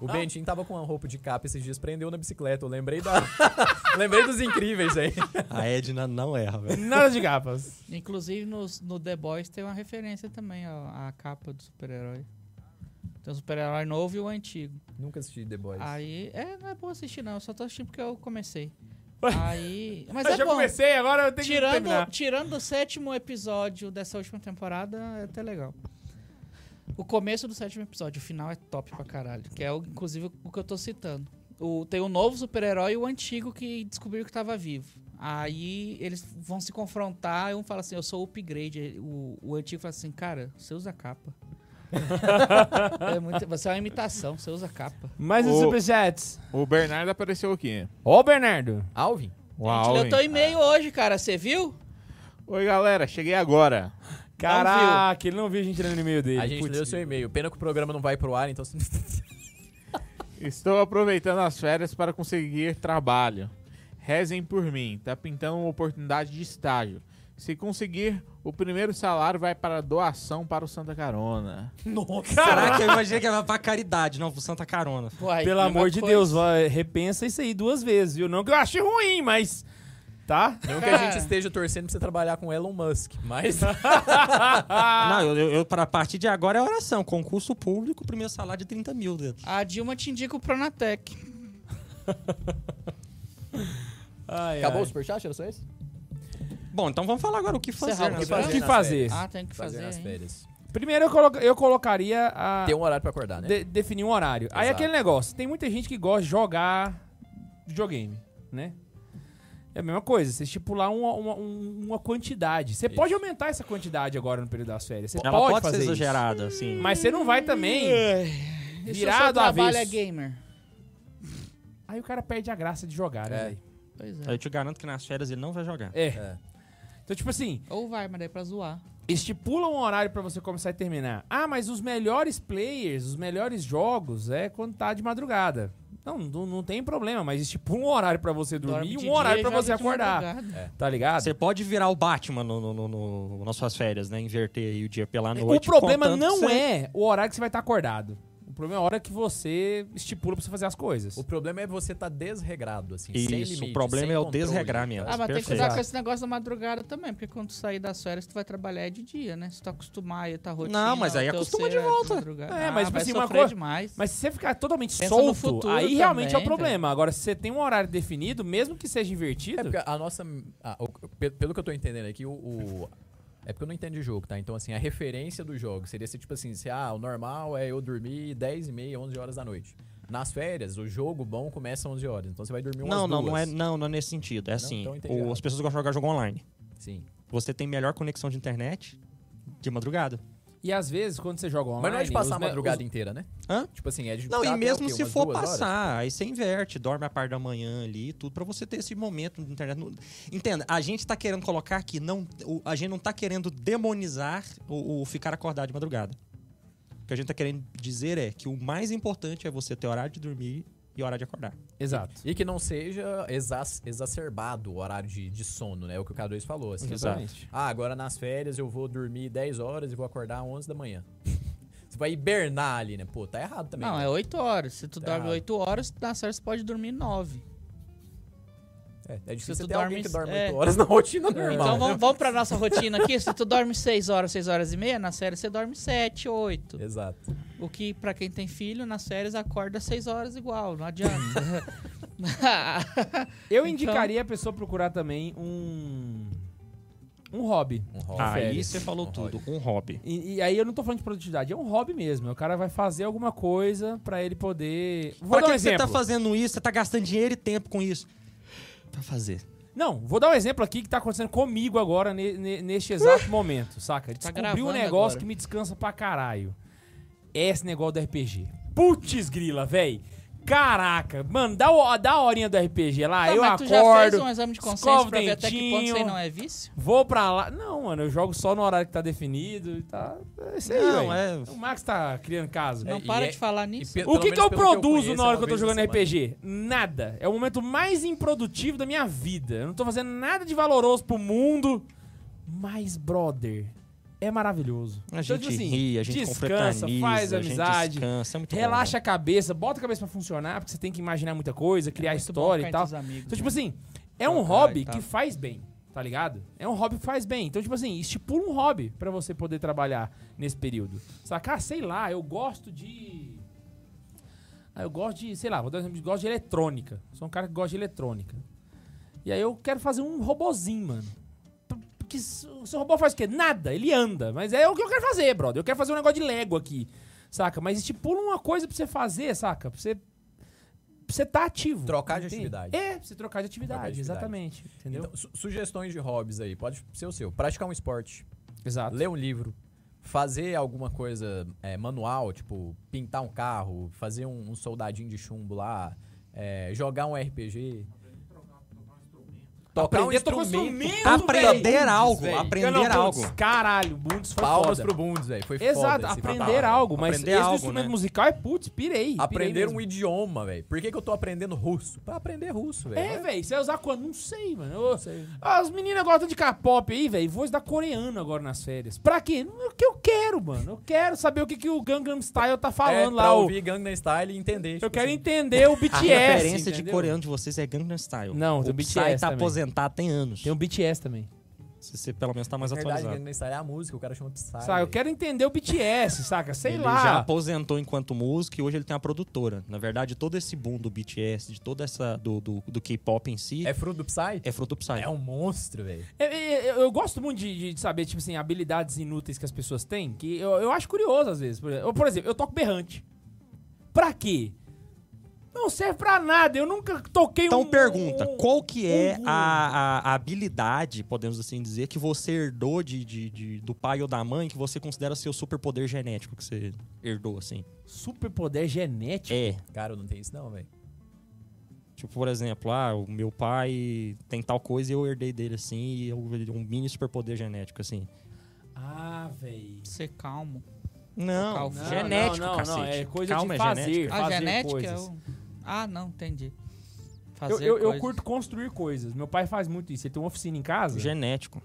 o Bentinho tava com uma roupa de capa esses dias, prendeu na bicicleta. Eu lembrei da. lembrei dos incríveis aí.
A Edna não erra, velho.
Nada de capas.
Inclusive nos- no The Boys tem uma referência também ó, à capa do super-herói. Tem o super-herói novo e o antigo.
Nunca assisti The Boys.
Aí, é, não é bom assistir, não. Eu só tô assistindo porque eu comecei.
Ué.
Aí. Mas
eu
é
já
bom.
comecei, agora eu tenho que
Tirando,
terminar.
tirando o sétimo episódio dessa última temporada, é até legal. O começo do sétimo episódio, o final é top pra caralho. Que é, o- inclusive, o que eu tô citando. O, tem o novo super-herói e o antigo que descobriu que tava vivo. Aí eles vão se confrontar e um fala assim, eu sou o upgrade. O, o antigo fala assim, cara, você usa capa. é muito- você é uma imitação, você usa capa.
Mais um
O-
superchat.
O Bernardo apareceu aqui.
Ô, Bernardo.
Alvin?
Uau!
Eu tô
hein?
e-mail hoje, cara, você viu?
Oi, galera, cheguei agora.
Caraca, ele não viu a gente lendo o e-mail dele.
A gente
Putz.
leu seu e-mail. Pena que o programa não vai pro ar, então.
Estou aproveitando as férias para conseguir trabalho. Rezem por mim, tá pintando uma oportunidade de estágio. Se conseguir, o primeiro salário vai para doação para o Santa Carona.
Caraca, eu imaginei que era pra caridade, não, pro Santa Carona.
Uai,
Pelo
mesma
amor de
coisa.
Deus, vai, repensa isso aí duas vezes, viu? Não que eu ache ruim, mas. Tá?
Não que a gente esteja torcendo pra você trabalhar com Elon Musk, mas.
Não, eu, eu, eu- pra partir de agora é oração. Concurso público, primeiro salário de 30 mil. dedo.
A Dilma te indica o Pronatec.
Ai,
Acabou o
ai.
superchat? Era só esse?
Bom, então vamos falar agora o que fazer.
Encerrar
né?
o que
O
fazer.
que
nas
fazer?
Ah, tem que fazer.
nas
hein?
férias.
Primeiro eu, colo- eu colocaria a.
Tem um horário pra acordar, né?
de- definir um horário. Aí
Exato.
aquele negócio, tem muita gente que gosta de jogar videogame, né? É a mesma coisa, você estipular uma, uma, um- uma quantidade. Você pode aumentar essa quantidade agora no período das férias. Você
Ela
pode,
pode,
fazer
ser
isso.
exagerada, assim.
Mas você não vai também.
Esse é o seu
Virado avesso.
trabalho é gamer.
Aí o cara perde a graça de jogar, né?
É.
velho?
Pois é.
Eu te garanto que nas férias ele não vai jogar.
É.
É.
Então, tipo assim,
Ou vai, mas daí é pra zoar.
estipula um horário pra você começar e terminar. Ah, mas os melhores players, os melhores jogos é quando tá de madrugada. Não, não, não tem problema, mas estipula um horário pra você dormir
Dorme
e
de
um
dia
horário
e
pra
joga
você
de
acordar.
madrugada.
Tá ligado?
Você pode virar o Batman no, no, no- no- nas suas férias, né? Inverter aí É, o dia pela
O
noite.
problema
contanto que
não
você-
é o horário que você vai estar acordado. O problema é a hora que você estipula pra você fazer as coisas.
O problema é você tá desregrado, assim, sem
Isso,
limite,
o problema
sem
é o
controle.
desregrar mesmo.
Ah, mas tem que
Perfeito.
cuidar com esse negócio da madrugada também, porque quando tu sair das férias, tu vai trabalhar de dia, né? Se tu acostumar aí, tá rotina...
Não, mas aí
o teu
acostuma
ser
de volta.
madrugada.
É, mas,
Ah,
tipo
vai
assim, uma
sofrer
coisa-
demais.
Mas se você ficar totalmente
Pensa no
solto,
futuro
aí
também,
realmente é o
velho.
problema. Agora, se você tem um horário definido, mesmo que seja invertido,
É porque a nossa. a- o- pe- pelo que eu tô entendendo aqui, o. o- é porque eu não entendo de jogo, tá? Então, assim, a referência do jogo seria ser tipo assim: se, ah, o normal é eu dormir 10 e meia, 11 horas da noite. Nas férias, o jogo bom começa às 11 horas. Então você vai dormir umas
Não, não,
duas.
não é, não, não é nesse sentido. É assim,
então eu entendi
o-
errado.
as pessoas gostam de jogar jogo online.
Sim.
Você tem melhor conexão de internet de madrugada.
e às vezes, quando você joga online...
Mas não é de passar a
os me-
madrugada
os-
inteira, né?
Hã?
Tipo assim, é de
Não,
ficar
e
até
mesmo
o quê?
se
Umas
for
duas horas?
passar, aí você inverte, dorme a par da manhã ali, tudo pra você ter esse momento de internet. No- Entenda, a gente tá querendo colocar aqui, não, o- a gente não tá querendo demonizar o, o ficar acordado de madrugada. O que a gente tá querendo dizer é que o mais importante é você ter horário de dormir e horário de acordar.
Exato.
E que não seja exas- exacerbado o horário de, de sono, né? É o que o K2 falou. Assim,
Exatamente.
Ah, agora nas férias eu vou dormir 10 horas e vou acordar 11 da manhã. Você vai hibernar ali, né? Pô, tá errado também.
Não,
né?
é 8 horas. Se tu
Tá
dorme
errado.
8 horas, na série você pode dormir 9.
É, é difícil
Se tu
ter
dorme-
alguém que dorme
é.
8 horas na rotina normal.
Então
né?
vamos, vamos pra nossa rotina aqui. Se tu dorme 6 horas, 6 horas e meia, na série você dorme 7,
É.
8.
Exato.
O que, pra quem tem filho, nas séries acorda 6 horas igual, não adianta.
Eu
Então-
indicaria a pessoa procurar também um... Um hobby.
Um hobby.
Aí
férias.
você falou
Um
tudo, um hobby.
E, e aí eu não tô falando de produtividade, é um hobby mesmo. O cara vai fazer alguma coisa pra ele poder... Vou
Pra
dar
que,
um
que você
exemplo.
tá fazendo isso? Você tá gastando dinheiro e tempo com isso. Pra fazer.
Não, vou dar um exemplo aqui que tá acontecendo comigo agora, ne- ne- neste exato momento, saca? Descobri um
Tá gravando
negócio
agora.
que me descansa pra caralho. É Esse negócio do RPG. Putz grila, véi. Caraca, mano, dá, o- dá a horinha do RPG lá,
Tá,
eu
mas tu já
acordo,
fez um exame de
escova
consciência
o
pra ver até que ponto isso aí
dentinho.
não é vício?
vou pra lá. Não, mano, eu jogo só no horário que tá definido e tá... É isso aí,
Não,
véi.
é-
O Max tá criando caso.
Não
e
para
é-
de falar
E
nisso.
pe-
O
pelo
que, que
menos
eu
pelo eu
produzo
conheço,
na hora
é
que eu tô
uma
jogando
vez na
RPG? Nada. É o momento mais improdutivo da minha vida. Eu não tô fazendo nada de valoroso pro mundo. Mas, brother, é maravilhoso.
A
Então,
gente
tipo assim,
ri, a gente
descansa,
confraterniza,
faz
a gente
amizade,
descansa, é muito bom,
relaxa
né?
a cabeça, bota a cabeça pra funcionar, porque você tem que imaginar muita coisa, criar
É Muito bom
história
ficar
e tal.
entre os amigos,
Então,
né?
tipo assim, é um
Trocar e
hobby
tal.
que faz bem, tá ligado? É um hobby que faz bem. Então, tipo assim, estipula um hobby pra você poder trabalhar nesse período. Saca? Ah, sei lá, eu gosto de. Ah, eu gosto de, sei lá, vou dar um exemplo, eu gosto de eletrônica. Sou um cara que gosta de eletrônica. E aí eu quero fazer um robozinho, mano. Porque se- o seu robô faz o quê? Nada, ele anda. Mas é o que eu quero fazer, brother. Eu quero fazer um negócio de Lego aqui, saca? Mas estipula uma coisa pra você fazer, saca? Pra você. Pra você tá ativo.
Trocar de
entende?
atividade.
É, pra você trocar de atividade,
Trocar de atividade.
exatamente. Entendeu?
Então, su- sugestões de hobbies aí. Pode ser o seu. Praticar um esporte.
Exato.
ler um livro, fazer alguma coisa é, manual, tipo pintar um carro, fazer um, um soldadinho de chumbo lá, é, jogar um RPG. Tocar um
Aprender a tocar um
instrumento.
instrumento,
Aprender
velho.
algo,
velho.
aprender
Não, não,
algo.
putz, Caralho, Bundes foi
Palmas
foda.
pro Bundes, velho. Foi
Exato,
foda. esse
aprender
papo.
algo. Mas
Aprender
esse do
algo,
instrumento
né?
musical é putz, pirei. pirei
Aprender
mesmo.
um idioma, velho. Por que, que eu tô aprendendo russo? Pra aprender russo, velho.
É, velho, você vai usar quando? Não sei, mano. Eu-
sei.
As meninas gostam de K-pop aí, velho. Vou estudar coreano agora nas férias. Pra quê? Não é o que eu quero, mano. Eu quero saber o que, que o Gangnam Style tá falando
é,
lá.
pra
o-
ouvir Gangnam Style e entender.
Eu
tipo
quero
assim.
entender o
A
BTS.
referência de
é entendeu?
coreano de vocês é Gangnam Style.
Não, tem
o
o
Psy
BTS
tá
também.
aposentado tem anos.
Tem um né? o BTS também.
Se você pelo menos tá mais
Na verdade,
atualizado.
Gangnam Style é a música, o cara chama Psy.
Sabe, eu
velho.
quero entender o BTS, saca? Sei
ele
lá.
já aposentou enquanto músico e hoje ele tem uma produtora. Na verdade, todo esse boom do BTS, de toda essa do, do, do K-pop em si,
É
é,
fruto do Psy?
fruto do Psy.
É um monstro, velho.
Eu, É, eu- eu gosto muito de, de- de saber, tipo assim, habilidades inúteis que as pessoas têm, que eu, eu acho curioso às vezes. Por exemplo, eu, por exemplo, eu toco berrante. Pra quê? Não serve pra nada, eu nunca toquei um...
Então pergunta,
um-
qual que é
um-
a, a- a habilidade, podemos assim dizer, que você herdou de, de- de- do pai ou da mãe, que você considera seu superpoder genético que você herdou, assim?
Superpoder genético.
É.
Cara, eu não tenho isso não, velho.
Tipo, por exemplo, ah, o meu pai tem tal coisa e eu herdei dele assim, e eu, um mini superpoder genético, assim.
Ah, velho.
Ser calmo.
Não,
Não,
genético,
não, não,
cacete.
não, é coisa
Calma,
de
é
fazer,
genética.
Ah,
fazer
genética é
coisas.
o... Ah, não, entendi.
Eu,
Fazer
eu, eu
coisas.
curto construir coisas. Meu pai faz muito isso. Ele tem uma oficina em casa.
Genético.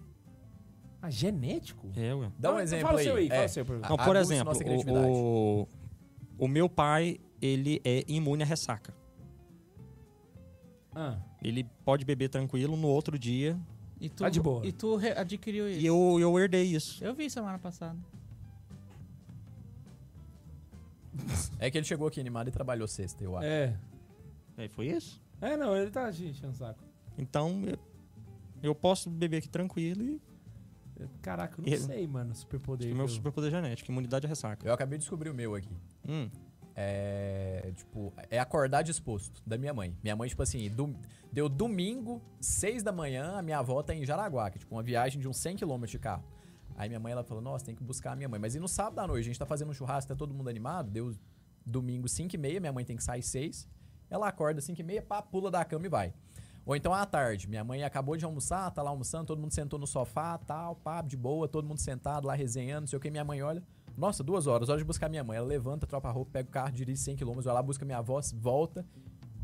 Ah, genético?
É, ué.
Dá um
Então
exemplo
Fala o seu aí,
aí.
fala
É.
o seu. por favor.
Não,
A-
por
aguça
exemplo,
nossa
o-
criatividade.
o, o meu pai, ele é imune à ressaca.
Ah,
Ele pode beber tranquilo no outro dia.
E tu,
Tá de boa.
E tu re- adquiriu isso.
E eu, eu herdei isso.
Eu vi semana passada.
É que ele chegou aqui animado e trabalhou sexta, eu acho.
é.
É, foi isso?
É, não, ele tá enchendo o saco.
Então, eu, eu posso beber aqui tranquilo e
Caraca, eu não
Eu-
sei, mano, superpoder.
o meu
que eu-
superpoder genético, imunidade à ressaca.
Eu acabei de descobrir o meu aqui.
Hum.
É. Tipo, é acordar disposto da minha mãe. Minha mãe, tipo assim, dom- deu domingo, seis da manhã, a minha avó tá em Jaraguá, que é tipo uma viagem de uns 100km de carro. Aí minha mãe, ela falou, nossa, tem que buscar a minha mãe. Mas e no sábado à noite, a gente tá fazendo um churrasco, tá todo mundo animado, deu domingo 5 e meia, minha mãe tem que sair seis. Ela acorda 5 e meia, pá, pula da cama e vai. Ou então à tarde, minha mãe acabou de almoçar, tá lá almoçando, todo mundo sentou no sofá, tal, pá, de boa, todo mundo sentado lá resenhando, não sei o que, minha mãe olha. Nossa, duas horas, hora de buscar minha mãe. Ela levanta, tropa a roupa, pega o carro, dirige 100km, vai lá, busca minha avó, volta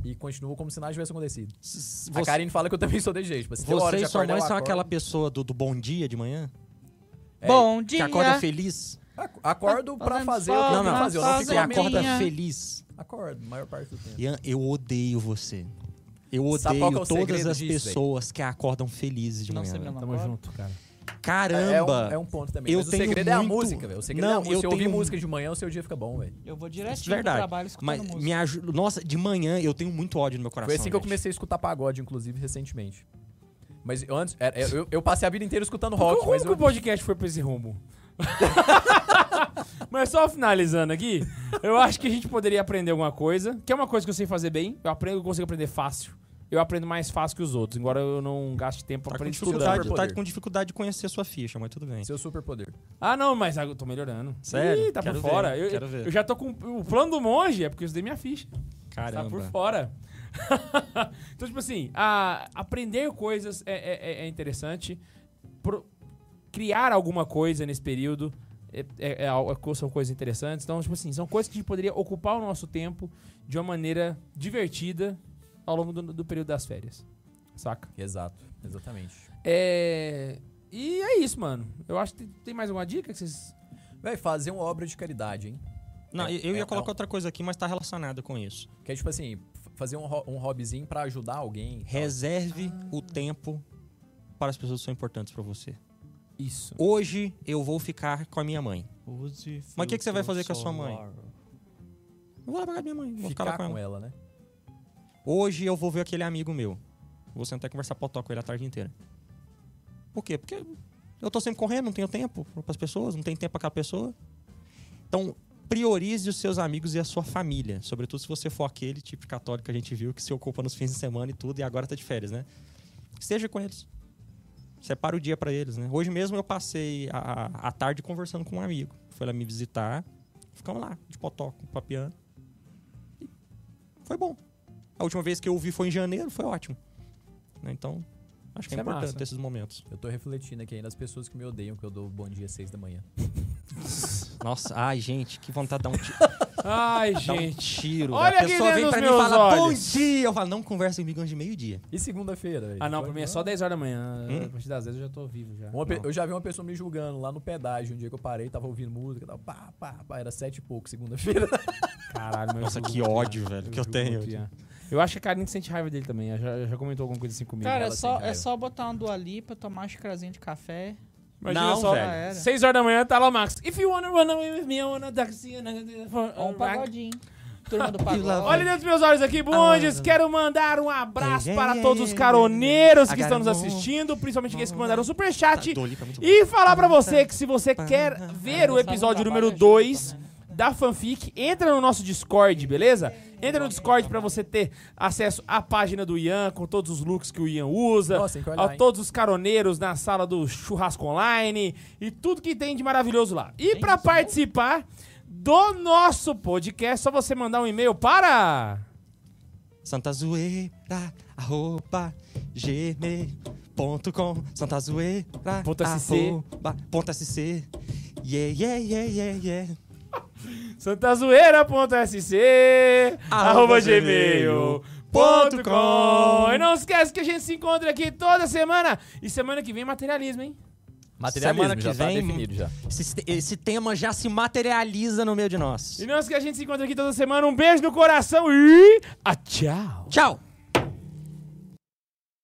e continua como se nada tivesse acontecido.
S-
A
Você,
Karine fala que eu também sou desse jeito. Tipo, assim, tem hora
você
de
e sua
acordar,
mãe
eu
são
acordo.
aquela pessoa do, do bom dia de manhã?
É,
Bom
Que
dia!
acorda feliz?
ac- Acordo pra
Fazendo
fazer o que eu
Não,
tenho que
não,
fazer. Eu não fico
Você
fazendo-
acordo.
acorda
minha.
feliz.
Acordo, maior parte do tempo.
Ian, eu odeio você. Eu
Sabe qual
odeio
que é o
todas
segredo
as
disso, véi?
pessoas que acordam felizes de
Não
manhã.
sei
velho.
né?
meu
Tamo
nome.
junto, cara.
É um,
Caramba!
é um ponto também.
Eu
mas o
tenho
segredo é a
muito-
música, velho. O segredo é a
Não,
música.
eu
Se eu ouvir
tenho-
música de manhã, o seu dia fica bom, velho.
Eu vou direto pro
é Verdade.
trabalho escutando
Mas
música.
me ajuda. Nossa, de manhã eu tenho muito ódio no meu coração.
Foi assim que eu
gente.
comecei a escutar pagode, inclusive, recentemente. Mas eu antes, era- eu, eu passei a vida inteira escutando rock,
Como
mas
que o
eu,
podcast foi pra esse rumo? Mas só finalizando aqui, eu acho que a gente poderia aprender alguma coisa, que é uma coisa que eu sei fazer bem, eu aprendo, eu consigo aprender fácil. Eu aprendo mais fácil que os outros, embora eu não gaste tempo
Tá com,
aprendendo
dificuldade,
superpoder.
tá com dificuldade de conhecer a sua ficha, mas tudo bem.
seu superpoder.
Ah, não, mas eu tô melhorando.
Sério?
Ih, tá
Quero
por
ver,
fora. eu,
quero ver.
eu já tô com. O plano do monge é porque eu estudei minha ficha. Tá por
Caramba.
fora. então, tipo assim, a- aprender coisas é, é- é- é interessante. Pro- criar alguma coisa nesse período é- é- é al- é- são coisas interessantes. Então, tipo assim, são coisas que a gente poderia ocupar o nosso tempo de uma maneira divertida ao longo do, do período das férias. Saca?
Exato, exatamente.
É. E é isso, mano. Eu acho que tem- tem mais alguma dica que vocês.
Véi, fazer uma obra de caridade, hein?
Não,
É-
eu- eu
é-
ia
é
colocar
um-
outra coisa aqui, mas tá relacionada com isso.
Que é tipo assim, f- fazer um, ho- um hobbyzinho pra ajudar alguém. e tal.
Reserve o tempo para as pessoas que são importantes pra você.
Isso.
Hoje eu vou ficar com a minha mãe.
Use
Mas o que, que você vai fazer com a sua
filtro
mãe?
solar.
Eu vou lá pra casa da minha mãe, vou ficar,
Ficar
lá com ela.
com ela, né?
Hoje eu vou ver aquele amigo meu. Vou sentar e conversar potó com ele a tarde inteira. Por quê? Porque eu tô sempre correndo, não tenho tempo pras pessoas, não tenho tempo pra aquela pessoa. Então, priorize os seus amigos e a sua família. Sobretudo se você for aquele tipo de católico que a gente viu que se ocupa nos fins de semana e tudo e agora tá de férias, né? Esteja com eles. Separa o dia pra eles, né? Hoje mesmo eu passei a, a- a tarde conversando com um amigo. Foi lá me visitar. Ficamos lá, de potó, papiando. E Foi bom. A última vez que eu vi foi em janeiro, foi ótimo. Né, Então, acho que é
Isso é
importante
massa.
esses momentos.
Eu tô refletindo aqui ainda as pessoas que me odeiam, que eu dou bom dia às seis da manhã.
Nossa, ai, gente, que vontade de dar um tiro.
Ai,
Dá um
gente.
tiro.
Olha
a
aqui
pessoa
dentro
vem pra
dos
mim e
meus
fala, bom
olhos."
dia. Eu falo, não conversa comigo antes de meio-dia.
E segunda-feira, velho?
Ah, não, pra
Foi-
mim é só 10 horas da manhã.
Hum?
A partir das 10 eu já tô vivo já.
Uma pe-
Não.
Eu já vi uma pessoa me julgando lá no pedágio. Um dia que eu parei, tava ouvindo música, tava pá, pá, pá. Era sete e pouco, segunda-feira.
Caralho, mas
Nossa,
eu
que
julgo muito
ódio,
Ian.
velho, que eu
julgo
tenho.
muito Ian. Eu acho que a Karine sente raiva dele também. Ela já, já comentou alguma coisa assim comigo.
Cara, é
Ela
só,
sem
é
raiva.
só botar uma Dua Lipa, tomar uma xicrazinha de café.
Imagina
Não,
só,
velho.
Já era.
6 horas da manhã tá lá o Max. If you wanna run away with me, I wanna dance you wanna- for-
Ou um pagodinho. Turma do pagode.
lá vai.
Olha dentro dos meus olhos aqui, bundes. Quero mandar um abraço
É,
para
é,
todos os
é,
caroneiros que
é.
estão nos
Agarrou.
assistindo, principalmente aqueles que mandaram o
Tá,
superchat.
dou ali pra muito bom.
E falar pra você que se você quer ver o episódio número 2
né?
da fanfic, entra no nosso Discord, beleza? Entra no Discord pra você ter acesso à página do Ian, com todos os looks que o Ian usa,
Nossa, tem que olhar,
a
hein?
todos os caroneiros na sala do churrasco online e tudo que tem de maravilhoso lá. E
é
pra participar do nosso podcast, só você mandar um e-mail para
santazoeira, arroba, gmail.com, santazoeira,
Ponto SC.
arroba, ponto SC, yeah, yeah, yeah, yeah, yeah.
santazoeira.sc arroba gmail.com E não esquece que a gente se encontra aqui toda semana. E semana que vem materialismo, hein?
Materialismo
Semana que
já
vem-
tá definido já.
Esse, esse tema já se materializa no meio de nós.
E não esquece que a gente se encontra aqui toda semana. Um beijo no coração e... Ah, tchau!
Tchau!